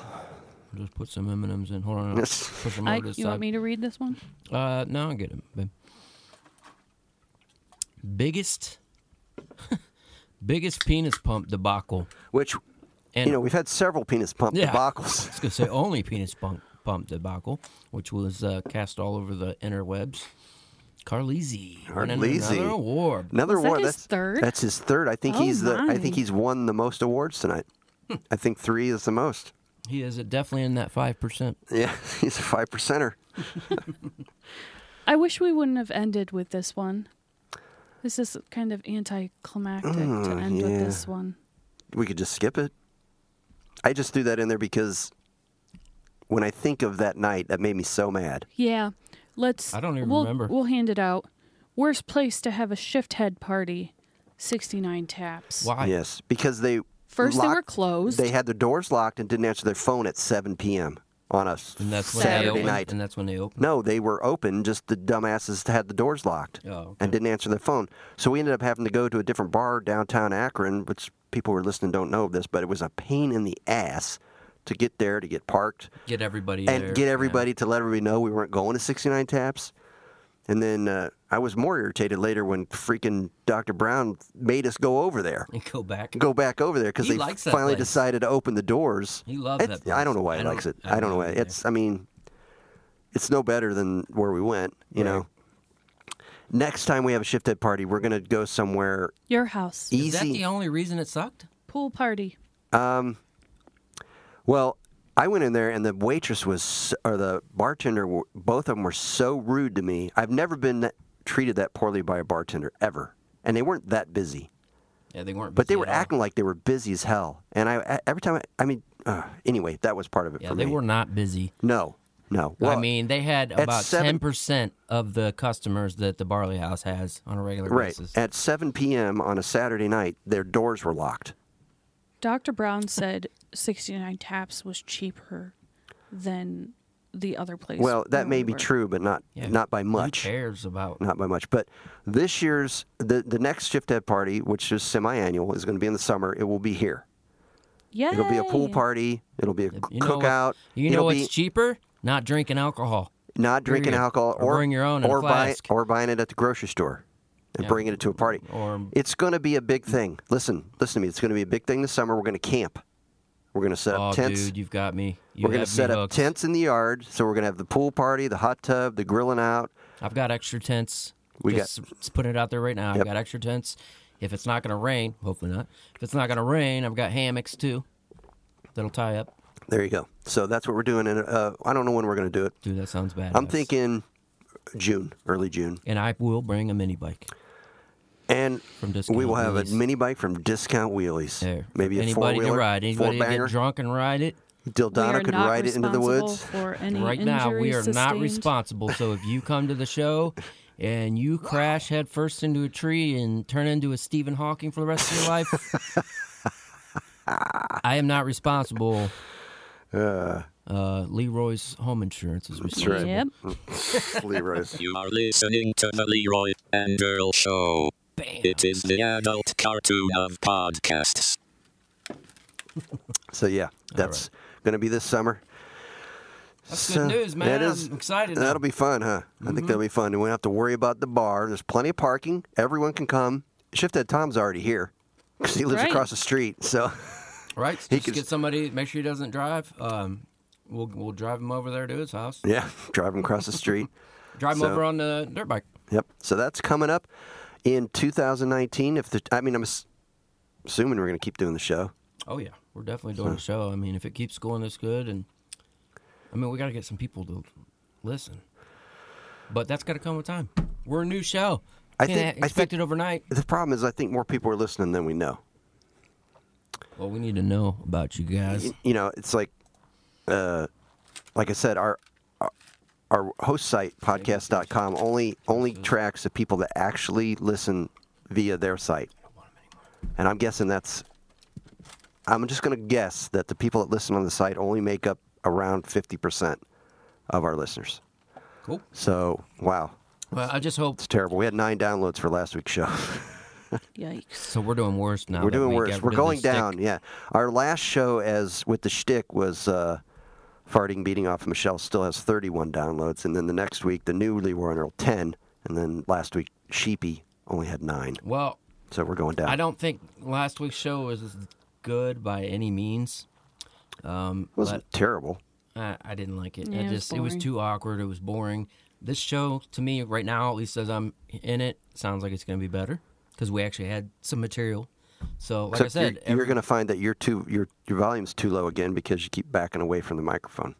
Speaker 3: Just put some M and M's in. Hold on. I'll
Speaker 2: Yes.
Speaker 3: Push them
Speaker 4: I,
Speaker 3: over to the
Speaker 4: you want
Speaker 3: side.
Speaker 4: me to read this one?
Speaker 3: Uh, no, I get him. Babe. Biggest, biggest penis pump debacle.
Speaker 2: Which,
Speaker 3: and
Speaker 2: you know, we've had several penis pump
Speaker 3: Yeah.
Speaker 2: debacles.
Speaker 3: I was gonna say only penis pump pump debacle, which was uh, cast all over the interwebs. Carlisi, winning
Speaker 2: Carlisi.
Speaker 3: another award.
Speaker 2: Another
Speaker 4: Was that
Speaker 2: award.
Speaker 4: his
Speaker 2: that's
Speaker 4: third?
Speaker 2: That's his third. I think
Speaker 4: Oh,
Speaker 2: he's the. I think
Speaker 4: my.
Speaker 2: he's won the most awards tonight. I think three is the most.
Speaker 3: He is definitely in that five percent.
Speaker 2: Yeah, he's a five percenter.
Speaker 4: I wish we wouldn't have ended with this one. This is kind of anticlimactic to
Speaker 2: Mm,
Speaker 4: end with
Speaker 2: yeah.
Speaker 4: this one.
Speaker 2: We could just skip it. I just threw that in there because when I think of that night, that made me so mad.
Speaker 4: Yeah, let's.
Speaker 3: I don't even
Speaker 4: we'll,
Speaker 3: remember.
Speaker 4: We'll hand it out. Worst place to have a shift head party. Sixty-nine taps.
Speaker 3: Why?
Speaker 2: yes, because they
Speaker 4: First they were
Speaker 2: locked-
Speaker 4: closed.
Speaker 2: They had their doors locked and didn't answer their phone at 7 p.m. on a
Speaker 3: And that's when they
Speaker 2: Saturday
Speaker 3: opened.
Speaker 2: night.
Speaker 3: And that's when they opened.
Speaker 2: No, they were open. Just the dumbasses had the doors locked
Speaker 3: Oh, okay.
Speaker 2: and didn't answer their phone. So we ended up having to go to a different bar downtown Akron, which people who are listening don't know of this, but it was a pain in the ass to get there, to get parked,
Speaker 3: Get everybody
Speaker 2: and
Speaker 3: there,
Speaker 2: get
Speaker 3: yeah.
Speaker 2: everybody to let everybody know we weren't going to 69 Taps. And then uh, I was more irritated later when freaking Dr. Brown made us go over there.
Speaker 3: and go back.
Speaker 2: Go back over there because
Speaker 3: He
Speaker 2: they
Speaker 3: likes that
Speaker 2: finally
Speaker 3: place.
Speaker 2: decided to open the doors.
Speaker 3: He loves
Speaker 2: It's-
Speaker 3: that place.
Speaker 2: I don't know why
Speaker 3: I
Speaker 2: he
Speaker 3: don't-
Speaker 2: likes it.
Speaker 3: I
Speaker 2: I
Speaker 3: don't
Speaker 2: don't know why.
Speaker 3: either.
Speaker 2: It's. I mean, it's no better than where we went. You
Speaker 3: Right.
Speaker 2: know. Next time we have a shift head party, we're gonna go somewhere
Speaker 4: Your house
Speaker 3: Is that
Speaker 2: easy.
Speaker 3: the only reason it sucked?
Speaker 4: pool party.
Speaker 2: um, well, I went in there and the waitress was, s- or the bartender, were- both of them were so rude to me. I've never been that, treated that poorly by a bartender ever, and they weren't that busy.
Speaker 3: Yeah, they weren't.
Speaker 2: But they
Speaker 3: busy
Speaker 2: were
Speaker 3: at all.
Speaker 2: acting like they were busy as hell. And I, e, every time, I, I mean, uh, anyway, that was part of it
Speaker 3: Yeah,
Speaker 2: for
Speaker 3: they
Speaker 2: me.
Speaker 3: were not busy.
Speaker 2: No, no. Well,
Speaker 3: I mean, they had
Speaker 2: at
Speaker 3: about
Speaker 2: seven-
Speaker 3: ten percent of the customers that the Barley House has on a regular
Speaker 2: right.
Speaker 3: basis.
Speaker 2: At 7 p.m. on a Saturday night, their doors were locked.
Speaker 4: Dr. Brown said 69 taps was cheaper than the other place.
Speaker 2: Well,
Speaker 4: where
Speaker 2: that may
Speaker 4: we
Speaker 2: be
Speaker 4: were.
Speaker 2: true, but not
Speaker 3: Yeah,
Speaker 2: not by
Speaker 3: Who
Speaker 2: much.
Speaker 3: cares about?
Speaker 2: Not by much. But this year's the the next shift head party, which is semi-annual, is going to be in the summer. It will be here.
Speaker 4: Yay!
Speaker 2: It'll be a pool party. It'll be a
Speaker 3: You know what-
Speaker 2: cookout.
Speaker 3: You
Speaker 2: It'll
Speaker 3: know what's
Speaker 2: be
Speaker 3: cheaper? Not drinking alcohol.
Speaker 2: not drinking
Speaker 3: period.
Speaker 2: alcohol
Speaker 3: Or
Speaker 2: or
Speaker 3: bring your own in a
Speaker 2: or buying
Speaker 3: flask.
Speaker 2: or buying it at the grocery store and
Speaker 3: Yeah.
Speaker 2: bringing it to a party.
Speaker 3: Or
Speaker 2: It's going to be a big thing. Listen, listen to me. It's going to be a big thing this summer. We're going to camp. We're going to set
Speaker 3: oh,
Speaker 2: up tents.
Speaker 3: dude, you've got me. You
Speaker 2: we're going
Speaker 3: have
Speaker 2: to
Speaker 3: me
Speaker 2: set up
Speaker 3: hooked.
Speaker 2: tents in the yard. So we're going to have the pool party, the hot tub, the grilling out.
Speaker 3: I've got extra tents.
Speaker 2: We got-
Speaker 3: Just s- putting it out there right now. I've
Speaker 2: Yep.
Speaker 3: got extra tents. If it's not going to rain, hopefully not. If it's not going to rain, I've got hammocks too. That'll tie up.
Speaker 2: There you go. So that's what we're doing. And uh, I don't know when we're going to do it.
Speaker 3: Dude, that sounds bad.
Speaker 2: I'm thinking June, early June.
Speaker 3: And I will bring a mini bike.
Speaker 2: And
Speaker 3: from
Speaker 2: we will have
Speaker 3: Wheelies.
Speaker 2: a mini bike from Discount Wheelies. Maybe a
Speaker 3: Anybody
Speaker 2: four-wheeler,
Speaker 3: can ride. Anybody can
Speaker 2: four-banger.
Speaker 3: get drunk and ride it.
Speaker 4: We
Speaker 2: Dildana
Speaker 4: are
Speaker 2: could
Speaker 4: not
Speaker 2: ride it into the
Speaker 4: responsible
Speaker 2: woods.
Speaker 4: for any
Speaker 3: right now, we
Speaker 4: injuries
Speaker 3: are not
Speaker 4: sustained.
Speaker 3: responsible. So if you come to the show and you crash headfirst into a tree and turn into a Stephen Hawking for the rest of your life, I am not responsible.
Speaker 2: Uh,
Speaker 3: Leroy's home insurance is
Speaker 14: That's
Speaker 3: responsible.
Speaker 14: right. Yep.
Speaker 2: Leroy's.
Speaker 14: You are listening to the Leroy and Earl Show. It is the adult cartoon of podcasts.
Speaker 2: So yeah, that's going to be this summer.
Speaker 3: That's good news, man.
Speaker 2: that
Speaker 3: I'm
Speaker 2: is-
Speaker 3: excited now.
Speaker 2: That'll be fun, huh? I think that'll be fun. We won't have to worry about the bar. There's plenty of parking. Everyone can come. Shifthead Tom's already here because he lives
Speaker 3: Right.
Speaker 2: across the street. So
Speaker 3: Right?
Speaker 2: He
Speaker 3: Just
Speaker 2: could-
Speaker 3: get somebody. Make sure he doesn't drive. Um, we'll we'll drive him over there to his house.
Speaker 2: yeah, drive him across the street.
Speaker 3: Drive him
Speaker 2: So-
Speaker 3: over on the dirt bike.
Speaker 2: Yep. So that's coming up in 2019. If the, I mean, I'm ass- assuming we're going to keep doing the show.
Speaker 3: Oh yeah, we're definitely doing the show. I mean, if it keeps going this good, and I mean, we got to get some people to listen, but that's got to come with time. We're a new show.
Speaker 2: I
Speaker 3: Can't
Speaker 2: think- I
Speaker 3: expect it overnight.
Speaker 2: The problem is, I think more people are listening than we know.
Speaker 3: Well, we need to know about you guys.
Speaker 2: y- you know, it's like, uh, like I said, our our- our host site podcast.com only only tracks the people that actually listen via their site, and I'm guessing that's. I'm just going to guess that the people that listen on the site only make up around 50% of our listeners.
Speaker 3: Cool.
Speaker 2: So, wow.
Speaker 3: Well, I just hope
Speaker 2: It's terrible. We had nine downloads for last week's show.
Speaker 4: Yikes.
Speaker 3: so. We're doing worse now.
Speaker 2: We're
Speaker 3: that
Speaker 2: doing
Speaker 3: we
Speaker 2: worse.
Speaker 3: got
Speaker 2: We're
Speaker 3: rid of the
Speaker 2: going
Speaker 3: stick.
Speaker 2: down. Yeah. Our last show as with the shtick was uh, farting, beating off. Michelle still has 31 downloads, and then the next week the new Leroy and Earl 10, and then last week Sheepy only had nine.
Speaker 3: Well,
Speaker 2: So we're going down.
Speaker 3: I don't think last week's show was as good by any means. Um,
Speaker 2: It wasn't
Speaker 3: but
Speaker 2: terrible.
Speaker 3: I, I didn't like it. I
Speaker 4: Yeah, it was
Speaker 3: just it was
Speaker 4: boring.
Speaker 3: too awkward. It was boring. This show to me right now, at least as I'm in it, sounds like it's going to be better because we actually had some material. So like
Speaker 2: Except
Speaker 3: I said,
Speaker 2: you're, you're going to find that your two your your volume's too low again because you keep backing away from the microphone.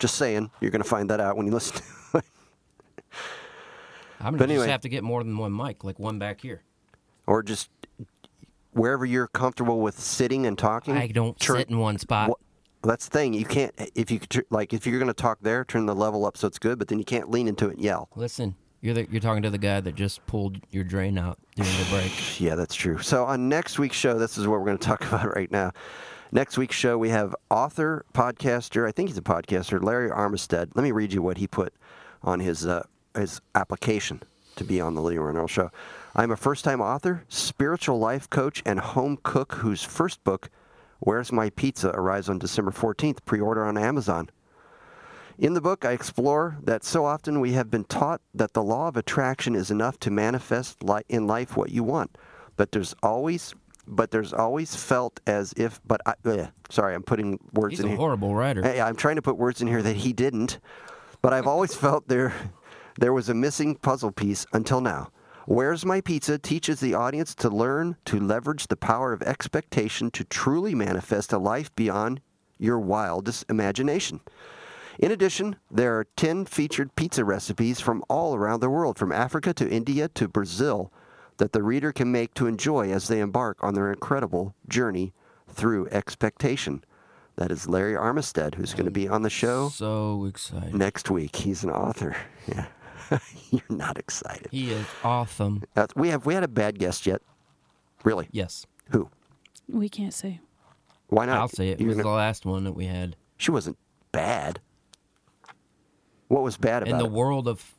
Speaker 2: Just saying, you're going to find that out when you listen. to it.
Speaker 3: I'm
Speaker 2: but
Speaker 3: going to just
Speaker 2: anyway.
Speaker 3: have to get more than one mic, like one back here.
Speaker 2: or just wherever you're comfortable with sitting and talking.
Speaker 3: I don't sit in one spot.
Speaker 2: Well, that's the thing. You can't if you tr- like if you're going to talk there, turn the level up so it's good, but then you can't lean into it and yell.
Speaker 3: Listen, you're the, you're talking to the guy that just pulled your drain out during the break.
Speaker 2: Yeah, that's true. So on next week's show, this is what we're going to talk about right now. Next week's show, we have author, podcaster. I think he's a podcaster, Larry Armistead. Let me read you what he put on his uh, his application to be on the Leroy and Earl show. I'm a first-time author, spiritual life coach, and home cook whose first book, "Where's My Pizza," arrives on December 14th. Pre-order on Amazon. In the book, I explore that so often we have been taught that the law of attraction is enough to manifest li- in life what you want, but there's always, but there's always felt as if, but I, bleh. sorry, I'm putting words
Speaker 3: He's
Speaker 2: in
Speaker 3: a
Speaker 2: here.
Speaker 3: horrible writer.
Speaker 2: e-, Hey, I'm trying to put words in here that he didn't, but I've always felt there, there was a missing puzzle piece until now. Where's My Pizza teaches the audience to learn to leverage the power of expectation to truly manifest a life beyond your wildest imagination. In addition, there are 10 featured pizza recipes from all around the world, from Africa to India to Brazil, that the reader can make to enjoy as they embark on their incredible journey through expectation. That is Larry Armistead, who's going to be on the show
Speaker 3: So excited.
Speaker 2: next week. He's an author. Yeah. You're not excited.
Speaker 3: He is awesome.
Speaker 2: Uh, we have we had a bad guest yet? Really?
Speaker 3: Yes.
Speaker 2: Who?
Speaker 4: We can't say.
Speaker 2: Why not?
Speaker 3: I'll say it. It
Speaker 2: Uh, You're
Speaker 3: was
Speaker 2: gonna-
Speaker 3: the last one that we had.
Speaker 2: She wasn't bad. What was bad
Speaker 3: in
Speaker 2: about
Speaker 3: the
Speaker 2: it?
Speaker 3: world of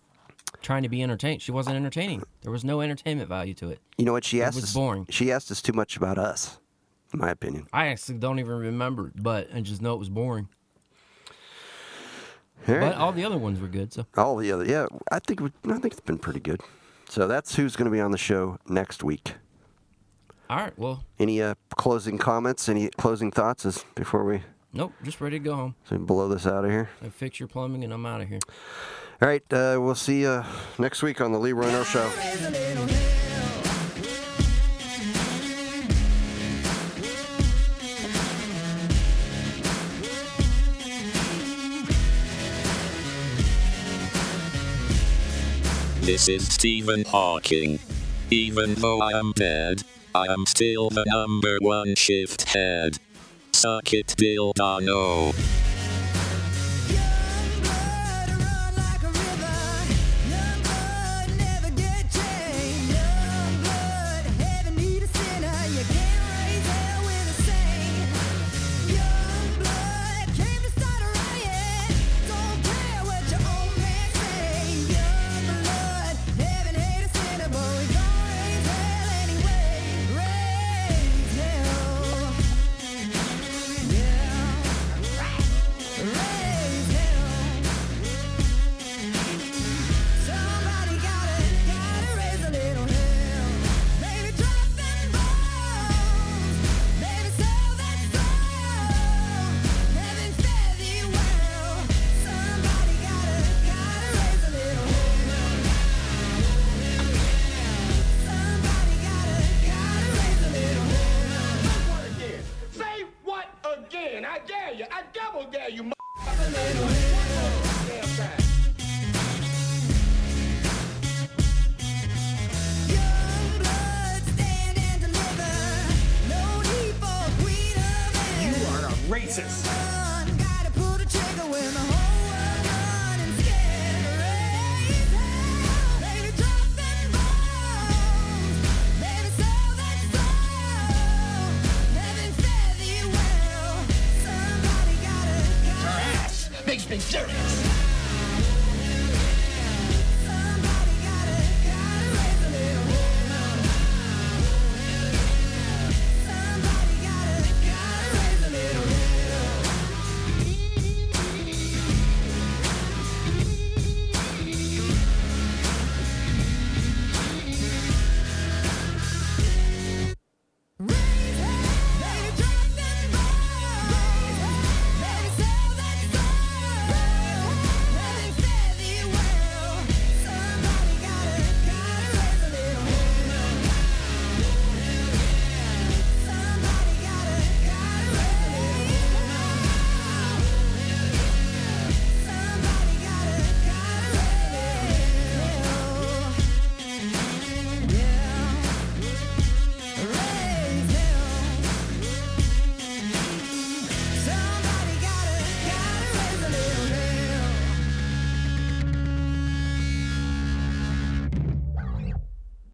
Speaker 3: trying to be entertained. She wasn't entertaining. There was no entertainment value to it.
Speaker 2: You know what she
Speaker 3: It
Speaker 2: asked
Speaker 3: was
Speaker 2: us?
Speaker 3: boring.
Speaker 2: She asked us too much about us, in my opinion.
Speaker 3: I actually don't even remember, but I just know it was boring.
Speaker 2: All right.
Speaker 3: But all the other ones were good. So
Speaker 2: All the other, yeah, I think we, I think it's been pretty good. So that's who's going to be on the show next week.
Speaker 3: all right, well,
Speaker 2: Any uh, closing comments? Any closing thoughts as before we
Speaker 3: nope, just ready to go home.
Speaker 2: so we blow this out of here?
Speaker 3: I fix your plumbing and I'm out of here.
Speaker 2: All right, uh, we'll see you next week on the Leroy and Earl Show.
Speaker 14: This is Stephen Hawking. Even though I am dead, I am still the number one shift head. Suck it, Bill Dano.
Speaker 12: Say what again? I dare you. I double dare you. m-
Speaker 15: You are a racist.
Speaker 12: Makes me furious.